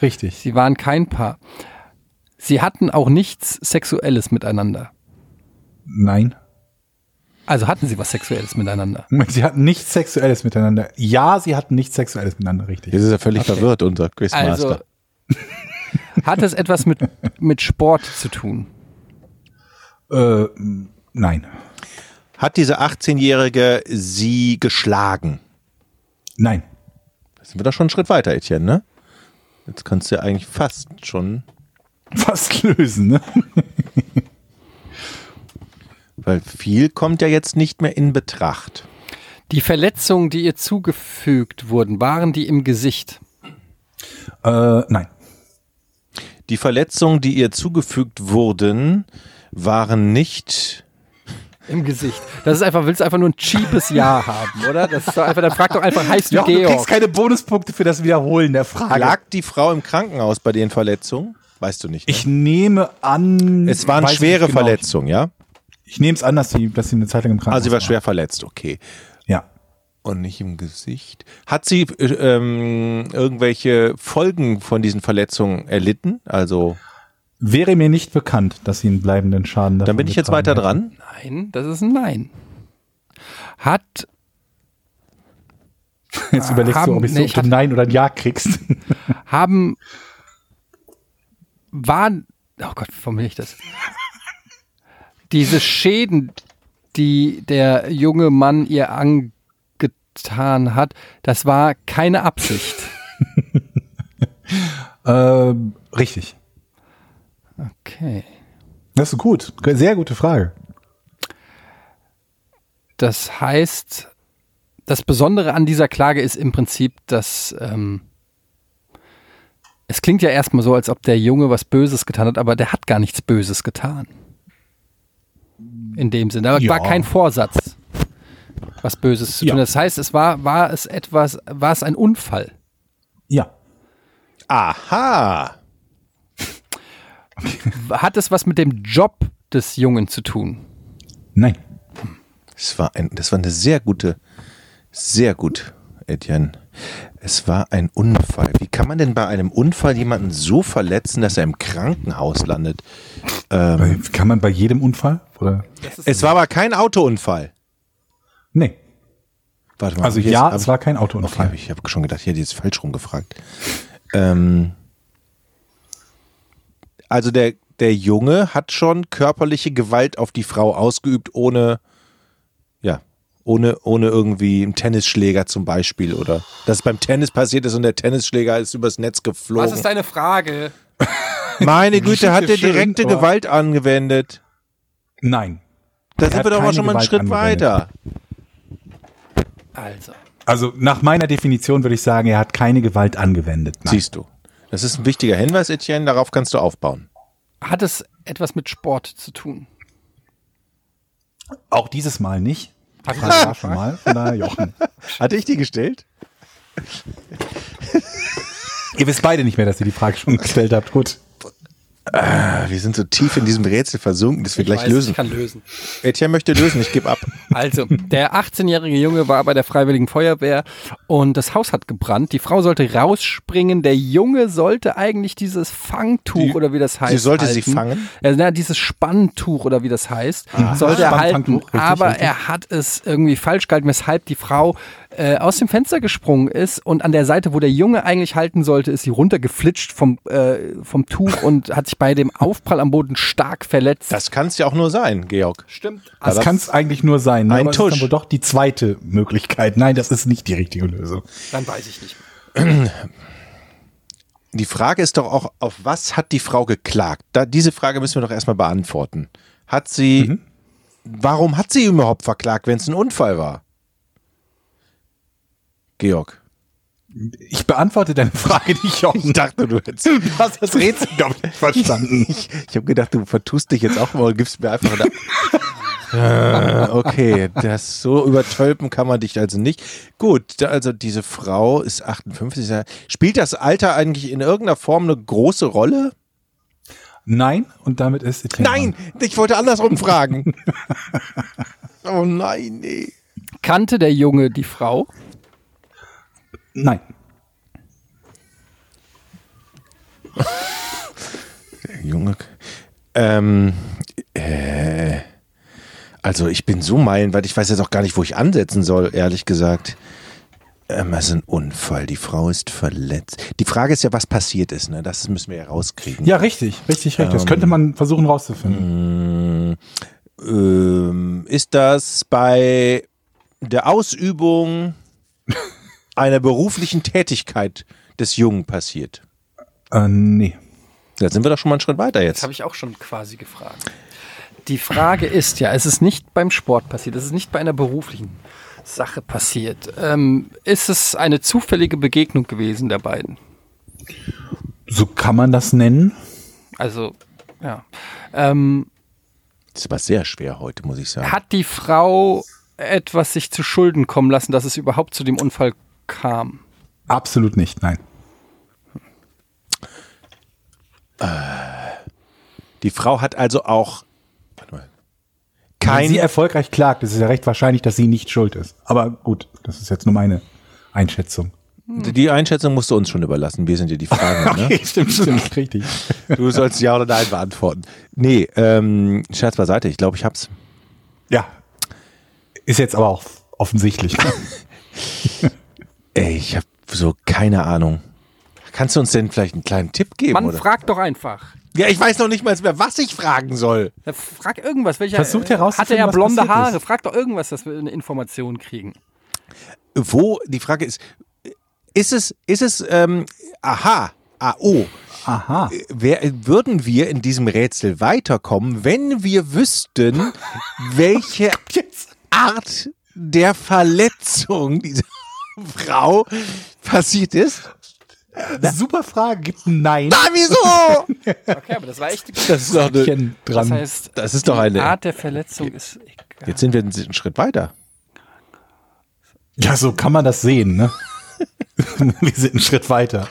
[SPEAKER 3] Richtig.
[SPEAKER 4] Sie waren kein Paar. Sie hatten auch nichts Sexuelles miteinander.
[SPEAKER 3] Nein.
[SPEAKER 4] Also hatten sie was Sexuelles miteinander.
[SPEAKER 3] Sie hatten nichts Sexuelles miteinander. Ja, sie hatten nichts Sexuelles miteinander, richtig.
[SPEAKER 1] Jetzt ist er völlig verwirrt, unser Quizmaster.
[SPEAKER 4] Also hat es etwas mit, mit Sport zu tun?
[SPEAKER 3] Äh, nein.
[SPEAKER 1] Hat diese 18-Jährige sie geschlagen?
[SPEAKER 3] Nein.
[SPEAKER 1] Da sind wir doch schon einen Schritt weiter, Etienne, ne? Jetzt kannst du ja eigentlich fast schon,
[SPEAKER 3] Fast lösen, ne?
[SPEAKER 1] weil viel kommt ja jetzt nicht mehr in Betracht.
[SPEAKER 4] Die Verletzungen, die ihr zugefügt wurden, waren die im Gesicht?
[SPEAKER 3] Äh, nein.
[SPEAKER 1] Die Verletzungen, die ihr zugefügt wurden, waren nicht.
[SPEAKER 4] Im Gesicht. Das ist einfach, willst du einfach nur ein cheapes Ja haben, oder? Das ist doch einfach, dann frag doch einfach, heißt du
[SPEAKER 3] Ja, du kriegst
[SPEAKER 4] Georg?
[SPEAKER 3] keine Bonuspunkte für das Wiederholen der Frage.
[SPEAKER 1] Lag die Frau im Krankenhaus bei den Verletzungen? Weißt du nicht. Ne?
[SPEAKER 3] Ich nehme an.
[SPEAKER 1] es waren
[SPEAKER 3] weiß ich
[SPEAKER 1] schwere
[SPEAKER 3] nicht genau.
[SPEAKER 1] Verletzungen, ja?
[SPEAKER 3] Ich nehme es an, dass sie, dass sie eine Zeit lang im Krankenhaus
[SPEAKER 1] Also sie war schwer verletzt, okay.
[SPEAKER 3] Ja.
[SPEAKER 1] Und nicht im Gesicht. Hat sie äh, ähm, irgendwelche Folgen von diesen Verletzungen erlitten? Also,
[SPEAKER 3] Wäre mir nicht bekannt, dass sie einen bleibenden Schaden davon
[SPEAKER 1] dann bin ich jetzt
[SPEAKER 3] getragen
[SPEAKER 1] weiter
[SPEAKER 3] hätte.
[SPEAKER 1] dran.
[SPEAKER 4] Nein, das ist ein Nein. Hat,
[SPEAKER 3] Jetzt überlegst
[SPEAKER 4] Haben-
[SPEAKER 3] du, ob, ich
[SPEAKER 4] nee,
[SPEAKER 3] so, ob
[SPEAKER 4] ich
[SPEAKER 3] du
[SPEAKER 4] hatte-
[SPEAKER 3] ein Nein oder ein Ja kriegst.
[SPEAKER 4] haben, waren, oh Gott, wie formuliere ich das? Diese Schäden, die der junge Mann ihr angetan hat, das war keine Absicht.
[SPEAKER 3] ähm, richtig.
[SPEAKER 4] Okay.
[SPEAKER 3] Das ist gut. Sehr gute Frage.
[SPEAKER 4] Das heißt, das Besondere an dieser Klage ist im Prinzip, dass ähm, es klingt ja erstmal so, als ob der Junge was Böses getan hat, aber der hat gar nichts Böses getan. In dem Sinne. Da
[SPEAKER 3] Ja.
[SPEAKER 4] war kein Vorsatz, was Böses zu
[SPEAKER 3] Ja.
[SPEAKER 4] tun. Das heißt, es war, war es etwas, war es ein Unfall.
[SPEAKER 3] Ja.
[SPEAKER 1] Aha!
[SPEAKER 4] Hat es was mit dem Job des Jungen zu tun?
[SPEAKER 3] Nein.
[SPEAKER 1] Es war ein, das war eine sehr gute, sehr gut, Etienne. Es war ein Unfall. Wie kann man denn bei einem Unfall jemanden so verletzen, dass er im Krankenhaus landet? Ähm.
[SPEAKER 3] Kann man bei jedem Unfall? Oder?
[SPEAKER 1] Es war aber kein Autounfall.
[SPEAKER 3] Nee.
[SPEAKER 1] Warte mal.
[SPEAKER 3] Also
[SPEAKER 1] hab ich
[SPEAKER 3] ja,
[SPEAKER 1] jetzt-
[SPEAKER 3] es war kein
[SPEAKER 1] Okay,
[SPEAKER 3] Autounfall.
[SPEAKER 1] hab ich habe schon gedacht, ich hätte jetzt falsch rumgefragt. Ähm, also der, der Junge hat schon körperliche Gewalt auf die Frau ausgeübt, ohne, ja, ohne, ohne irgendwie einen Tennisschläger zum Beispiel oder dass es beim Tennis passiert ist und der Tennisschläger ist übers Netz geflogen.
[SPEAKER 4] deine Frage?
[SPEAKER 1] Meine Güte, hat der
[SPEAKER 3] Geschichte schön,
[SPEAKER 1] direkte
[SPEAKER 3] aber-
[SPEAKER 1] Gewalt angewendet.
[SPEAKER 3] Nein.
[SPEAKER 1] Da
[SPEAKER 3] Er
[SPEAKER 1] sind
[SPEAKER 3] hat
[SPEAKER 1] wir doch mal
[SPEAKER 3] keine
[SPEAKER 1] schon mal einen
[SPEAKER 3] Gewalt
[SPEAKER 1] Schritt
[SPEAKER 3] angewendet.
[SPEAKER 1] weiter.
[SPEAKER 4] Also.
[SPEAKER 3] Also nach meiner Definition würde ich sagen, er hat keine Gewalt angewendet. Nein.
[SPEAKER 1] Siehst du. Das ist ein wichtiger Hinweis, Etienne, darauf kannst du aufbauen.
[SPEAKER 4] Hat es etwas mit Sport zu tun?
[SPEAKER 3] Auch dieses Mal nicht. Hat war schon mal. Von daher, Jochen.
[SPEAKER 1] Hatte ich die gestellt?
[SPEAKER 3] Ihr wisst beide nicht mehr, dass ihr die Frage schon gestellt habt. Gut.
[SPEAKER 1] Wir sind so tief in diesem Rätsel versunken, dass wir gleich
[SPEAKER 4] weiß,
[SPEAKER 1] lösen.
[SPEAKER 4] Ich kann lösen.
[SPEAKER 1] Etienne möchte lösen, ich gebe ab.
[SPEAKER 4] Also, der 18-jährige Junge war bei der Freiwilligen Feuerwehr und das Haus hat gebrannt. Die Frau sollte rausspringen. Der Junge sollte eigentlich dieses Fangtuch
[SPEAKER 1] Die-
[SPEAKER 4] oder wie das heißt.
[SPEAKER 1] sie sollte
[SPEAKER 4] halten.
[SPEAKER 1] sie fangen? Ah,
[SPEAKER 4] Ja, na, dieses Spanntuch oder wie das heißt, sollte er
[SPEAKER 3] Spann-
[SPEAKER 4] halten.
[SPEAKER 3] Fangtuch, richtig,
[SPEAKER 4] aber
[SPEAKER 3] richtig.
[SPEAKER 4] er hat es irgendwie falsch gehalten, weshalb die Frau äh, aus dem Fenster gesprungen ist und an der Seite, wo der Junge eigentlich halten sollte, ist sie runtergeflitscht vom, äh, vom Tuch und hat sich bei dem Aufprall am Boden stark verletzt.
[SPEAKER 1] Das kann es ja auch nur sein, Georg.
[SPEAKER 4] stimmt.
[SPEAKER 3] Das kann es eigentlich nur sein. Ne?
[SPEAKER 1] Ein
[SPEAKER 3] Aber es ist
[SPEAKER 1] Tusch.
[SPEAKER 3] dann wohl doch die zweite Möglichkeit. Nein, das ist nicht die richtige Lösung.
[SPEAKER 4] dann weiß ich nicht.
[SPEAKER 1] Die Frage ist doch auch, auf was hat die Frau geklagt? Da, diese Frage müssen wir doch erstmal beantworten. Hat sie, warum hat sie ihn überhaupt verklagt, wenn es ein Unfall war? Georg.
[SPEAKER 3] Ich beantworte deine Frage nicht, Jochen.
[SPEAKER 1] dachte, du hättest.
[SPEAKER 3] Du hast das Rätsel, glaube ich, nicht verstanden.
[SPEAKER 1] Ich, ich habe gedacht, du vertust dich jetzt auch mal und gibst mir einfach. eine- Äh, okay, das so übertölpen kann man dich also nicht. Gut, da- also diese Frau ist 58. ja- Spielt das Alter eigentlich in irgendeiner Form eine große Rolle?
[SPEAKER 3] Nein, und damit ist Etienne
[SPEAKER 1] Nein, ich wollte andersrum fragen. oh nein, nee.
[SPEAKER 4] Kannte der Junge die Frau?
[SPEAKER 3] Nein.
[SPEAKER 1] Junge. Ähm, äh, also ich bin so meilenweit, ich weiß jetzt auch gar nicht, wo ich ansetzen soll, ehrlich gesagt. Ähm, es ist ein Unfall, die Frau ist verletzt. Die Frage ist ja, was passiert ist, ne? Das müssen wir ja rauskriegen.
[SPEAKER 3] Ja, richtig, richtig, richtig. das könnte man versuchen rauszufinden.
[SPEAKER 1] Ähm, ist das bei der Ausübung einer beruflichen Tätigkeit des Jungen passiert?
[SPEAKER 3] Äh, nee.
[SPEAKER 1] Da sind wir doch schon mal einen Schritt weiter
[SPEAKER 4] Das
[SPEAKER 1] jetzt.
[SPEAKER 4] habe ich auch schon quasi gefragt. Die Frage ist ja, es ist nicht beim Sport passiert, es ist nicht bei einer beruflichen Sache passiert. Ähm, ist es eine zufällige Begegnung gewesen der beiden?
[SPEAKER 3] So kann man das nennen.
[SPEAKER 4] Also, ja. Ähm,
[SPEAKER 1] Das ist aber sehr schwer heute, muss ich sagen.
[SPEAKER 4] hat die Frau etwas sich zu Schulden kommen lassen, dass es überhaupt zu dem Unfall kam?
[SPEAKER 3] Absolut nicht, nein.
[SPEAKER 1] Die Frau hat also auch warte mal,
[SPEAKER 3] Wenn
[SPEAKER 1] kein,
[SPEAKER 3] sie erfolgreich klagt, ist es ja recht wahrscheinlich, dass sie nicht schuld ist. Aber gut, das ist jetzt nur meine Einschätzung.
[SPEAKER 1] die Einschätzung musst du uns schon überlassen. Wir sind ja die Fragen. Ne?
[SPEAKER 3] stimmt, stimmt, richtig.
[SPEAKER 1] Du sollst ja oder nein beantworten. Nee, ähm, Scherz beiseite, ich glaube, ich hab's.
[SPEAKER 3] Ja. Ist jetzt aber auch offensichtlich.
[SPEAKER 1] Ey, ich habe so keine Ahnung. Kannst du uns denn vielleicht einen kleinen Tipp geben?
[SPEAKER 4] Man
[SPEAKER 1] oder?
[SPEAKER 4] fragt doch einfach.
[SPEAKER 1] ja, ich weiß noch nicht mal mehr, was ich fragen soll.
[SPEAKER 4] Ja, Frag irgendwas. Welcher, äh,
[SPEAKER 3] Versucht
[SPEAKER 4] hatte
[SPEAKER 3] herauszufinden,
[SPEAKER 4] er
[SPEAKER 3] was
[SPEAKER 4] blonde
[SPEAKER 3] passiert ist.
[SPEAKER 4] Haare? Frag doch irgendwas, dass wir eine Information kriegen.
[SPEAKER 1] Wo, die Frage ist, ist es, ist es, ähm, aha, AO,
[SPEAKER 3] Aha.
[SPEAKER 1] wär, würden wir in diesem Rätsel weiterkommen, wenn wir wüssten, welche Art der Verletzung dieser Frau passiert ist?
[SPEAKER 3] Super Frage, gibt ein Nein.
[SPEAKER 1] Ah, wieso?
[SPEAKER 4] Okay, aber das war echt.
[SPEAKER 1] Das ist doch eine,
[SPEAKER 3] Häkchen
[SPEAKER 4] Das
[SPEAKER 3] dran.
[SPEAKER 4] heißt,
[SPEAKER 1] Das ist doch
[SPEAKER 4] die
[SPEAKER 1] eine-
[SPEAKER 4] Art der Verletzung ist egal.
[SPEAKER 1] Jetzt sind wir einen Schritt weiter.
[SPEAKER 3] ja, so kann man das sehen, ne? Wir sind einen Schritt weiter.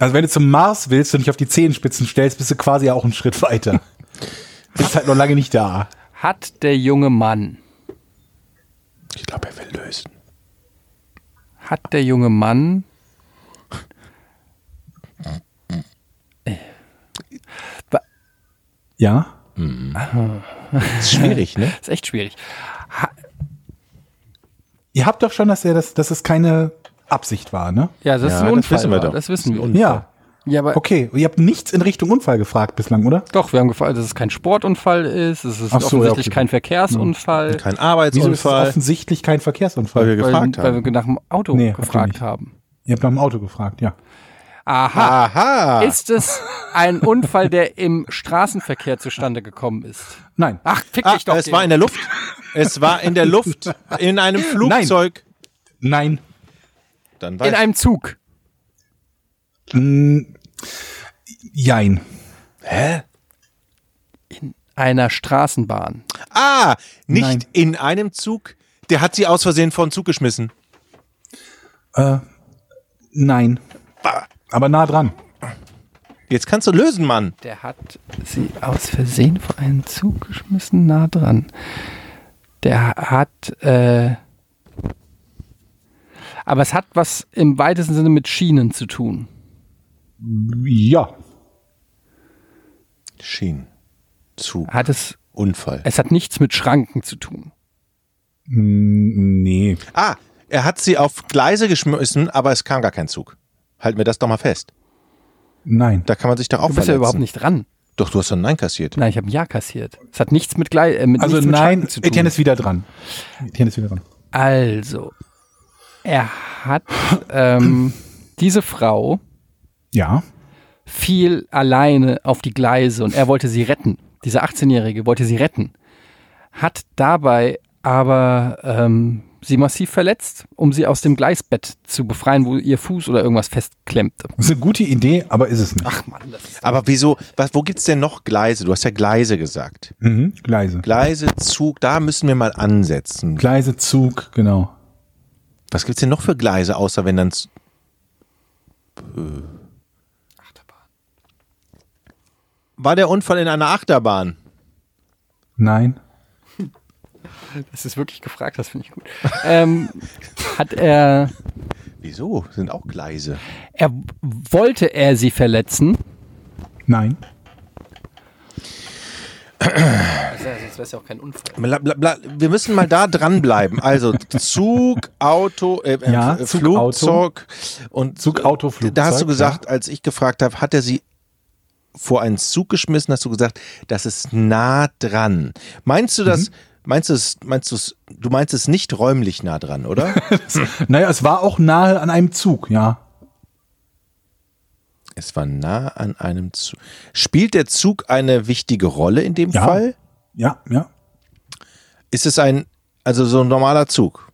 [SPEAKER 3] Also wenn du zum Mars willst und dich auf die Zehenspitzen stellst, bist du quasi auch einen Schritt weiter. Bist halt noch lange nicht da.
[SPEAKER 4] Hat der junge Mann,
[SPEAKER 1] Ich glaube, er will lösen.
[SPEAKER 4] hat der junge Mann.
[SPEAKER 3] Ja?
[SPEAKER 1] Das ist schwierig, ne?
[SPEAKER 4] Ist echt schwierig.
[SPEAKER 3] Ihr habt doch schon, dass er das, dass es keine Absicht war, ne?
[SPEAKER 4] Ja, das ist
[SPEAKER 1] das
[SPEAKER 4] ein Unfall.
[SPEAKER 1] wissen wir
[SPEAKER 4] war.
[SPEAKER 1] doch.
[SPEAKER 4] Das wissen wir.
[SPEAKER 3] Ja.
[SPEAKER 4] Ja, aber
[SPEAKER 3] Okay, ihr habt nichts in Richtung Unfall gefragt bislang, oder?
[SPEAKER 4] doch, wir haben gefragt, dass es kein Sportunfall ist, es ist
[SPEAKER 3] Ach so, ja,
[SPEAKER 4] offensichtlich
[SPEAKER 3] okay.
[SPEAKER 4] kein Verkehrsunfall,
[SPEAKER 1] Kein
[SPEAKER 3] Wieso ist es
[SPEAKER 1] Arbeitsunfall,
[SPEAKER 3] offensichtlich kein
[SPEAKER 1] weil
[SPEAKER 3] Verkehrsunfall?
[SPEAKER 1] wir gefragt
[SPEAKER 4] weil, weil
[SPEAKER 1] haben.
[SPEAKER 4] wir nach dem Auto
[SPEAKER 3] Nee, habt ihr
[SPEAKER 4] gefragt
[SPEAKER 3] nicht.
[SPEAKER 4] haben.
[SPEAKER 3] Ihr habt nach dem Auto gefragt, ja.
[SPEAKER 4] Aha.
[SPEAKER 1] Aha.
[SPEAKER 3] Ah.
[SPEAKER 4] Ist es ein Unfall, der im Straßenverkehr zustande gekommen ist?
[SPEAKER 3] Nein.
[SPEAKER 4] Ach, fick
[SPEAKER 1] Ah,
[SPEAKER 4] dich doch.
[SPEAKER 1] es war in der Luft. Es war in der Luft, in einem Flugzeug.
[SPEAKER 3] Nein.
[SPEAKER 1] Dann
[SPEAKER 4] in einem Zug.
[SPEAKER 3] Mm, jein.
[SPEAKER 4] Einer Straßenbahn.
[SPEAKER 1] Ah, nicht
[SPEAKER 3] Nein.
[SPEAKER 1] in einem Zug. Der hat sie aus Versehen vor den Zug geschmissen.
[SPEAKER 3] Nein. Aber nah dran.
[SPEAKER 1] Jetzt kannst du lösen, Mann.
[SPEAKER 4] Der hat sie aus Versehen vor einen Zug geschmissen, nah dran. Der hat, äh, aber es hat was im weitesten Sinne mit Schienen zu tun.
[SPEAKER 3] Ja.
[SPEAKER 1] Schien. Zug.
[SPEAKER 4] Hat es,
[SPEAKER 1] Unfall.
[SPEAKER 4] es hat nichts mit Schranken zu tun.
[SPEAKER 3] Mm, Nee.
[SPEAKER 1] Ah, er hat sie auf Gleise geschmissen, aber es kam gar kein Zug. Halt mir das doch mal fest.
[SPEAKER 3] Nein.
[SPEAKER 1] Da kann man sich doch auch
[SPEAKER 4] Du bist ja
[SPEAKER 1] verletzen.
[SPEAKER 4] überhaupt nicht dran.
[SPEAKER 1] Doch, du hast doch ein Nein kassiert.
[SPEAKER 4] Nein, ich habe ein Ja kassiert. Es hat nichts mit, Glei- äh, mit,
[SPEAKER 3] Also
[SPEAKER 4] nichts mit
[SPEAKER 3] nein,
[SPEAKER 4] Schranken zu tun.
[SPEAKER 3] Etienne ist wieder dran. Etienne ist wieder dran.
[SPEAKER 4] also, er hat ähm, diese Frau
[SPEAKER 3] Ja.
[SPEAKER 4] fiel alleine auf die Gleise und er wollte sie retten. Dieser 18-Jährige wollte sie retten. Hat dabei aber ähm, sie massiv verletzt, um sie aus dem Gleisbett zu befreien, wo ihr Fuß oder irgendwas festklemmte.
[SPEAKER 3] Das ist eine gute Idee, aber ist es nicht.
[SPEAKER 4] Ach Mann, das ist
[SPEAKER 1] Aber wieso, was, wo gibt's denn noch Gleise? Du hast ja Gleise gesagt.
[SPEAKER 3] Mhm. Gleise.
[SPEAKER 1] Gleise, Zug, da müssen wir mal ansetzen.
[SPEAKER 3] Gleise, Zug, genau.
[SPEAKER 1] Was gibt's denn noch für Gleise, außer wenn dann... Z- War der Unfall in einer Achterbahn?
[SPEAKER 3] Nein.
[SPEAKER 4] das ist wirklich gefragt, das finde ich gut. ähm, hat er,
[SPEAKER 1] Wieso? Sind auch Gleise.
[SPEAKER 4] er, wollte er sie verletzen?
[SPEAKER 3] Nein.
[SPEAKER 4] Also, sonst wäre es ja auch kein Unfall.
[SPEAKER 1] Bla, bla, bla. Wir müssen mal da dranbleiben. Also Zug, Auto, äh, äh,
[SPEAKER 3] Ja,
[SPEAKER 1] F-
[SPEAKER 3] Zug,
[SPEAKER 1] Flugzeug und
[SPEAKER 3] Zug, Auto,
[SPEAKER 1] Da hast du
[SPEAKER 3] Flugzeug,
[SPEAKER 1] gesagt, als ich gefragt habe, hat er sie
[SPEAKER 3] Mhm.
[SPEAKER 1] vor einen Zug geschmissen, hast du gesagt, das ist nah dran. Meinst du, dass Meinst du es, meinst du es, du meinst es nicht räumlich nah dran, oder?
[SPEAKER 3] Naja, es war auch nahe an einem Zug, ja.
[SPEAKER 1] es war nah an einem Zug. Spielt der Zug eine wichtige Rolle in dem
[SPEAKER 3] Ja.
[SPEAKER 1] Fall?
[SPEAKER 3] Ja, ja.
[SPEAKER 1] Ist es ein, also so ein normaler Zug?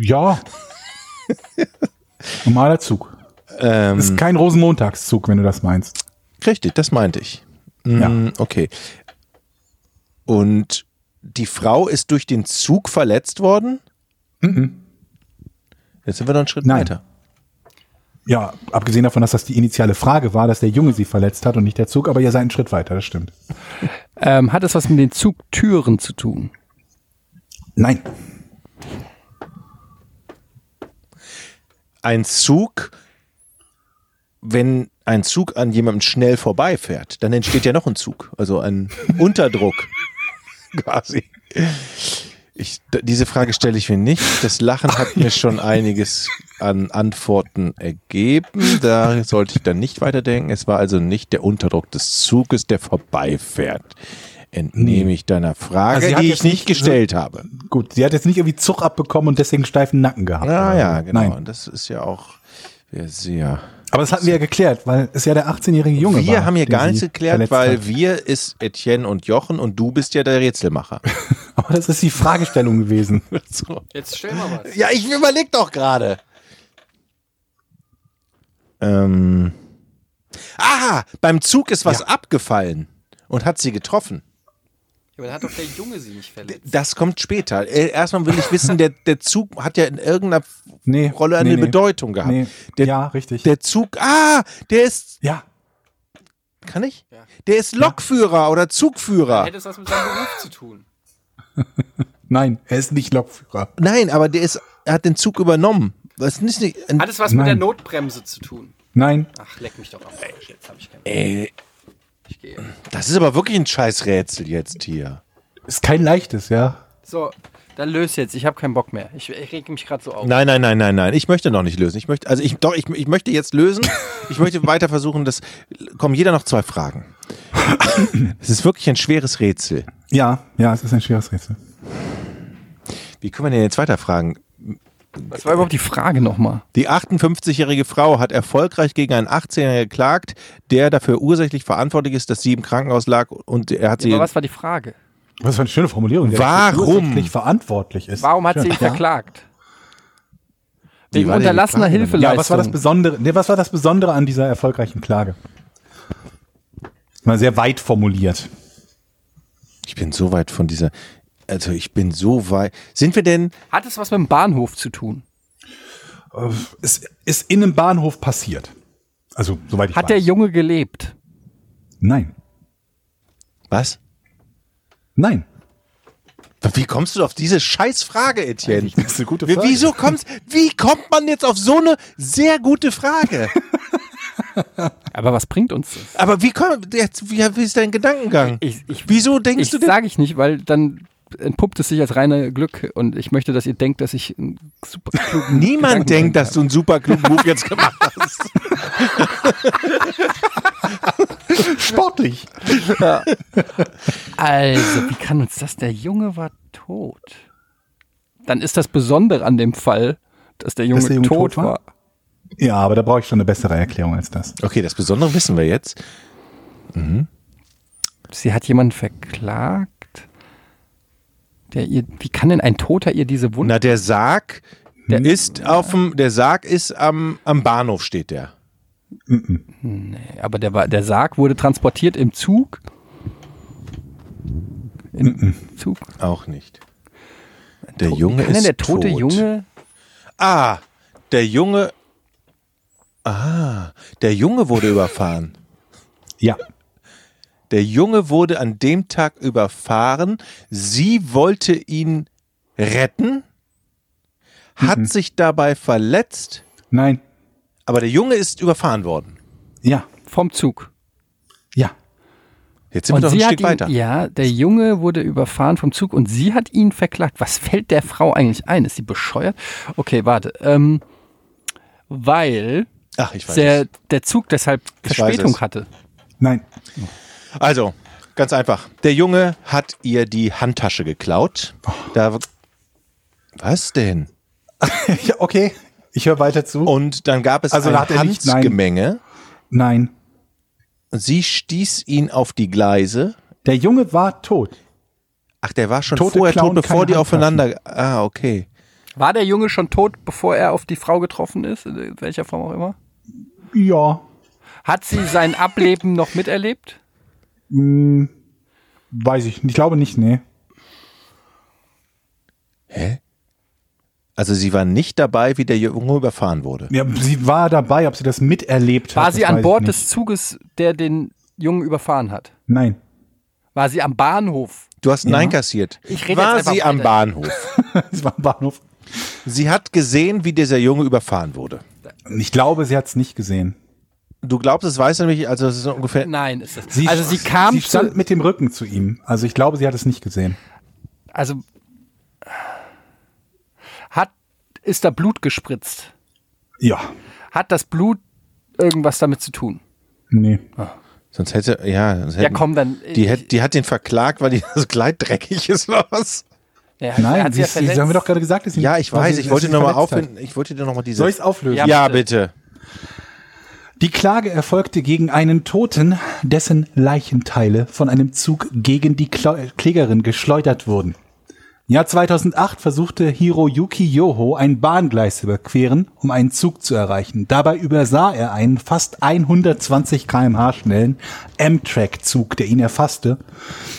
[SPEAKER 3] Ja. Normaler Zug.
[SPEAKER 1] Ähm,
[SPEAKER 3] Ist kein Rosenmontagszug, wenn du das meinst.
[SPEAKER 1] Richtig, das meinte ich. Mm,
[SPEAKER 3] Ja.
[SPEAKER 1] Okay. Und die Frau ist durch den Zug verletzt worden? Jetzt sind wir noch einen Schritt
[SPEAKER 3] Mhm. Nein.
[SPEAKER 1] weiter.
[SPEAKER 3] Ja, abgesehen davon, dass das die initiale Frage war, dass der Junge sie verletzt hat und nicht der Zug, aber ihr seid einen Schritt weiter, das stimmt.
[SPEAKER 4] Ähm, hat es was mit den Zugtüren zu tun?
[SPEAKER 3] Nein.
[SPEAKER 1] Ein Zug, wenn ein Zug an jemandem schnell vorbeifährt, dann entsteht ja noch ein Zug, also ein Unterdruck quasi. Ich, d- diese Frage stelle ich mir nicht. Das Lachen hat mir schon einiges an Antworten ergeben. Da sollte ich dann nicht weiterdenken. Es war also nicht der Unterdruck des Zuges, der vorbeifährt. Entnehme ich deiner Frage,
[SPEAKER 3] Also sie hat
[SPEAKER 1] die ich
[SPEAKER 3] jetzt
[SPEAKER 1] nicht
[SPEAKER 3] nicht-
[SPEAKER 1] gestellt habe.
[SPEAKER 3] Gut, sie hat jetzt nicht irgendwie Zug abbekommen und deswegen steifen Nacken gehabt.
[SPEAKER 1] Ah
[SPEAKER 3] oder
[SPEAKER 1] ja,
[SPEAKER 3] so.
[SPEAKER 1] genau.
[SPEAKER 3] Nein.
[SPEAKER 1] Das ist ja auch sehr
[SPEAKER 3] Aber das hatten wir ja geklärt, weil es ja der 18-jährige Junge war.
[SPEAKER 1] Wir haben hier
[SPEAKER 3] den
[SPEAKER 1] gar
[SPEAKER 3] sie
[SPEAKER 1] nichts geklärt,
[SPEAKER 3] verletzt
[SPEAKER 1] weil
[SPEAKER 3] hat.
[SPEAKER 1] wir ist Etienne und Jochen und du bist ja der Rätselmacher.
[SPEAKER 3] Aber das ist die Fragestellung gewesen.
[SPEAKER 1] so.
[SPEAKER 4] Jetzt stell mal was.
[SPEAKER 1] Ja, ich überleg doch gerade. Ähm. Aha, beim Zug ist was abgefallen und hat sie getroffen.
[SPEAKER 4] Aber dann hat doch der Junge sie nicht verletzt.
[SPEAKER 1] Das kommt später. Äh, Erstmal will ich wissen, der, der Zug hat ja in irgendeiner
[SPEAKER 3] Nee,
[SPEAKER 1] Rolle eine
[SPEAKER 3] nee, nee.
[SPEAKER 1] Bedeutung gehabt.
[SPEAKER 3] Nee.
[SPEAKER 1] Der,
[SPEAKER 3] ja, richtig.
[SPEAKER 1] der Zug, ah, der ist,
[SPEAKER 3] ja,
[SPEAKER 1] kann ich? Der ist Lokführer oder Zugführer.
[SPEAKER 4] es was mit seinem Beruf zu tun?
[SPEAKER 3] nein, er ist nicht Lokführer.
[SPEAKER 1] Nein, aber der ist, er hat den Zug übernommen. Das ist nicht, ein,
[SPEAKER 4] es was
[SPEAKER 3] Nein.
[SPEAKER 4] Notbremse zu tun?
[SPEAKER 3] Nein,
[SPEAKER 4] Ach, leck mich doch am Arsch. Jetzt habe ich keinen
[SPEAKER 1] ey,
[SPEAKER 4] Ich gehe.
[SPEAKER 1] das ist aber wirklich ein Scheißrätsel jetzt hier.
[SPEAKER 3] ist kein leichtes, ja.
[SPEAKER 4] So, dann löse jetzt. Ich habe keinen Bock mehr. Ich, ich reg mich gerade so auf.
[SPEAKER 1] Nein, nein, nein, nein, nein. Ich möchte noch nicht lösen. Ich möchte, also ich, doch, ich, ich möchte jetzt lösen. Ich möchte weiter versuchen, dass, kommen jeder noch zwei Fragen. Es ist wirklich ein schweres Rätsel.
[SPEAKER 3] Ja, ja, es ist ein schweres Rätsel.
[SPEAKER 1] Wie können wir denn jetzt weiter fragen?
[SPEAKER 4] Was war überhaupt die Frage nochmal?
[SPEAKER 1] Die 58-jährige Frau hat erfolgreich gegen einen 18-Jährigen geklagt, der dafür ursächlich verantwortlich ist, dass sie im Krankenhaus lag und er hat sie.
[SPEAKER 4] Aber was war die Frage?
[SPEAKER 3] Was für eine schöne Formulierung. wer
[SPEAKER 1] Warum?
[SPEAKER 3] dafür ursächlich verantwortlich ist.
[SPEAKER 4] Warum hat
[SPEAKER 3] Schön.
[SPEAKER 4] sie ihn verklagt? Wegen
[SPEAKER 1] war denn die
[SPEAKER 4] unterlassener
[SPEAKER 1] Frage?
[SPEAKER 4] Hilfeleistung.
[SPEAKER 3] Ja, was war das Besondere? Nee, was war das Besondere an dieser erfolgreichen Klage? Mal sehr weit formuliert.
[SPEAKER 1] Ich bin so weit von dieser. Also ich bin so weit. Sind wir denn?
[SPEAKER 4] Hat es was mit dem Bahnhof zu tun?
[SPEAKER 3] Äh, Es ist in einem Bahnhof passiert. Also, soweit ich
[SPEAKER 4] Hat der
[SPEAKER 3] weiß.
[SPEAKER 4] Junge gelebt?
[SPEAKER 3] Nein.
[SPEAKER 1] Was?
[SPEAKER 3] Nein.
[SPEAKER 1] Wie kommst du auf diese Scheißfrage, Etienne?
[SPEAKER 3] Das ist eine gute
[SPEAKER 1] Wie- Wieso kommst, wie kommt man jetzt auf so eine sehr gute Frage?
[SPEAKER 4] Aber was bringt uns das?
[SPEAKER 1] Aber wie kommt jetzt, wie, wie ist dein Gedankengang?
[SPEAKER 4] Ich, ich,
[SPEAKER 1] Wieso denkst
[SPEAKER 4] ich
[SPEAKER 1] du denn?
[SPEAKER 4] sage ich nicht, weil dann entpuppt es sich als reine Glück und ich möchte, dass ihr denkt, dass ich einen super klugen
[SPEAKER 1] Niemand
[SPEAKER 4] Gedankengang
[SPEAKER 1] denkt, dass du einen super klugen Move jetzt gemacht hast.
[SPEAKER 3] Sportlich.
[SPEAKER 4] habe. Also, wie kann uns das? Der Junge war tot. Dann ist das Besondere an dem Fall, dass der Junge,
[SPEAKER 3] der Junge
[SPEAKER 4] tot,
[SPEAKER 3] tot
[SPEAKER 4] war.
[SPEAKER 3] war? Ja, aber da brauche ich schon eine bessere Erklärung als das.
[SPEAKER 1] Okay, das Besondere wissen wir jetzt.
[SPEAKER 4] Sie hat jemanden verklagt, der ihr. Wie kann denn ein Toter ihr diese Wunde?
[SPEAKER 1] Na, der Sarg der ist auf dem, der Sarg ist am, am Bahnhof steht der.
[SPEAKER 4] Aber der, war, der Sarg wurde transportiert im Zug. Im Zug.
[SPEAKER 1] Auch nicht. Der Junge
[SPEAKER 4] Kann
[SPEAKER 1] ist
[SPEAKER 4] denn der tote
[SPEAKER 1] tot.
[SPEAKER 4] Junge?
[SPEAKER 1] Ah, der Junge. Ah, der Junge wurde überfahren.
[SPEAKER 3] Ja.
[SPEAKER 1] Der Junge wurde an dem Tag überfahren. Sie wollte ihn retten, hat
[SPEAKER 3] Mhm.
[SPEAKER 1] sich dabei verletzt,
[SPEAKER 3] Nein.
[SPEAKER 1] aber der Junge ist überfahren worden.
[SPEAKER 3] Ja.
[SPEAKER 4] Vom Zug.
[SPEAKER 3] Ja.
[SPEAKER 1] Jetzt sind wir noch ein
[SPEAKER 4] sie
[SPEAKER 1] Stück
[SPEAKER 4] ihn,
[SPEAKER 1] weiter.
[SPEAKER 4] Ja, der Junge wurde überfahren vom Zug und sie hat ihn verklagt. Was fällt der Frau eigentlich ein? Ist sie bescheuert? Okay, warte. Ähm, weil
[SPEAKER 1] Ach, ich weiß.
[SPEAKER 4] der,
[SPEAKER 1] es.
[SPEAKER 4] der Zug deshalb
[SPEAKER 1] Ich weiß
[SPEAKER 4] Verspätung
[SPEAKER 1] es.
[SPEAKER 4] hatte.
[SPEAKER 3] Nein.
[SPEAKER 1] Also, Ganz einfach. Der Junge hat ihr die Handtasche geklaut.
[SPEAKER 3] Oh.
[SPEAKER 1] Da, was denn?
[SPEAKER 3] Ja, okay, ich höre weiter zu.
[SPEAKER 1] Und dann gab es
[SPEAKER 3] Also
[SPEAKER 1] ein
[SPEAKER 3] hat er nicht- nein.
[SPEAKER 1] Handgemenge.
[SPEAKER 3] Nein,
[SPEAKER 1] Sie stieß ihn auf die Gleise.
[SPEAKER 3] der Junge war tot.
[SPEAKER 1] Ach, der war schon
[SPEAKER 3] Tote
[SPEAKER 1] vorher tot,
[SPEAKER 3] klauen
[SPEAKER 1] bevor
[SPEAKER 3] keine
[SPEAKER 1] die
[SPEAKER 3] Handtaschen.
[SPEAKER 1] aufeinander. Ah, okay.
[SPEAKER 2] War der Junge schon tot, bevor er auf die Frau getroffen ist? In welcher Form auch immer?
[SPEAKER 3] Ja,
[SPEAKER 2] Hat sie sein Ableben noch miterlebt?
[SPEAKER 3] hm, weiß ich. Ich glaube nicht, nee.
[SPEAKER 1] Hä? Also sie war nicht dabei, wie der Junge überfahren wurde.
[SPEAKER 3] Ja, sie war dabei, ob sie das miterlebt hat.
[SPEAKER 2] War
[SPEAKER 3] das
[SPEAKER 2] sie an
[SPEAKER 3] weiß ich
[SPEAKER 2] Bord
[SPEAKER 3] nicht.
[SPEAKER 2] des Zuges, der den Jungen überfahren hat?
[SPEAKER 3] Nein.
[SPEAKER 2] War sie am Bahnhof?
[SPEAKER 1] Du hast Nein kassiert.
[SPEAKER 2] Ich rede
[SPEAKER 1] war
[SPEAKER 2] jetzt einfach
[SPEAKER 1] sie am
[SPEAKER 2] weiter.
[SPEAKER 1] Bahnhof.
[SPEAKER 3] Sie war am Bahnhof.
[SPEAKER 1] Sie hat gesehen, wie dieser Junge überfahren wurde.
[SPEAKER 3] Ich glaube, sie hat es nicht gesehen.
[SPEAKER 1] Du glaubst, es weiß nämlich, also es ist ungefähr.
[SPEAKER 2] Nein, ist es. also sie kam
[SPEAKER 3] Sie
[SPEAKER 2] zu,
[SPEAKER 3] stand mit dem Rücken zu ihm. Also ich glaube, sie hat es nicht gesehen.
[SPEAKER 2] also hat ist da Blut gespritzt?
[SPEAKER 3] Ja.
[SPEAKER 2] Hat das Blut irgendwas damit zu tun?
[SPEAKER 3] Nee.
[SPEAKER 1] Sonst hätte, ja. Sonst
[SPEAKER 2] Ja,
[SPEAKER 1] hätten-
[SPEAKER 2] komm dann.
[SPEAKER 1] Die, hätt, die hat den verklagt, weil die das Kleid dreckig ist oder was?
[SPEAKER 2] Ja, hat-
[SPEAKER 3] Nein,
[SPEAKER 2] hat
[SPEAKER 3] sie,
[SPEAKER 2] sie ja
[SPEAKER 3] sie,
[SPEAKER 2] verletzt.
[SPEAKER 3] haben wir doch gerade gesagt, dass sie
[SPEAKER 1] Ja, ich
[SPEAKER 3] weil
[SPEAKER 1] weiß.
[SPEAKER 3] sie-
[SPEAKER 1] Ich
[SPEAKER 3] dass
[SPEAKER 1] wollte
[SPEAKER 3] sie
[SPEAKER 1] nochmal
[SPEAKER 3] verletzt hat.
[SPEAKER 1] auffinden. Ich wollte dir nochmal diese.
[SPEAKER 3] Soll ich es auflösen?
[SPEAKER 1] ja,
[SPEAKER 2] Ja,
[SPEAKER 1] bitte.
[SPEAKER 3] Die Klage erfolgte gegen einen Toten, dessen Leichenteile von einem Zug gegen die Kla Klägerin geschleudert wurden. Im Jahr 2008 versuchte Hiroyuki Yoho ein Bahngleis zu überqueren, um einen Zug zu erreichen. Dabei übersah er einen fast 120 km/h schnellen Amtrak-Zug, der ihn erfasste,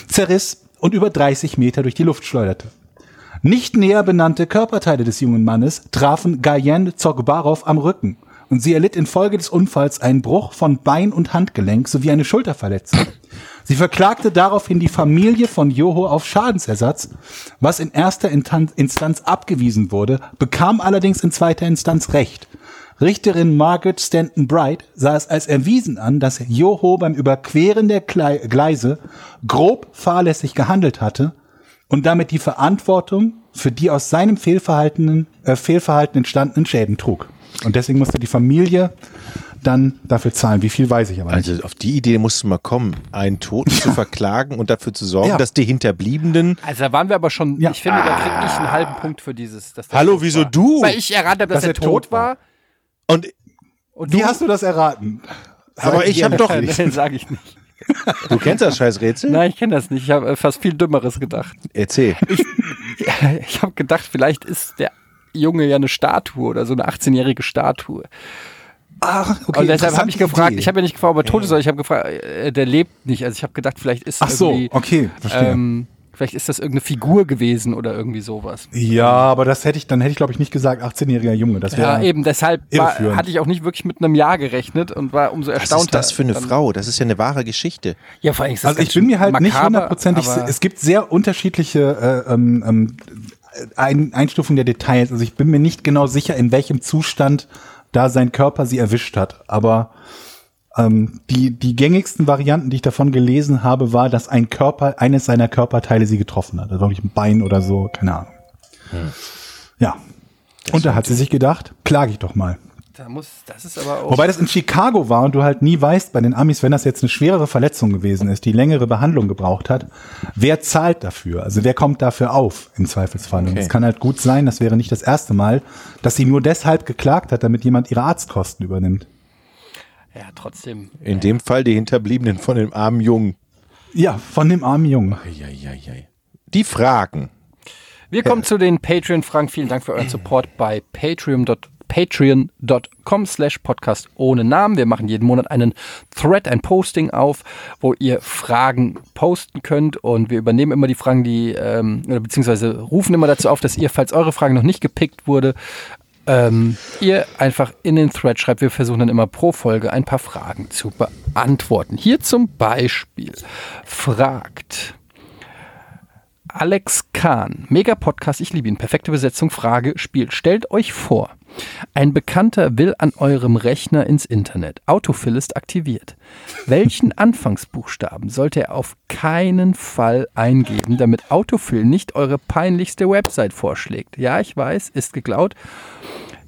[SPEAKER 3] zerriss und über 30 Meter durch die Luft schleuderte. Nicht näher benannte Körperteile des jungen Mannes trafen Gayen Zogbarov am Rücken und sie erlitt infolge des Unfalls einen Bruch von Bein und Handgelenk sowie eine Schulterverletzung. Sie verklagte daraufhin die Familie von Joho auf Schadensersatz, was in erster Intan- Instanz abgewiesen wurde, bekam allerdings in zweiter Instanz Recht. Richterin Margaret Stanton Bright sah es als erwiesen an, dass Joho beim Überqueren der Klei- Gleise grob fahrlässig gehandelt hatte und damit die Verantwortung für die aus seinem Fehlverhaltenen, äh, Fehlverhalten entstandenen Schäden trug. Und deswegen musste die Familie dann dafür zahlen. Wie viel weiß ich aber nicht.
[SPEAKER 1] Also auf die Idee musst du mal kommen, einen Toten zu verklagen und dafür zu sorgen,
[SPEAKER 3] Ja.
[SPEAKER 1] dass die Hinterbliebenen.
[SPEAKER 2] Also da waren wir aber schon,
[SPEAKER 3] Ja.
[SPEAKER 2] ich finde, da krieg ich einen halben Punkt für dieses. dass der
[SPEAKER 1] Hallo,
[SPEAKER 2] tot
[SPEAKER 1] wieso
[SPEAKER 2] war.
[SPEAKER 1] du?
[SPEAKER 2] Weil ich erratet habe, dass, er tot, war.
[SPEAKER 1] Und
[SPEAKER 2] Und
[SPEAKER 3] Wie hast du das erraten?
[SPEAKER 1] aber ich habe doch.
[SPEAKER 2] Nein, sage ich nicht.
[SPEAKER 1] Du kennst das scheiß Rätsel?
[SPEAKER 2] Nein, ich kenne das nicht. Ich habe äh, fast viel Dümmeres gedacht.
[SPEAKER 1] Erzähl.
[SPEAKER 2] Ich habe gedacht, vielleicht ist der Junge ja eine Statue oder so eine 18-jährige Statue.
[SPEAKER 3] Ach,
[SPEAKER 2] und deshalb habe ich
[SPEAKER 3] interessante
[SPEAKER 2] gefragt,
[SPEAKER 3] Idee.
[SPEAKER 2] ich habe ja nicht gefragt, ob er tot ist, sondern ich habe gefragt, äh, der lebt nicht. Also ich habe gedacht, vielleicht ist
[SPEAKER 3] Ach so,
[SPEAKER 2] irgendwie,
[SPEAKER 3] okay, verstehe.
[SPEAKER 2] ähm, vielleicht ist das irgendeine Figur gewesen oder irgendwie sowas.
[SPEAKER 3] ja, aber das hätte ich, dann hätte ich glaube ich nicht gesagt, 18-jähriger Junge. Das
[SPEAKER 2] Ja,
[SPEAKER 3] wäre
[SPEAKER 2] eben, deshalb war,
[SPEAKER 3] irreführend.
[SPEAKER 2] hatte ich auch nicht wirklich mit einem Jahr gerechnet und war umso
[SPEAKER 1] Was
[SPEAKER 2] erstaunter.
[SPEAKER 1] ist das für eine
[SPEAKER 2] dann-
[SPEAKER 1] Frau? Das ist ja eine wahre Geschichte.
[SPEAKER 2] Ja, vor allem ist das
[SPEAKER 3] Also ich
[SPEAKER 2] ganz
[SPEAKER 3] bin mir halt nicht
[SPEAKER 2] makaber,
[SPEAKER 3] hundertprozentig. si-
[SPEAKER 2] aber-
[SPEAKER 3] Es gibt sehr unterschiedliche äh, ähm, ähm, Ein Einstufungen der Details. Also ich bin mir nicht genau sicher, in welchem Zustand da sein Körper sie erwischt hat. Aber ähm, die die gängigsten Varianten, die ich davon gelesen habe, war, dass ein Körper eines seiner Körperteile sie getroffen hat. Also wirklich ein Bein oder so, keine Ahnung.
[SPEAKER 2] Hm.
[SPEAKER 3] Ja. Und da hat sie sich gedacht, klage ich doch mal.
[SPEAKER 2] Da muss, das ist aber auch.
[SPEAKER 3] Wobei das in Chicago war und du halt nie weißt bei den Amis, wenn das jetzt eine schwerere Verletzung gewesen ist, die längere Behandlung gebraucht hat, wer zahlt dafür? Also wer kommt dafür auf im Zweifelsfall? Und
[SPEAKER 1] Okay.
[SPEAKER 3] es kann halt gut sein, das wäre nicht das erste Mal, dass sie nur deshalb geklagt hat, damit jemand ihre Arztkosten übernimmt.
[SPEAKER 2] ja, trotzdem.
[SPEAKER 1] In dem Fall die Hinterbliebenen von dem armen Jungen.
[SPEAKER 3] Ja, von dem armen Jungen.
[SPEAKER 1] Eieieiei. Die Fragen.
[SPEAKER 2] Wir kommen zu den Patreon-Fragen. Vielen Dank für euren Support bei patreon.com patreon.com slash podcast ohne Namen. Wir machen jeden Monat einen Thread, ein Posting auf, wo ihr Fragen posten könnt und wir übernehmen immer die Fragen, die, ähm, oder beziehungsweise rufen immer dazu auf, dass ihr, falls eure Frage noch nicht gepickt wurde, ähm, ihr einfach in den Thread schreibt. Wir versuchen dann immer pro Folge ein paar Fragen zu beantworten. Hier zum Beispiel fragt Alex Kahn, Mega-Podcast, ich liebe ihn. Perfekte Besetzung, Frage, Spiel. Stellt euch vor, ein Bekannter will an eurem Rechner ins Internet. Autofill ist aktiviert. Welchen Anfangsbuchstaben sollte er auf keinen Fall eingeben, damit Autofill nicht eure peinlichste Website vorschlägt? Ja, ich weiß, ist geklaut.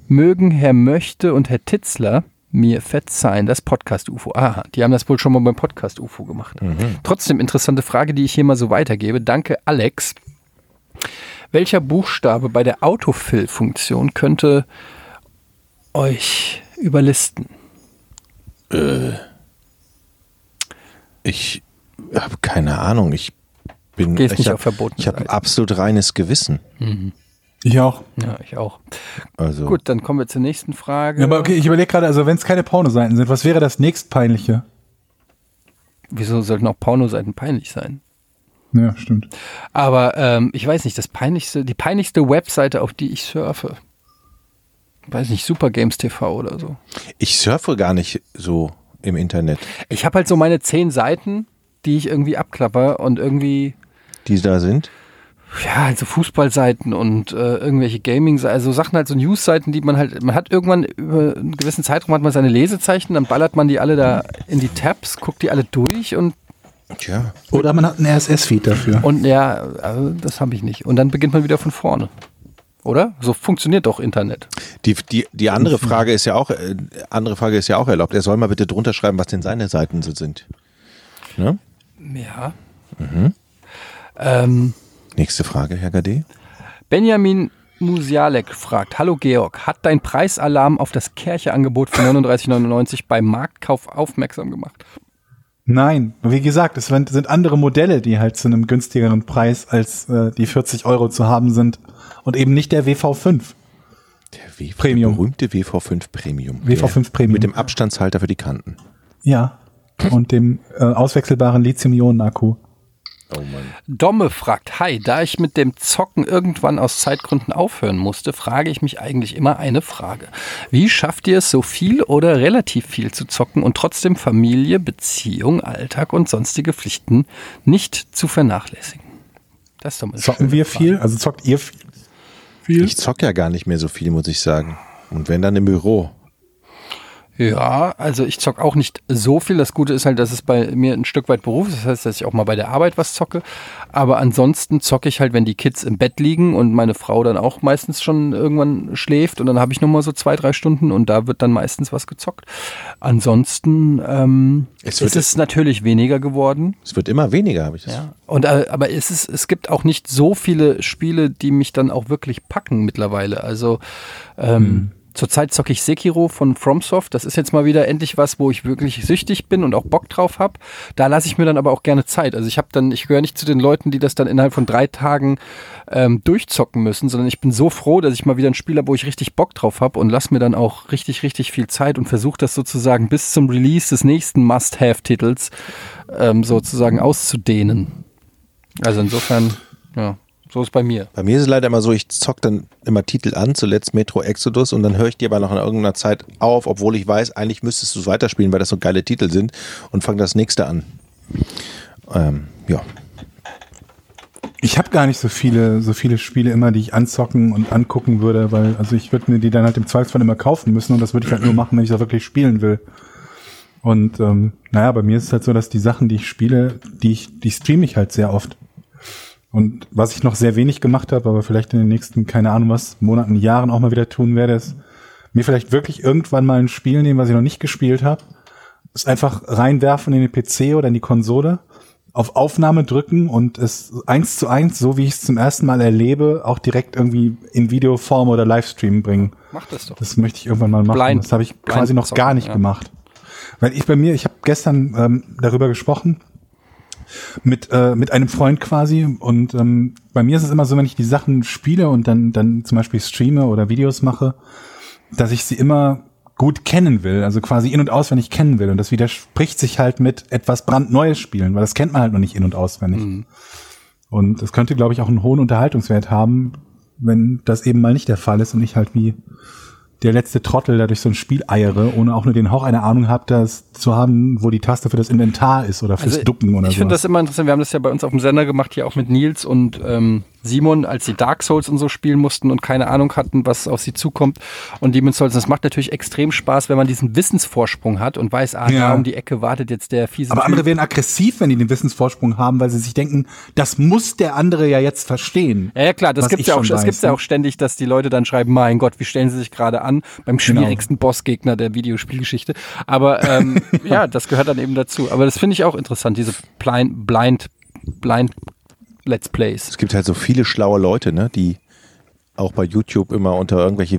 [SPEAKER 2] Mögen Herr Möchte und Herr Titzler
[SPEAKER 4] mir verzeihen, das Podcast-UFO. Ah, die haben das wohl schon mal beim Podcast-UFO gemacht. Trotzdem interessante Frage, die ich hier mal so weitergebe. Danke, Alex. Welcher Buchstabe bei der Autofill-Funktion könnte euch überlisten?
[SPEAKER 1] Ich habe keine Ahnung. Ich bin.
[SPEAKER 4] Gehst
[SPEAKER 1] ich
[SPEAKER 4] nicht
[SPEAKER 1] hab,
[SPEAKER 4] auf verbotene
[SPEAKER 1] Ich habe ein
[SPEAKER 4] Seite.
[SPEAKER 1] absolut reines Gewissen.
[SPEAKER 3] Ich auch.
[SPEAKER 4] Ja, ich auch.
[SPEAKER 1] Also,
[SPEAKER 4] Gut, dann kommen wir zur nächsten Frage.
[SPEAKER 3] Oh. Ja, aber okay, ich überlege gerade, also wenn es keine Pornoseiten sind, was wäre das nächstpeinliche?
[SPEAKER 4] Wieso sollten auch Pornoseiten peinlich sein?
[SPEAKER 3] Ja, stimmt.
[SPEAKER 4] Aber ähm, ich weiß nicht, das peinlichste, die peinlichste Webseite, auf die ich surfe. Weiß nicht, Super Games TV oder so.
[SPEAKER 1] ich surfe gar nicht so im Internet.
[SPEAKER 4] Ich habe halt so meine zehn Seiten, die ich irgendwie abklapper und irgendwie,
[SPEAKER 1] Die da sind.
[SPEAKER 4] ja, halt so Fußballseiten und äh, irgendwelche Gaming, also Sachen halt so News-Seiten, die man halt, man hat irgendwann über einen gewissen Zeitraum hat man seine Lesezeichen, dann ballert man die alle da in die Tabs, guckt die alle durch und
[SPEAKER 1] Tja.
[SPEAKER 3] Oder man hat einen RSS-Feed dafür.
[SPEAKER 4] Und ja, also das habe ich nicht. Und dann beginnt man wieder von vorne. Oder? So funktioniert doch Internet.
[SPEAKER 1] Die, die, die andere
[SPEAKER 3] Mhm.
[SPEAKER 1] Frage ist ja auch, äh, andere Frage ist ja auch erlaubt. Er soll mal bitte drunter schreiben, was denn seine Seiten so sind. Ne?
[SPEAKER 4] Ja. Ähm,
[SPEAKER 1] Nächste Frage, Herr Gade.
[SPEAKER 4] Benjamin Musialek fragt, Hallo Georg, hat dein Preisalarm auf das Kirche-Angebot für 39,99 beim Marktkauf aufmerksam gemacht?
[SPEAKER 3] Nein, wie gesagt, es sind sind andere Modelle, die halt zu einem günstigeren Preis als äh, die 40 Euro zu haben sind und eben nicht der WV5.
[SPEAKER 1] Der, w
[SPEAKER 3] Premium.
[SPEAKER 1] der berühmte WV5 Premium.
[SPEAKER 3] WV5
[SPEAKER 1] Der-
[SPEAKER 3] Premium.
[SPEAKER 1] Mit dem Abstandshalter für die Kanten.
[SPEAKER 3] Ja. Und dem äh, auswechselbaren Lithium-Ionen-Akku.
[SPEAKER 4] Domme fragt, Hi, da ich mit dem Zocken irgendwann aus Zeitgründen aufhören musste, frage ich mich eigentlich immer eine Frage. Wie schafft ihr es, so viel oder relativ viel zu zocken und trotzdem Familie, Beziehung, Alltag und sonstige Pflichten nicht zu vernachlässigen? Das ist doch mal eine
[SPEAKER 3] Zocken
[SPEAKER 4] schöne
[SPEAKER 3] wir
[SPEAKER 4] Frage.
[SPEAKER 3] viel? Also zockt ihr viel?
[SPEAKER 1] Ich zock ja gar nicht mehr so viel, muss ich sagen. Und wenn dann im Büro.
[SPEAKER 4] Ja, also ich zock auch nicht so viel. Das Gute ist halt, dass es bei mir ein Stück weit Beruf ist. Das heißt, dass ich auch mal bei der Arbeit was zocke. Aber ansonsten zocke ich halt, wenn die Kids im Bett liegen und meine Frau dann auch meistens schon irgendwann schläft und dann habe ich nochmal so zwei, drei Stunden und da wird dann meistens was gezockt. Ansonsten ähm,
[SPEAKER 1] Es wird-
[SPEAKER 4] ist es natürlich weniger geworden.
[SPEAKER 1] Es wird immer weniger, habe ich das.
[SPEAKER 4] Ja. Und äh, aber es ist, es gibt auch nicht so viele Spiele, die mich dann auch wirklich packen mittlerweile. Also ähm, zurzeit zocke ich Sekiro von FromSoft. Das ist jetzt mal wieder endlich was, wo ich wirklich süchtig bin und auch Bock drauf habe. Da lasse ich mir dann aber auch gerne Zeit. Also ich habe dann, ich gehöre nicht zu den Leuten, die das dann innerhalb von drei Tagen ähm, durchzocken müssen, sondern ich bin so froh, dass ich mal wieder ein Spiel habe, wo ich richtig Bock drauf habe und lasse mir dann auch richtig, richtig viel Zeit und versuche das sozusagen bis zum Release des nächsten Must-Have-Titels ähm, sozusagen auszudehnen. Also insofern, ja, so ist bei mir.
[SPEAKER 1] Bei mir ist es leider immer so, ich zock dann immer Titel an, zuletzt Metro Exodus und dann höre ich die aber nach irgendeiner Zeit auf, obwohl ich weiß, eigentlich müsstest du es weiterspielen, weil das so geile Titel sind und fang das nächste an. Ähm, ja.
[SPEAKER 3] Ich habe gar nicht so viele, so viele Spiele immer, die ich anzocken und angucken würde, weil also ich würde mir die dann halt im Zweifelsfall immer kaufen müssen und das würde ich halt nur machen, wenn ich das wirklich spielen will. Und ähm, naja, bei mir ist es halt so, dass die Sachen, die ich spiele, die ich, die streame ich halt sehr oft. Und was ich noch sehr wenig gemacht habe, aber vielleicht in den nächsten, keine Ahnung was, Monaten, Jahren auch mal wieder tun werde, ist mir vielleicht wirklich irgendwann mal ein Spiel nehmen, was ich noch nicht gespielt habe, es einfach reinwerfen in den PC oder in die Konsole, auf Aufnahme drücken und es eins zu eins, so wie ich es zum ersten Mal erlebe, auch direkt irgendwie in Videoform oder Livestream bringen.
[SPEAKER 4] Mach das doch.
[SPEAKER 3] Das möchte ich irgendwann mal machen.
[SPEAKER 4] Blind-
[SPEAKER 3] das habe ich
[SPEAKER 4] blind
[SPEAKER 3] quasi noch
[SPEAKER 4] zocken,
[SPEAKER 3] gar nicht
[SPEAKER 4] ja.
[SPEAKER 3] gemacht. Weil ich bei mir, ich habe gestern ähm, darüber gesprochen mit äh, mit einem Freund quasi und ähm, bei mir ist es immer so, wenn ich die Sachen spiele und dann dann zum Beispiel streame oder Videos mache, dass ich sie immer gut kennen will, also quasi in und auswendig kennen will und das widerspricht sich halt mit etwas brandneues Spielen, weil das kennt man halt noch nicht in und auswendig.
[SPEAKER 4] Mhm.
[SPEAKER 3] Und es könnte, glaube ich, auch einen hohen Unterhaltungswert haben, wenn das eben mal nicht der Fall ist und ich halt wie der letzte Trottel da durch so ein Spiel eiere, ohne auch nur den Hauch einer Ahnung hab, das zu haben, wo die Taste für das Inventar ist oder fürs Ducken oder
[SPEAKER 4] Also, ich finde
[SPEAKER 3] sowas.
[SPEAKER 4] das immer interessant. Wir haben das ja bei uns auf dem Sender gemacht, hier auch mit Nils und ähm, Simon, als sie Dark Souls und so spielen mussten und keine Ahnung hatten, was auf sie zukommt. Und Demon Souls, das macht natürlich extrem Spaß, wenn man diesen Wissensvorsprung hat und weiß, ah,
[SPEAKER 3] Ja.
[SPEAKER 4] da um die Ecke wartet jetzt der fiese
[SPEAKER 3] Aber
[SPEAKER 4] Typ.
[SPEAKER 3] andere werden aggressiv, wenn die den Wissensvorsprung haben, weil sie sich denken, das muss der andere ja jetzt verstehen.
[SPEAKER 4] Ja, ja klar, das
[SPEAKER 3] was
[SPEAKER 4] gibt's
[SPEAKER 3] ich
[SPEAKER 4] ja auch,
[SPEAKER 3] schon
[SPEAKER 4] das
[SPEAKER 3] weiß,
[SPEAKER 1] ne?
[SPEAKER 4] gibt's ja auch ständig, dass die Leute dann schreiben, mein Gott, wie stellen sie sich gerade an beim
[SPEAKER 1] Genau.
[SPEAKER 4] schwierigsten Bossgegner der Videospielgeschichte. Aber ähm, ja, das gehört dann eben dazu. Aber das finde ich auch interessant, diese blind, blind, blind Let's Plays.
[SPEAKER 1] Es gibt halt so viele schlaue Leute, ne, die auch bei YouTube immer unter irgendwelche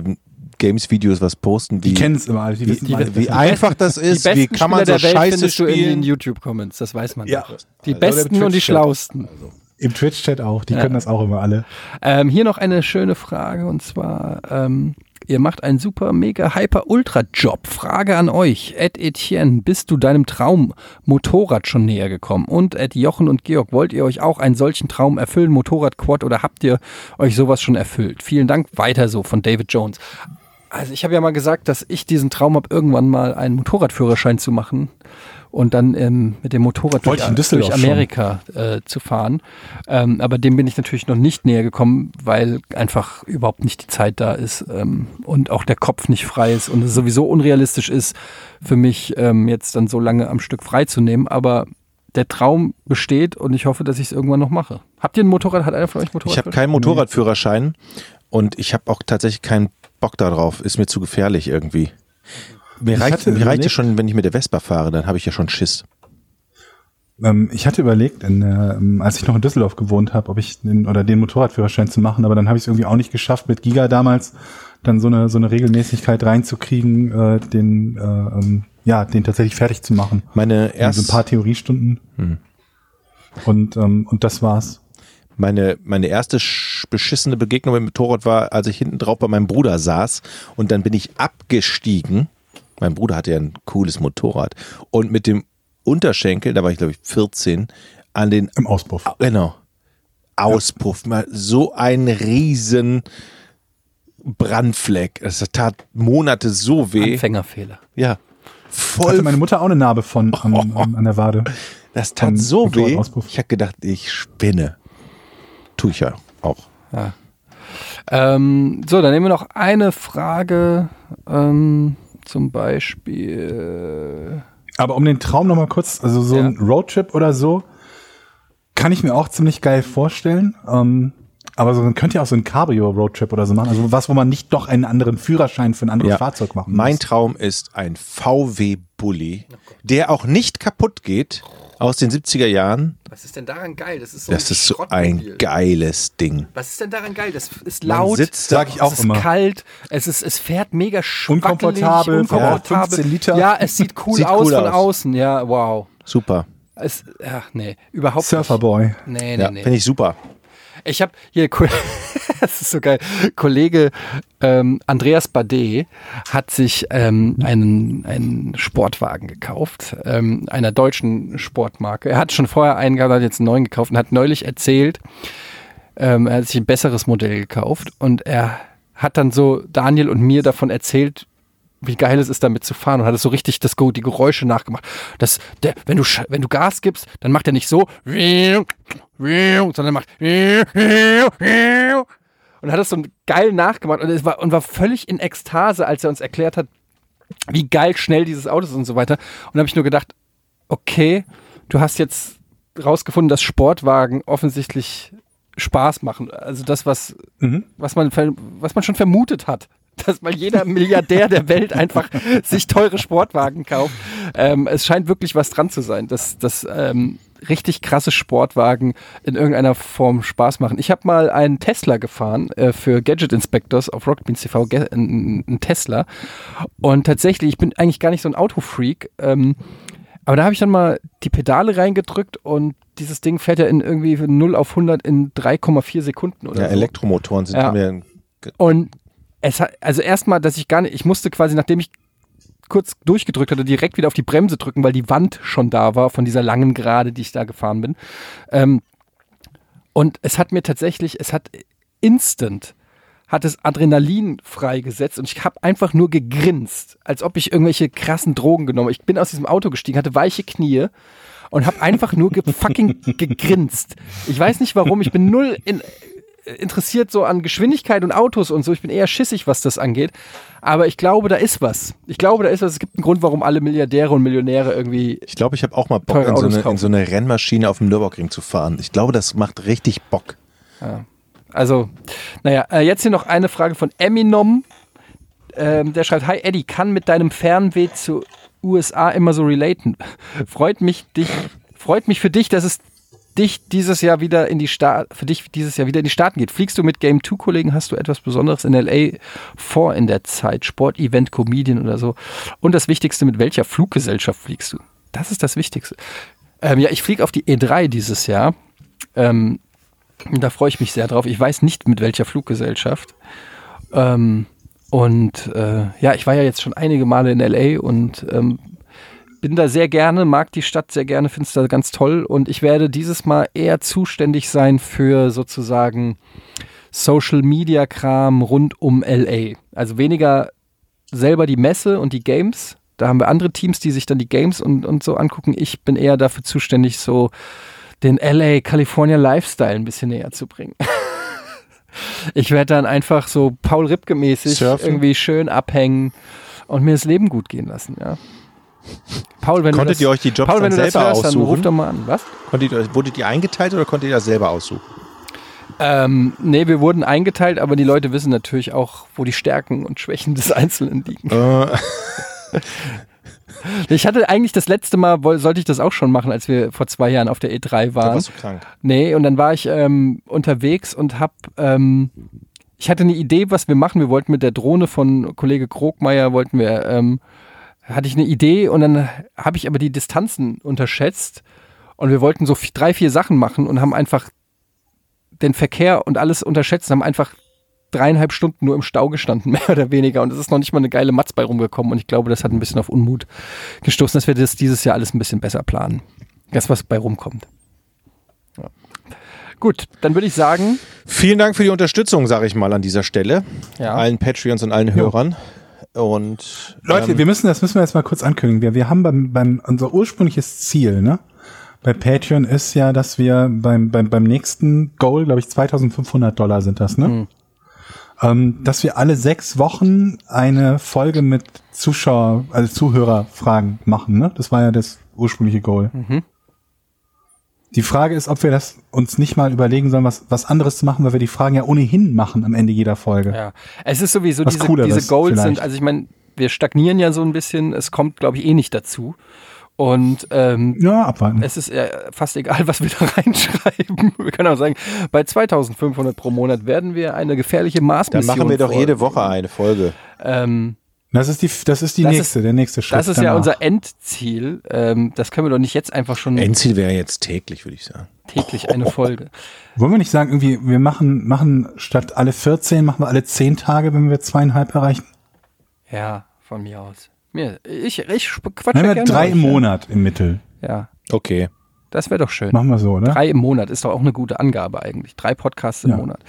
[SPEAKER 1] Games-Videos was posten, die,
[SPEAKER 3] Die kennen es immer, alle, die wissen
[SPEAKER 4] die-
[SPEAKER 3] alles.
[SPEAKER 1] wie einfach das ist, wie kann man so
[SPEAKER 4] Spieler der Welt
[SPEAKER 1] scheiße
[SPEAKER 4] findest du in den
[SPEAKER 1] spielen.
[SPEAKER 4] YouTube-Comments, das weiß man.
[SPEAKER 3] Ja.
[SPEAKER 4] doch. Die
[SPEAKER 1] Also,
[SPEAKER 4] besten
[SPEAKER 1] der
[SPEAKER 4] und die
[SPEAKER 1] Twitch-Chat.
[SPEAKER 4] schlausten.
[SPEAKER 3] Im Twitch-Chat auch, die können das auch immer alle.
[SPEAKER 4] Ähm, hier noch eine schöne Frage und zwar, ähm, ihr macht einen super, mega, hyper, ultra Job. Frage an euch. Ed Etienne, bist du deinem Traum Motorrad schon näher gekommen? Und Ed Jochen und Georg, wollt ihr euch auch einen solchen Traum erfüllen, Motorrad, Quad oder habt ihr euch sowas schon erfüllt? Vielen Dank, weiter so von David Jones. Also ich habe ja mal gesagt, dass ich diesen Traum habe, irgendwann mal einen Motorradführerschein zu machen und dann ähm, mit dem Motorrad
[SPEAKER 3] Wollte
[SPEAKER 4] durch,
[SPEAKER 3] ich in Düsseldorf
[SPEAKER 4] durch
[SPEAKER 3] schon.
[SPEAKER 4] Amerika äh, zu fahren. Ähm, aber dem bin ich natürlich noch nicht näher gekommen, weil einfach überhaupt nicht die Zeit da ist ähm, und auch der Kopf nicht frei ist und es sowieso unrealistisch ist für mich ähm, jetzt dann so lange am Stück freizunehmen. Aber der Traum besteht und ich hoffe, dass ich es irgendwann noch mache. Habt ihr ein Motorrad? Hat einer von euch Motorrad?
[SPEAKER 1] Ich habe keinen Motorradführerschein und ich habe auch tatsächlich keinen Bock darauf. Ist mir zu gefährlich irgendwie. Mir
[SPEAKER 3] Ich
[SPEAKER 1] reicht,
[SPEAKER 3] hatte
[SPEAKER 1] mir reicht ja
[SPEAKER 3] überlegt-
[SPEAKER 1] schon, wenn ich mit der Vespa fahre, dann habe ich ja schon Schiss.
[SPEAKER 3] Ähm, ich hatte überlegt, in, der, ähm, als ich noch in Düsseldorf gewohnt habe, ob ich den oder den Motorradführerschein zu machen, aber dann habe ich es irgendwie auch nicht geschafft, mit Giga damals dann so eine so eine Regelmäßigkeit reinzukriegen, äh, den äh, ähm, ja den tatsächlich fertig zu machen.
[SPEAKER 1] Meine,
[SPEAKER 3] Also ein
[SPEAKER 1] erst,
[SPEAKER 3] paar Theoriestunden. Und ähm, und das war's.
[SPEAKER 1] meine, meine erste sch- beschissene Begegnung mit dem Motorrad war, als ich hinten drauf bei meinem Bruder saß und dann bin ich abgestiegen. Mein Bruder hatte ja ein cooles Motorrad und mit dem Unterschenkel, da war ich glaube ich 14, an den
[SPEAKER 3] Im Auspuff.
[SPEAKER 1] Genau. Auspuff. Mal so ein riesen Brandfleck. Das tat Monate so weh.
[SPEAKER 4] Anfängerfehler.
[SPEAKER 1] Ja.
[SPEAKER 3] Hatte
[SPEAKER 1] Voll.
[SPEAKER 3] meine Mutter auch eine Narbe von an, an, an der Wade.
[SPEAKER 1] das
[SPEAKER 3] vom
[SPEAKER 1] tat so weh.
[SPEAKER 3] Motorradauspuff.
[SPEAKER 1] Ich habe gedacht, ich spinne. Tue ich ja auch.
[SPEAKER 4] Ähm, so, dann nehmen wir noch eine Frage. Ähm, zum Beispiel.
[SPEAKER 3] Aber um den Traum noch mal kurz, also so
[SPEAKER 4] Ja.
[SPEAKER 3] ein Roadtrip oder so, kann ich mir auch ziemlich geil vorstellen. Ähm, aber so, man könnte ja auch so ein Cabrio-Roadtrip oder so machen. Also was, wo man nicht doch einen anderen Führerschein für ein anderes
[SPEAKER 1] Ja.
[SPEAKER 3] Fahrzeug machen
[SPEAKER 1] Mein
[SPEAKER 3] muss.
[SPEAKER 1] Traum ist ein VW-Bully, der auch nicht kaputt geht aus den 70er Jahren.
[SPEAKER 4] Was ist denn daran geil? Das ist so,
[SPEAKER 1] Das ist so ein geiles Ding.
[SPEAKER 4] Was ist denn daran geil? Das ist
[SPEAKER 1] Man
[SPEAKER 4] laut.
[SPEAKER 1] sitzt da-
[SPEAKER 3] Sag ich auch
[SPEAKER 4] es ist
[SPEAKER 3] immer.
[SPEAKER 4] kalt, es, ist, es fährt mega schwackelig,
[SPEAKER 3] Unkomfortabel,
[SPEAKER 4] unkomfortabel.
[SPEAKER 3] ja, 15 Liter.
[SPEAKER 4] Ja, es sieht cool
[SPEAKER 1] Sieht
[SPEAKER 4] aus
[SPEAKER 1] cool
[SPEAKER 4] von
[SPEAKER 1] aus.
[SPEAKER 4] außen. Ja, wow.
[SPEAKER 1] Super.
[SPEAKER 4] Es, ach, nee, überhaupt nicht.
[SPEAKER 3] Surferboy.
[SPEAKER 4] Nee, nee,
[SPEAKER 1] Ja,
[SPEAKER 4] nee.
[SPEAKER 1] Finde ich super.
[SPEAKER 4] Ich habe hier, Ko- das ist so geil, Kollege ähm, Andreas Bade hat sich ähm, einen, einen Sportwagen gekauft, ähm, einer deutschen Sportmarke. Er hat schon vorher einen gehabt, hat jetzt einen neuen gekauft und hat neulich erzählt, ähm, er hat sich ein besseres Modell gekauft und er hat dann so Daniel und mir davon erzählt, wie geil es ist, damit zu fahren und hat es so richtig das, Ge- die Geräusche nachgemacht. Das, der, wenn, du, sch- wenn du Gas gibst, dann macht er nicht so, sondern macht und hat das so geil nachgemacht und, es war, und war völlig in Ekstase, als er uns erklärt hat, wie geil schnell dieses Auto ist und so weiter. Und habe ich nur gedacht, okay, du hast jetzt rausgefunden, dass Sportwagen offensichtlich Spaß machen. Also das, was, was, man, ver- was man schon vermutet hat. Dass mal jeder Milliardär der Welt einfach sich teure Sportwagen kauft. Ähm, es scheint wirklich was dran zu sein, dass, dass ähm, richtig krasse Sportwagen in irgendeiner Form Spaß machen. Ich habe mal einen Tesla gefahren äh, für Gadget Inspectors auf Rockbeans TV, ge- einen einen Tesla. Und tatsächlich, ich bin eigentlich gar nicht so ein Autofreak. Ähm, aber da habe ich dann mal die Pedale reingedrückt und dieses Ding fährt ja in irgendwie von 0 auf 100 in 3,4 Sekunden oder
[SPEAKER 1] Ja,
[SPEAKER 4] so.
[SPEAKER 1] Elektromotoren sind
[SPEAKER 4] Ja.
[SPEAKER 1] haben ja ein
[SPEAKER 4] Und es hat, also erstmal, dass ich gar nicht, ich musste quasi, nachdem ich kurz durchgedrückt hatte, direkt wieder auf die Bremse drücken, weil die Wand schon da war von dieser langen Gerade, die ich da gefahren bin. Ähm, und es hat mir tatsächlich, es hat instant, hat es Adrenalin freigesetzt und ich habe einfach nur gegrinst, als ob ich irgendwelche krassen Drogen genommen Ich bin aus diesem Auto gestiegen, hatte weiche Knie und habe einfach nur ge fucking gegrinst. Ich weiß nicht warum, ich bin null in interessiert so an Geschwindigkeit und Autos und so. Ich bin eher schissig, was das angeht. Aber ich glaube, da ist was. Ich glaube, da ist was. Es gibt einen Grund, warum alle Milliardäre und Millionäre irgendwie.
[SPEAKER 1] Ich glaube, ich habe auch mal Bock,
[SPEAKER 4] Teure
[SPEAKER 1] in so,
[SPEAKER 4] Autos
[SPEAKER 1] eine, in
[SPEAKER 4] kaufen.
[SPEAKER 1] so eine Rennmaschine auf dem Nürburgring zu fahren. Ich glaube, das macht richtig Bock.
[SPEAKER 4] Also, naja, äh, jetzt hier noch eine Frage von Eminom. Ähm, der schreibt: Hi Eddie, kann mit deinem Fernweh zu USA immer so relaten. Freut mich dich, freut mich für dich, dass es dich dieses Jahr wieder in die Sta für dich dieses Jahr wieder in die Staaten geht. Fliegst du mit Game 2 Kollegen, hast du etwas Besonderes in LA vor in der Zeit? Sport, Event, Comedian oder so. Und das Wichtigste, mit welcher Fluggesellschaft fliegst du? Das ist das Wichtigste. Ähm, ja, ich fliege auf die E3 dieses Jahr. Ähm, da freue ich mich sehr drauf. Ich weiß nicht, mit welcher Fluggesellschaft. Ähm, und äh, ja, ich war ja jetzt schon einige Male in LA und ähm, bin da sehr gerne, mag die Stadt sehr gerne, finde es da ganz toll. Und ich werde dieses Mal eher zuständig sein für sozusagen Social Media Kram rund um LA. Also weniger selber die Messe und die Games. Da haben wir andere Teams, die sich dann die Games und, und so angucken. Ich bin eher dafür zuständig, so den LA California Lifestyle ein bisschen näher zu bringen. Ich werde dann einfach so Paul Ripke mäßig
[SPEAKER 1] Surfen.
[SPEAKER 4] irgendwie schön abhängen und mir das Leben gut gehen lassen, ja. Paul, wenn
[SPEAKER 1] Konntet
[SPEAKER 4] du das,
[SPEAKER 1] ihr euch die Jobs
[SPEAKER 4] Paul, wenn
[SPEAKER 1] dann
[SPEAKER 4] du das
[SPEAKER 1] selber
[SPEAKER 4] hörst, dann
[SPEAKER 1] aussuchen?
[SPEAKER 4] ruf doch mal an. Was?
[SPEAKER 1] Konntet ihr, wurdet ihr eingeteilt oder konntet ihr das selber aussuchen?
[SPEAKER 4] Ähm, nee, wir wurden eingeteilt, aber die Leute wissen natürlich auch, wo die Stärken und Schwächen des Einzelnen liegen.
[SPEAKER 1] Äh,
[SPEAKER 4] Ich hatte eigentlich das letzte Mal, woll- sollte ich das auch schon machen, als wir vor zwei Jahren auf der E3
[SPEAKER 1] Da
[SPEAKER 4] waren.
[SPEAKER 1] warst du krank.
[SPEAKER 4] Nee, und dann war ich ähm, unterwegs und hab, ähm, ich hatte eine Idee, was wir machen. Wir wollten mit der Drohne von Kollege Krogmeier, wollten wir, ähm, hatte ich eine Idee und dann habe ich aber die Distanzen unterschätzt und wir wollten so vi- drei, vier Sachen machen und haben einfach den Verkehr und alles unterschätzt und haben einfach dreieinhalb Stunden nur im Stau gestanden, mehr oder weniger. Und es ist noch nicht mal eine geile Matz bei rumgekommen und ich glaube, das hat ein bisschen auf Unmut gestoßen, dass wir das dieses Jahr alles ein bisschen besser planen. Das, was bei rumkommt. Gut, dann würde ich sagen,
[SPEAKER 1] Vielen Dank für die Unterstützung, sage ich mal an dieser Stelle.
[SPEAKER 4] Ja.
[SPEAKER 1] Allen Patreons und allen Hörern. Und ähm,
[SPEAKER 3] Leute, wir müssen, das müssen wir jetzt mal kurz ankündigen. Wir, wir haben beim, beim, unser ursprüngliches Ziel, ne? Bei Patreon ist ja, dass wir beim, beim, beim nächsten Goal, glaube ich, 2500 Dollar sind das, ne? Ähm, dass wir alle sechs Wochen eine Folge mit Zuschauer, also Zuhörerfragen machen, ne? Das war ja das ursprüngliche Goal. Die Frage ist, ob wir das uns nicht mal überlegen sollen, was, was anderes zu machen, weil wir die Fragen ja ohnehin machen am Ende jeder Folge.
[SPEAKER 4] ja, es ist sowieso
[SPEAKER 3] Was
[SPEAKER 4] diese,
[SPEAKER 3] Cooleres
[SPEAKER 4] diese Goals
[SPEAKER 3] vielleicht.
[SPEAKER 4] sind, also ich meine, wir stagnieren ja so ein bisschen, es kommt, glaube ich, eh nicht dazu. Und ähm,
[SPEAKER 3] Ja, abwarten.
[SPEAKER 4] es ist äh, fast egal, was wir da reinschreiben. Wir können auch sagen, bei 2500 pro Monat werden wir eine gefährliche
[SPEAKER 1] dann
[SPEAKER 4] Maßmission
[SPEAKER 1] machen wir doch
[SPEAKER 4] folgen.
[SPEAKER 1] jede Woche eine Folge.
[SPEAKER 4] Ähm,
[SPEAKER 3] Das ist die, das ist die
[SPEAKER 4] Das
[SPEAKER 3] nächste,
[SPEAKER 4] ist-
[SPEAKER 3] der nächste Schritt. genau.
[SPEAKER 4] das ist ja
[SPEAKER 3] danach.
[SPEAKER 4] unser Endziel. Ähm, das können wir doch nicht jetzt einfach schon
[SPEAKER 1] Endziel wäre jetzt täglich, würde ich sagen.
[SPEAKER 4] täglich eine Folge.
[SPEAKER 3] Wollen wir nicht sagen, irgendwie, wir machen, machen statt alle 14, machen wir alle 10 Tage, wenn wir zweieinhalb erreichen?
[SPEAKER 4] Ja, von mir aus. Mir, ich, ich quatsche
[SPEAKER 3] Nein, wir
[SPEAKER 4] gerne
[SPEAKER 3] drei
[SPEAKER 4] euch,
[SPEAKER 3] im Monat im Mittel.
[SPEAKER 4] Ja, ja
[SPEAKER 1] Okay.
[SPEAKER 4] das wäre doch schön.
[SPEAKER 3] Machen wir so, oder?
[SPEAKER 4] Drei im Monat ist doch auch eine gute Angabe eigentlich. Drei Podcasts im
[SPEAKER 3] Ja.
[SPEAKER 4] Monat.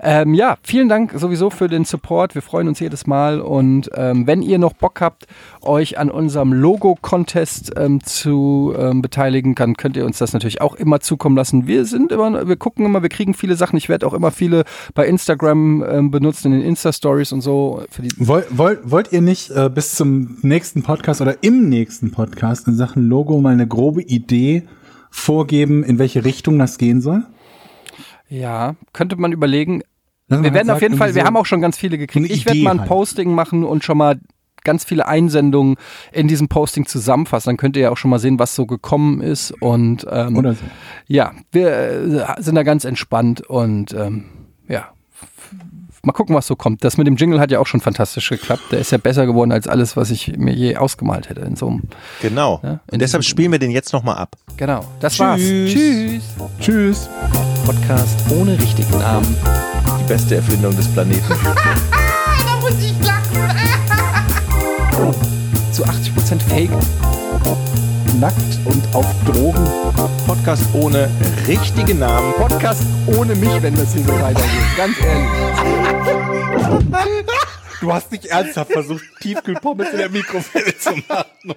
[SPEAKER 4] Ähm, ja, vielen Dank sowieso für den Support. Wir freuen uns jedes Mal. Und ähm, wenn ihr noch Bock habt, euch an unserem Logo-Contest ähm, zu ähm, beteiligen, dann könnt ihr uns das natürlich auch immer zukommen lassen. Wir sind immer, wir gucken immer, wir kriegen viele Sachen. Ich werde auch immer viele bei Instagram ähm, benutzen, in den Insta-Stories und so. Für die
[SPEAKER 3] Woll, woll, wollt ihr nicht äh, bis zum nächsten Podcast oder im nächsten Podcast in Sachen Logo mal eine grobe Idee vorgeben, in welche Richtung das gehen soll?
[SPEAKER 4] ja, könnte man überlegen.
[SPEAKER 3] Dass man
[SPEAKER 4] Wir
[SPEAKER 3] halt
[SPEAKER 4] werden
[SPEAKER 3] sagt,
[SPEAKER 4] auf jeden Fall,
[SPEAKER 3] irgendwie
[SPEAKER 4] wir
[SPEAKER 3] so-
[SPEAKER 4] haben auch schon ganz viele gekriegt.
[SPEAKER 3] eine
[SPEAKER 4] Ich werde
[SPEAKER 3] Idee
[SPEAKER 4] mal ein
[SPEAKER 3] halt.
[SPEAKER 4] Posting machen und schon mal ganz viele Einsendungen in diesem Posting zusammenfassen. Dann könnt ihr ja auch schon mal sehen, was so gekommen ist. Und ähm,
[SPEAKER 3] Oder so.
[SPEAKER 4] ja, wir äh, sind da ganz entspannt und ähm, ja. F- Mal gucken, was so kommt. Das mit dem Jingle hat ja auch schon fantastisch geklappt. Der ist ja besser geworden als alles, was ich mir je ausgemalt hätte in so einem.
[SPEAKER 1] Genau.
[SPEAKER 4] Ja, in
[SPEAKER 1] Und deshalb
[SPEAKER 4] diesem-
[SPEAKER 1] spielen wir den jetzt nochmal ab.
[SPEAKER 4] Genau. Das war's.
[SPEAKER 1] Tschüss.
[SPEAKER 4] Tschüss.
[SPEAKER 3] Tschüss.
[SPEAKER 4] Podcast ohne richtigen Namen.
[SPEAKER 1] Die beste Erfindung des Planeten.
[SPEAKER 7] da muss ich lachen.
[SPEAKER 4] Zu 80% Fake.
[SPEAKER 1] Nackt und auf Drogen. Podcast ohne richtigen Namen.
[SPEAKER 4] Podcast ohne mich, wenn das hier so weitergeht. Ganz ehrlich.
[SPEAKER 1] Du hast nicht ernsthaft versucht, Tiefkühlpommes in der Mikrofile zu machen.